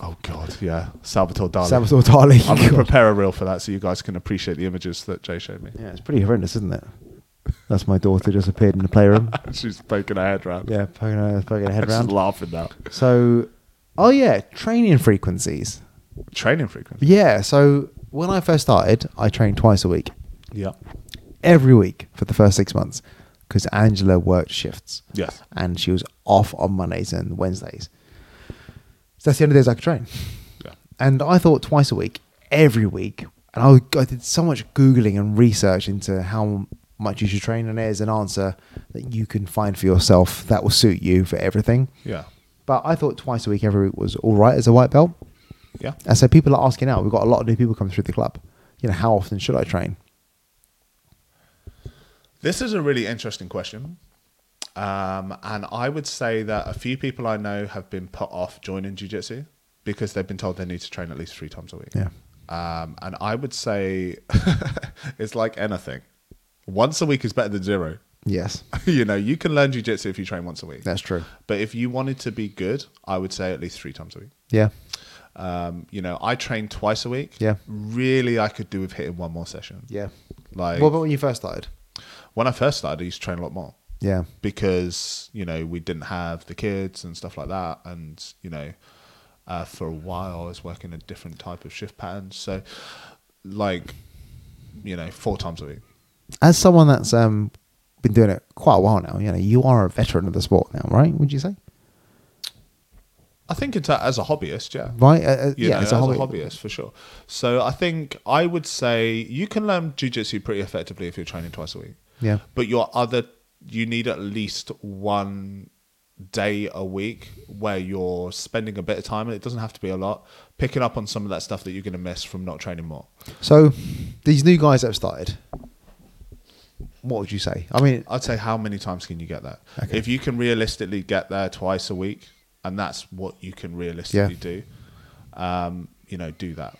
Speaker 2: Oh God, yeah, Salvatore Dali.
Speaker 1: Salvatore Dali.
Speaker 2: I'm gonna
Speaker 1: God.
Speaker 2: prepare a reel for that so you guys can appreciate the images that Jay showed me.
Speaker 1: Yeah, it's pretty horrendous, isn't it? That's my daughter just appeared in the playroom.
Speaker 2: She's poking her head round.
Speaker 1: yeah, poking her, poking her head
Speaker 2: She's
Speaker 1: around.
Speaker 2: laughing now.
Speaker 1: So, oh yeah, training frequencies.
Speaker 2: Training frequency.
Speaker 1: Yeah, so when I first started, I trained twice a week,
Speaker 2: Yeah.
Speaker 1: every week for the first six months, because Angela worked shifts.
Speaker 2: Yes.
Speaker 1: And she was off on Mondays and Wednesdays. So that's the only days I could train.
Speaker 2: Yeah.
Speaker 1: and I thought twice a week, every week, and I, would- I did so much googling and research into how much you should train, and there's an answer that you can find for yourself that will suit you for everything.
Speaker 2: Yeah.
Speaker 1: But I thought twice a week, every week was all right as a white belt,
Speaker 2: Yeah.
Speaker 1: and so people are asking now. We've got a lot of new people coming through the club. You know, how often should I train?
Speaker 2: This is a really interesting question. Um, and I would say that a few people I know have been put off joining jiu-jitsu because they've been told they need to train at least three times a week.
Speaker 1: Yeah.
Speaker 2: Um, and I would say it's like anything. Once a week is better than zero.
Speaker 1: Yes,
Speaker 2: you know, you can learn jiu-jitsu if you train once a week.
Speaker 1: that's true.
Speaker 2: But if you wanted to be good, I would say at least three times a week.
Speaker 1: Yeah,
Speaker 2: Um, you know, I train twice a week.
Speaker 1: Yeah.
Speaker 2: Really, I could do with hitting one more session.
Speaker 1: yeah.
Speaker 2: Like
Speaker 1: what about when you first started?
Speaker 2: when I first started, I used to train a lot more
Speaker 1: Yeah,
Speaker 2: because you know we didn't have the kids and stuff like that, and you know, uh, for a while I was working a different type of shift pattern. So, like, you know, four times a week.
Speaker 1: as someone that's um been doing it quite a while now, you know, you are a veteran of the sport now, right? Would you say?
Speaker 2: I think it's a, as a hobbyist, yeah.
Speaker 1: Right? Uh, Uh,
Speaker 2: You
Speaker 1: yeah,
Speaker 2: know,
Speaker 1: it's a hobby.
Speaker 2: hobbyist for sure. So I think I would say you can learn jujitsu pretty effectively if you're training twice a week.
Speaker 1: Yeah.
Speaker 2: But your other, you need at least one day a week where you're spending a bit of time, and it doesn't have to be a lot, picking up on some of that stuff that you're going to miss from not training more.
Speaker 1: So these new guys that have started, what would you say? I mean,
Speaker 2: I'd say how many times can you get that?
Speaker 1: Okay.
Speaker 2: If you can realistically get there twice a week, and that's what you can realistically do, um, you know, do that.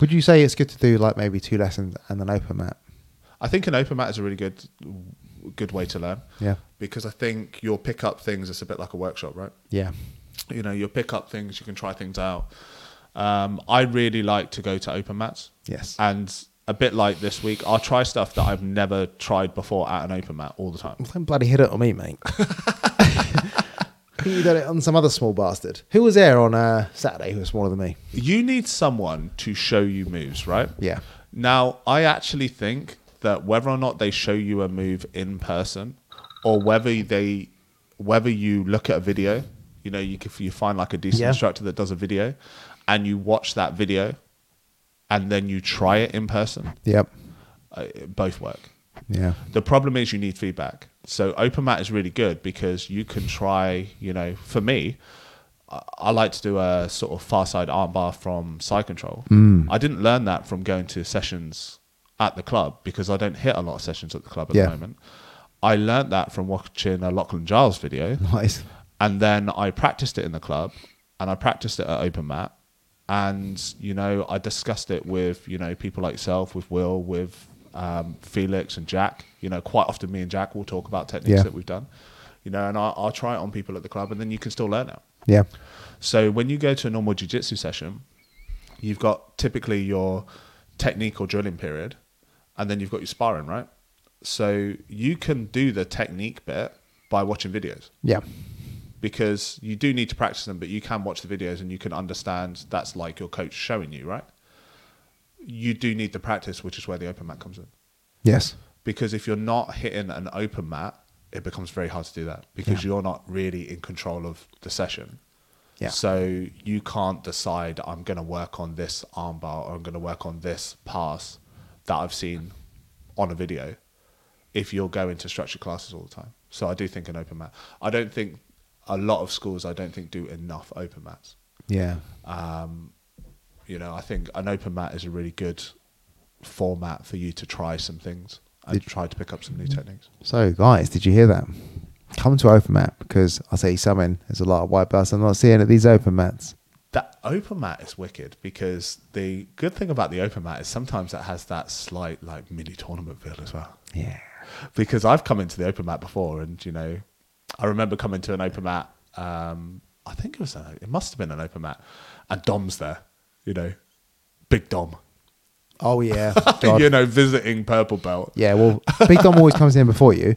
Speaker 1: would you say it's good to do like maybe two lessons and an open mat?
Speaker 2: I think an open mat is a really good good way to learn.
Speaker 1: Yeah.
Speaker 2: Because I think you'll pick up things. It's a bit like a workshop, right?
Speaker 1: Yeah.
Speaker 2: You know, you'll pick up things. You can try things out. Um, I really like to go to open mats.
Speaker 1: Yes.
Speaker 2: And a bit like this week, I'll try stuff that I've never tried before at an open mat all the time.
Speaker 1: Don't bloody hit it on me, mate. Pete done it on some other small bastard. Who was there on uh, Saturday who was smaller than me?
Speaker 2: You need someone to show you moves, right?
Speaker 1: Yeah.
Speaker 2: Now, I actually think that whether or not they show you a move in person, or whether they, whether you look at a video, you know, you if you find like a decent
Speaker 1: Yeah.
Speaker 2: instructor that does a video, and you watch that video, and then you try it in person,
Speaker 1: Yep.
Speaker 2: uh, both work.
Speaker 1: Yeah.
Speaker 2: The problem is you need feedback. So open mat is really good because you can try, you know, for me, I, I like to do a sort of far side armbar from side control. I didn't learn that from going to sessions at the club because I don't hit a lot of sessions at the club at
Speaker 1: Yeah.
Speaker 2: the moment. I learned that from watching a Lachlan Giles video
Speaker 1: Nice.
Speaker 2: and then I practiced it in the club, and I practiced it at open mat, and you know I discussed it with you know people like yourself, with Will, with um, Felix and Jack. You know, quite often me and Jack will talk about techniques
Speaker 1: Yeah.
Speaker 2: that we've done, you know, and I'll, I'll try it on people at the club, and then you can still learn it.
Speaker 1: Yeah.
Speaker 2: So when you go to a normal jiu-jitsu session, you've got typically your technique or drilling period, and then you've got your sparring, right? So you can do the technique bit by watching videos
Speaker 1: Yeah.
Speaker 2: because you do need to practice them, but you can watch the videos and you can understand that's like your coach showing you, right? You do need the practice, which is where the open mat comes in.
Speaker 1: Yes.
Speaker 2: Because if you're not hitting an open mat, it becomes very hard to do that because you're not really in control of the session.
Speaker 1: Yeah.
Speaker 2: So you can't decide I'm going to work on this armbar or I'm going to work on this pass that I've seen on a video if you're going to structured classes all the time. So I do think an open mat. I don't think a lot of schools I don't think do enough open mats.
Speaker 1: Yeah.
Speaker 2: You know, I think an open mat is a really good format for you to try some things and try to pick up some new techniques.
Speaker 1: So, guys, did you hear that? Come to open mat because I see some in. There's a lot of white belts I'm not seeing at these open mats.
Speaker 2: That open mat is wicked because the good thing about the open mat is sometimes it has that slight like mini tournament feel as well.
Speaker 1: Yeah.
Speaker 2: because I've come into the open mat before, and you know, I remember coming to an open mat. Um, I think it was a, it must have been an open mat, and Dom's there, you know, big Dom,
Speaker 1: Oh yeah. God.
Speaker 2: you know, visiting purple belt.
Speaker 1: Yeah. Well, Big Dom always comes in before you,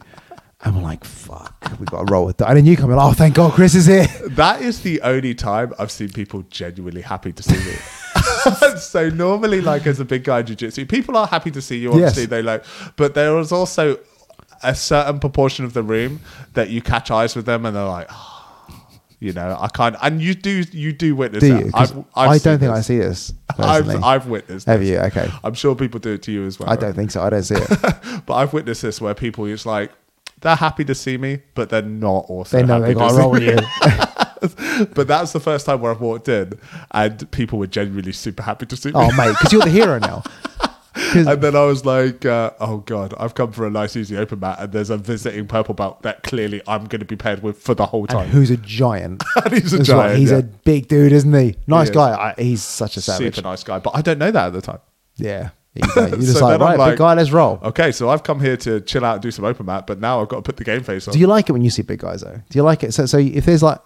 Speaker 1: and we're like, "Fuck, we got to roll with that." And then you come in. Oh, thank God, Chris is here.
Speaker 2: That is the only time I've seen people genuinely happy to see me. so normally, like as a big guy in jiu-jitsu, people are happy to see you. Obviously,
Speaker 1: Yes.
Speaker 2: they like, but there is also a certain proportion of the room that you catch eyes with them, and they're like, "Ah," you know, I can't. And you do, you do witness.
Speaker 1: Do
Speaker 2: that.
Speaker 1: you? 'Cause
Speaker 2: I've, I've
Speaker 1: I do
Speaker 2: seen
Speaker 1: not think I
Speaker 2: this.
Speaker 1: see this.
Speaker 2: I've,
Speaker 1: Personally.
Speaker 2: I've witnessed.
Speaker 1: Have
Speaker 2: this.
Speaker 1: you? Okay.
Speaker 2: I'm sure people do it to you as well.
Speaker 1: I don't think so. I don't see it.
Speaker 2: But I've witnessed this where people, it's like they're happy to see me, but they're not also.
Speaker 1: They know
Speaker 2: happy
Speaker 1: they
Speaker 2: to
Speaker 1: got to
Speaker 2: see
Speaker 1: roll with
Speaker 2: me.
Speaker 1: you.
Speaker 2: but that's the first time where I've walked in and people were genuinely super happy to see me.
Speaker 1: Oh, mate, because you're the hero now. 'Cause-
Speaker 2: and then I was like, uh, oh God, I've come for a nice, easy open mat and there's a visiting purple belt that clearly I'm going to be paired with for the whole
Speaker 1: and
Speaker 2: time.
Speaker 1: who's a giant?
Speaker 2: And he's a
Speaker 1: That's right,
Speaker 2: giant.
Speaker 1: he's
Speaker 2: yeah.
Speaker 1: a big dude, isn't he? Nice
Speaker 2: He is.
Speaker 1: guy. I, he's such a savage.
Speaker 2: super nice guy. But I don't know that at the time.
Speaker 1: Yeah. There you go. You're just
Speaker 2: So
Speaker 1: like,
Speaker 2: then I'm
Speaker 1: right,
Speaker 2: like-
Speaker 1: big guy, let's roll.
Speaker 2: Okay, so I've come here to chill out and do some open mat, but now I've got to put the game face on.
Speaker 1: Do you like it when you see big guys though? Do you like it? So, so if there's like,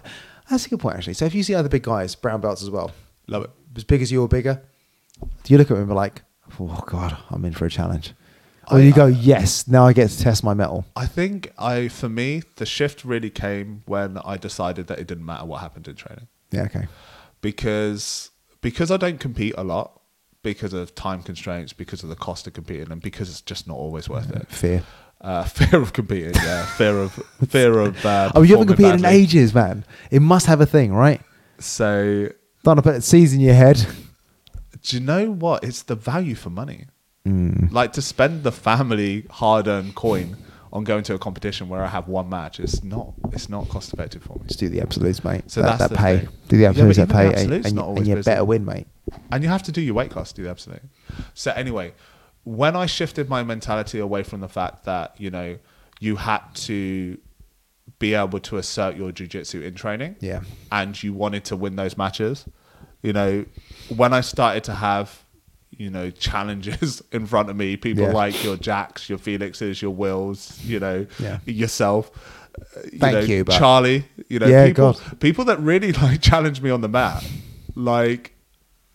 Speaker 1: that's a good point actually. So if you see other big guys, brown belts as well,
Speaker 2: Love it.
Speaker 1: as big as you or bigger, do you look at them and be like, oh god, I'm in for a challenge? Or you go, yes, now I get to test my metal.
Speaker 2: I think I, for me, the shift really came when I decided that it didn't matter what happened in training.
Speaker 1: Yeah, okay.
Speaker 2: because because I don't compete a lot because of time constraints, because of the cost of competing, and because it's just not always worth it.
Speaker 1: Fear.
Speaker 2: Uh, fear of competing, yeah. Fear of fear of. Uh,
Speaker 1: Oh, you haven't
Speaker 2: performing
Speaker 1: competed in
Speaker 2: badly.
Speaker 1: ages, man. It must have a thing, right?
Speaker 2: So
Speaker 1: Don't put it seeds in your head.
Speaker 2: do you know what? It's the value for money.
Speaker 1: Mm.
Speaker 2: Like to spend the family hard-earned coin on going to a competition where I have one match. It's not. It's not cost-effective for me.
Speaker 1: Just do the absolutes, mate.
Speaker 2: So
Speaker 1: that,
Speaker 2: that's
Speaker 1: that
Speaker 2: the
Speaker 1: pay.
Speaker 2: thing.
Speaker 1: Do the
Speaker 2: Yeah, but
Speaker 1: absolutes that
Speaker 2: even
Speaker 1: pay,
Speaker 2: the absolutes
Speaker 1: and,
Speaker 2: not
Speaker 1: and,
Speaker 2: always
Speaker 1: and you
Speaker 2: busy.
Speaker 1: better win, mate.
Speaker 2: and you have to do your weight class to do the absolute. So anyway, when I shifted my mentality away from the fact that you know you had to be able to assert your jujitsu in training,
Speaker 1: Yeah.
Speaker 2: and you wanted to win those matches, you know, when I started to have you know challenges in front of me, people
Speaker 1: Yeah.
Speaker 2: like your Jacks, your Felixes, your Wills, you know,
Speaker 1: Yeah.
Speaker 2: yourself. uh, You
Speaker 1: Thank
Speaker 2: know,
Speaker 1: you, but-
Speaker 2: Charlie. You know,
Speaker 1: Yeah,
Speaker 2: people,
Speaker 1: God.
Speaker 2: people that really like challenge me on the mat, like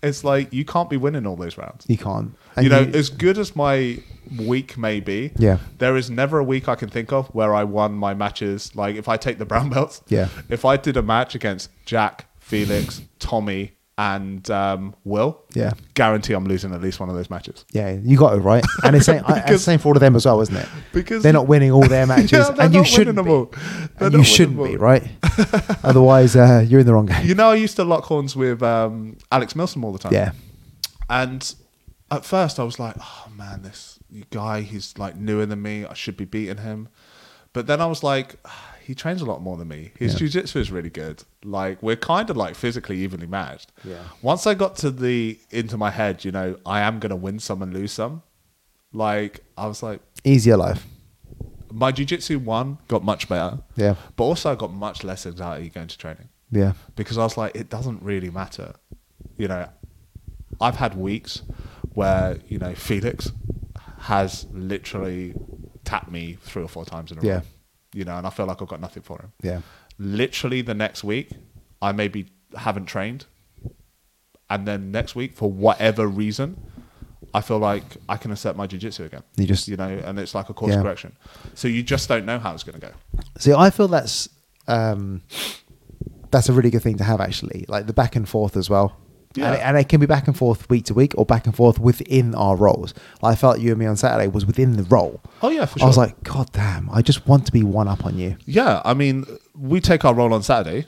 Speaker 2: it's like you can't be winning all those rounds.
Speaker 1: You can't. And
Speaker 2: You know, as good as my week maybe.
Speaker 1: Yeah.
Speaker 2: There is never a week I can think of where I won my matches. Like if I take the brown belts.
Speaker 1: Yeah.
Speaker 2: If I did a match against Jack, Felix, Tommy, and um, Will.
Speaker 1: Yeah.
Speaker 2: Guarantee I'm losing at least one of those matches.
Speaker 1: Yeah, you got it right, and it's same, I- it's
Speaker 2: Because-
Speaker 1: same for all of them as well, isn't it?
Speaker 2: Because-
Speaker 1: they're not winning all their matches,
Speaker 2: Yeah, they're
Speaker 1: and you
Speaker 2: not
Speaker 1: shouldn't. Be,
Speaker 2: winnable. They're
Speaker 1: and
Speaker 2: not
Speaker 1: you shouldn't be
Speaker 2: winnable.
Speaker 1: right. Otherwise, uh, you're in the wrong game.
Speaker 2: You know, I used to lock horns with um, Alex Milsom all the time.
Speaker 1: Yeah,
Speaker 2: And at first, I was like, oh man, this guy, he's like newer than me. I should be beating him. But then I was like, "Ah, he trains a lot more than me. His
Speaker 1: Yeah.
Speaker 2: jujitsu is really good. Like we're kind of like physically evenly matched.
Speaker 1: Yeah.
Speaker 2: Once I got to the into my head, you know, I am gonna win some and lose some. Like I was like,
Speaker 1: easier life.
Speaker 2: my jujitsu one got much better.
Speaker 1: Yeah.
Speaker 2: But also I got much less anxiety going to training
Speaker 1: Yeah,
Speaker 2: because I was like, it doesn't really matter. You know, I've had weeks where, you know, Felix has literally tapped me three or four times in a
Speaker 1: Yeah.
Speaker 2: row. You know, and I feel like I've got nothing for him.
Speaker 1: yeah,
Speaker 2: Literally the next week, I maybe haven't trained. And then next week, for whatever reason, I feel like I can accept my jujitsu again.
Speaker 1: You just-
Speaker 2: you know, and it's like a course
Speaker 1: Yeah.
Speaker 2: correction. So you just don't know how it's going to go.
Speaker 1: See, I feel that's um, that's a really good thing to have, actually. Like the back and forth as well.
Speaker 2: Yeah.
Speaker 1: And, it, and it can be back and forth week to week or back and forth within our roles. Like I felt you and me on Saturday was within the role.
Speaker 2: Oh, yeah, for
Speaker 1: I was
Speaker 2: sure.
Speaker 1: like, God damn, I just want to be one up on you.
Speaker 2: Yeah, I mean, we take our roll on Saturday.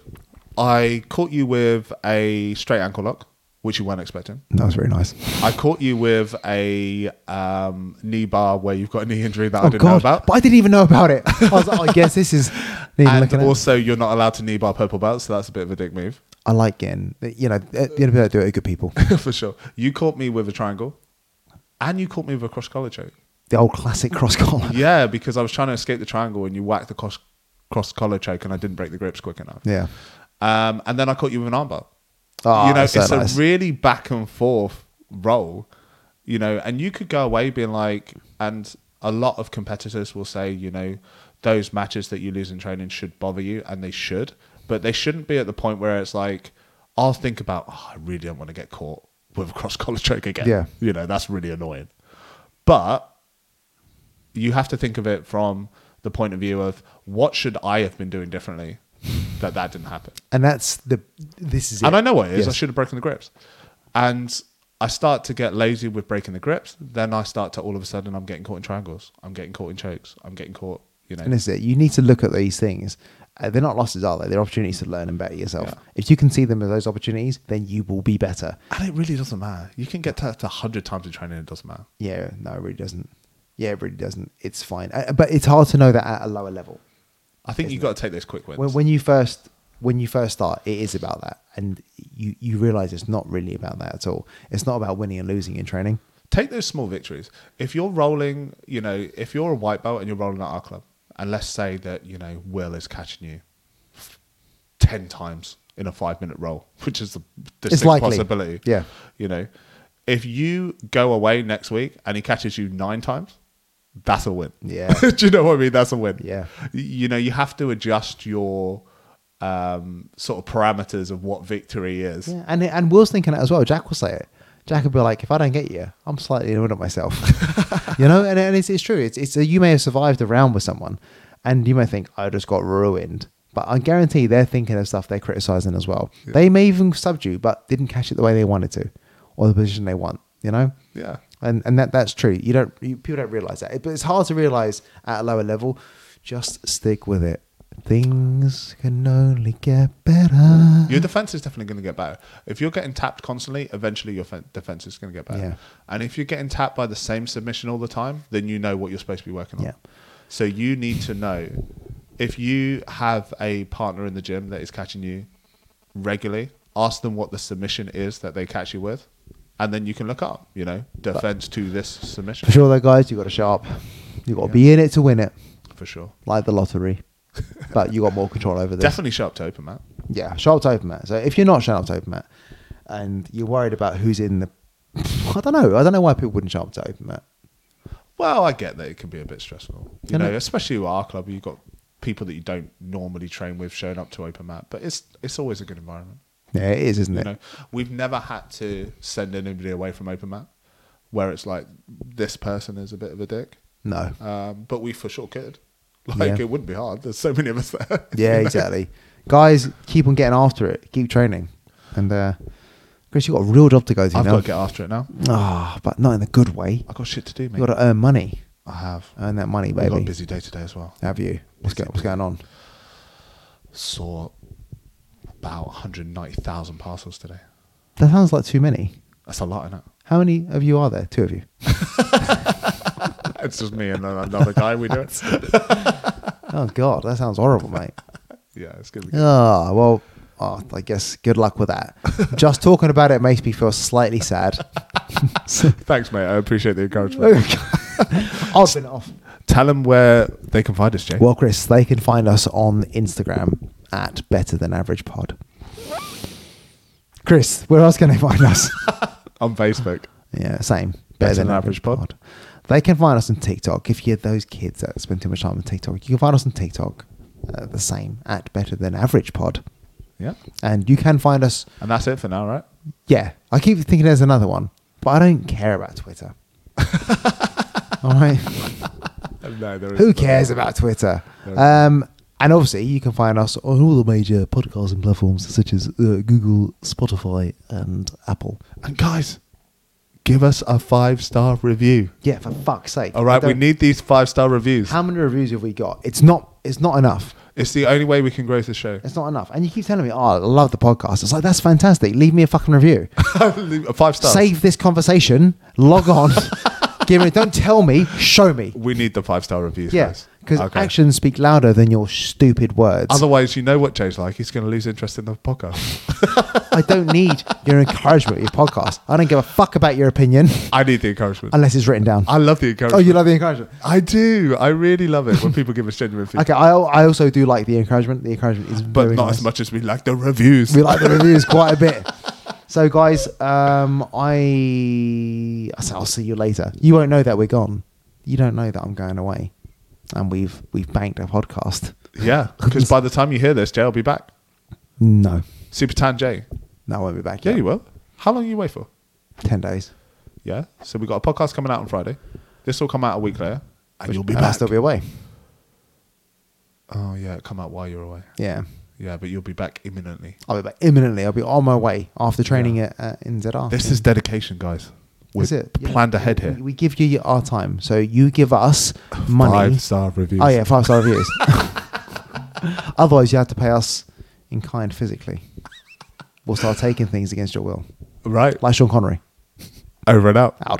Speaker 2: I caught you with a straight ankle lock, which you weren't expecting.
Speaker 1: And that was very nice.
Speaker 2: I caught you with a um, knee bar where you've got a knee injury that I
Speaker 1: oh,
Speaker 2: didn't
Speaker 1: God.
Speaker 2: know about.
Speaker 1: But I didn't even know about it. I was like, oh, I guess this is. Need
Speaker 2: and
Speaker 1: looking at.
Speaker 2: also, you're not allowed to knee bar purple belts, so that's a bit of a dick move
Speaker 1: I like getting, you know, at the end of the day, do it with good people.
Speaker 2: for sure. You caught me with a triangle, and you caught me with a cross collar choke.
Speaker 1: The old classic cross collar.
Speaker 2: Yeah, because I was trying to escape the triangle, and you whacked the cross cross collar choke, and I didn't break the grips quick enough.
Speaker 1: Yeah.
Speaker 2: Um, and then I caught you with an armbar.
Speaker 1: Oh,
Speaker 2: you know,
Speaker 1: that's
Speaker 2: it's
Speaker 1: so nice.
Speaker 2: a really back and forth role, you know, and you could go away being like, and a lot of competitors will say, you know, those matches that you lose in training should bother you, and they should, but they shouldn't be at the point where it's like, I'll think about, oh, I really don't want to get caught with a cross collar choke again.
Speaker 1: Yeah.
Speaker 2: You know, that's really annoying. But you have to think of it from the point of view of what should I have been doing differently that that didn't happen.
Speaker 1: And that's the, this is it.
Speaker 2: And I know what it is. I
Speaker 1: Yes.
Speaker 2: should have broken the grips. And I start to get lazy with breaking the grips. Then I start to all of a sudden I'm getting caught in triangles. I'm getting caught in chokes. I'm getting caught, you know.
Speaker 1: And this is it. You need to look at these things. Uh, they're not losses, are they? They're opportunities to learn and better yourself.
Speaker 2: Yeah.
Speaker 1: If you can see them as those opportunities, then you will be better.
Speaker 2: And it really doesn't matter. You can get tapped a hundred times in training, it doesn't matter.
Speaker 1: Yeah, no, it really doesn't. Yeah, it really doesn't. It's fine. Uh, but it's hard to know that at a lower level.
Speaker 2: I think you've got to take those quick wins.
Speaker 1: When, when you first when you first start, it is about that. And you, you realize it's not really about that at all. It's not about winning and losing in training.
Speaker 2: take those small victories. If you're rolling, you know, if you're a white belt and you're rolling at our club, and let's say that, you know, Will is catching you f- 10 times in a five minute roll, which is the, the
Speaker 1: It's
Speaker 2: sixth
Speaker 1: likely.
Speaker 2: possibility.
Speaker 1: Yeah.
Speaker 2: You know, if you go away next week and he catches you nine times, that's a win.
Speaker 1: Yeah.
Speaker 2: Do you know what I mean? That's a win.
Speaker 1: Yeah.
Speaker 2: You know, you have to adjust your um, sort of parameters of what victory is.
Speaker 1: Yeah, and and Will's thinking it as well. Jack will say it. Jack will be like, if I don't get you, I'm slightly annoyed at myself. you know, and, and it's, it's true. It's, it's you may have survived a round with someone, and you may think I just got ruined. But I guarantee they're thinking of stuff they're criticizing as well. They may even subbed you, but didn't catch it the way they wanted to, or the position they want. You know.
Speaker 2: Yeah.
Speaker 1: And and that that's true. You don't you, people don't realize that, but it's hard to realize at a lower level. Just stick with it. Things can only get better.
Speaker 2: Your defense is definitely going to get better. If you're getting tapped constantly, eventually your fe- defense is going to get better.
Speaker 1: Yeah.
Speaker 2: And if you're getting tapped by the same submission all the time, then you know what you're supposed to be working on.
Speaker 1: Yeah.
Speaker 2: So you need to know if you have a partner in the gym that is catching you regularly, ask them what the submission is that they catch you with, and then you can look up, you know, defense to this
Speaker 1: For
Speaker 2: submission
Speaker 1: sure, though, guys, you got to show up. You got to be in it to win it,
Speaker 2: for sure.
Speaker 1: like the lottery. but you got more control over this.
Speaker 2: Definitely show up to open, Matt.
Speaker 1: Yeah, show up to open mat. So if you're not showing up to open mat, and you're worried about who's in the, I don't know. I don't know why people wouldn't show up to open mat.
Speaker 2: Well, I get that it can be a bit stressful, you
Speaker 1: Can
Speaker 2: know,
Speaker 1: it?
Speaker 2: especially with our club. You've got people that you don't normally train with showing up to open mat, but it's it's always a good environment.
Speaker 1: Yeah, it is, isn't
Speaker 2: You
Speaker 1: it?
Speaker 2: know, we've never had to send anybody away from open mat. where it's like this person is a bit of a dick.
Speaker 1: No.
Speaker 2: Um, but we for sure could. Like
Speaker 1: Yeah.
Speaker 2: it wouldn't be hard. There's so many of us there.
Speaker 1: Yeah, exactly. Guys, keep on getting after it. Keep training. And uh, Chris, you've got a real job to go to
Speaker 2: I've
Speaker 1: now.
Speaker 2: got to get after it now.
Speaker 1: Ah, but not in the good way.
Speaker 2: I've got shit to do, mate.
Speaker 1: You've got to earn money.
Speaker 2: I have.
Speaker 1: Earn that money,
Speaker 2: I've got a
Speaker 1: baby.
Speaker 2: busy day today as well.
Speaker 1: Have you? What's, go- what's going on?
Speaker 2: Saw about 190,000 parcels today.
Speaker 1: That sounds like too many.
Speaker 2: That's a lot, isn't it?
Speaker 1: How many of you are there? Two of you.
Speaker 2: It's just me and then another guy we do it.
Speaker 1: Oh, God, that sounds horrible, mate.
Speaker 2: Yeah, it's going to be good.
Speaker 1: Ah, well, oh, I guess good luck with that. Just talking about it makes me feel slightly sad.
Speaker 2: Thanks, mate. I appreciate the encouragement.
Speaker 1: I've been off.
Speaker 2: Tell them where they can find us, Jake.
Speaker 1: Well, Chris, they can find us on Instagram at Better Than Average Pod. Chris, where else can they find us?
Speaker 2: on Facebook.
Speaker 1: yeah, same.
Speaker 2: Better Than Average Pod.
Speaker 1: They can find us on TikTok. If you're those kids that spend too much time on TikTok, you can find us on TikTok. Uh, the same at Better Than Average Pod.
Speaker 2: Yeah.
Speaker 1: And you can find us.
Speaker 2: And that's it for now, right?
Speaker 1: Yeah, I keep thinking there's another one, but I don't care about Twitter. All right.
Speaker 2: Uh, No, there is
Speaker 1: Who cares about Twitter?
Speaker 2: Yeah.
Speaker 1: Um, and obviously, you can find us on all the major podcasting platforms such as uh, Google, Spotify, and Apple.
Speaker 2: And guys, give us a five star review.
Speaker 1: Yeah, for fuck's sake!
Speaker 2: All
Speaker 1: I
Speaker 2: right, we
Speaker 1: don't-
Speaker 2: need these five star reviews.
Speaker 1: How many reviews have we got? It's not. It's not enough.
Speaker 2: It's the only way we can grow this show.
Speaker 1: It's not enough. And you keep telling me, "Oh, I love the podcast." It's like that's fantastic. Leave me a fucking review.
Speaker 2: five stars.
Speaker 1: Save this conversation. Log on. give me. Don't tell me. Show me.
Speaker 2: We need the five star reviews.
Speaker 1: Yes,
Speaker 2: guys.
Speaker 1: because
Speaker 2: Okay.
Speaker 1: actions speak louder than your stupid words.
Speaker 2: Otherwise, you know what Jay's like. He's going to lose interest in the podcast.
Speaker 1: I don't need your encouragement with your podcast. I don't give a fuck about your opinion
Speaker 2: I need the encouragement.
Speaker 1: unless it's written down.
Speaker 2: I love the
Speaker 1: oh,
Speaker 2: encouragement.
Speaker 1: you love the encouragement.
Speaker 2: I do. I really love it when people give us genuine feedback,
Speaker 1: Okay, I, I also do like the encouragement. The encouragement is
Speaker 2: but
Speaker 1: very
Speaker 2: not
Speaker 1: nice.
Speaker 2: as much as we like the reviews.
Speaker 1: We like the reviews quite a bit. So, guys, um, I I said I'll see you later. You won't know that we're gone. You don't know that I'm going away, and we've we've banked a podcast.
Speaker 2: yeah, because by the time you hear this, Jay will be back.
Speaker 1: No,
Speaker 2: Super Tan Jay.
Speaker 1: no, I won't be back.
Speaker 2: Yeah,
Speaker 1: yet.
Speaker 2: you will. How long you wait for?
Speaker 1: Ten days.
Speaker 2: Yeah. So we got a podcast coming out on Friday. This will come out a week later, and you'll be
Speaker 1: And I'll
Speaker 2: back.
Speaker 1: still be away.
Speaker 2: oh yeah, it come out while you're away.
Speaker 1: Yeah.
Speaker 2: Yeah, but you'll be back imminently.
Speaker 1: I'll be back imminently. I'll be on my way after training at, at NZR.
Speaker 2: This is dedication, guys. We
Speaker 1: Oh, Is it? Yeah.
Speaker 2: planned ahead here.
Speaker 1: We- We give you our time, so you give us money.
Speaker 2: Five star reviews.
Speaker 1: Oh yeah, five star reviews. Otherwise, you have to pay us in kind physically. We'll start taking things against your will,
Speaker 2: Right.
Speaker 1: like Sean Connery.
Speaker 2: Over and out.
Speaker 1: Out.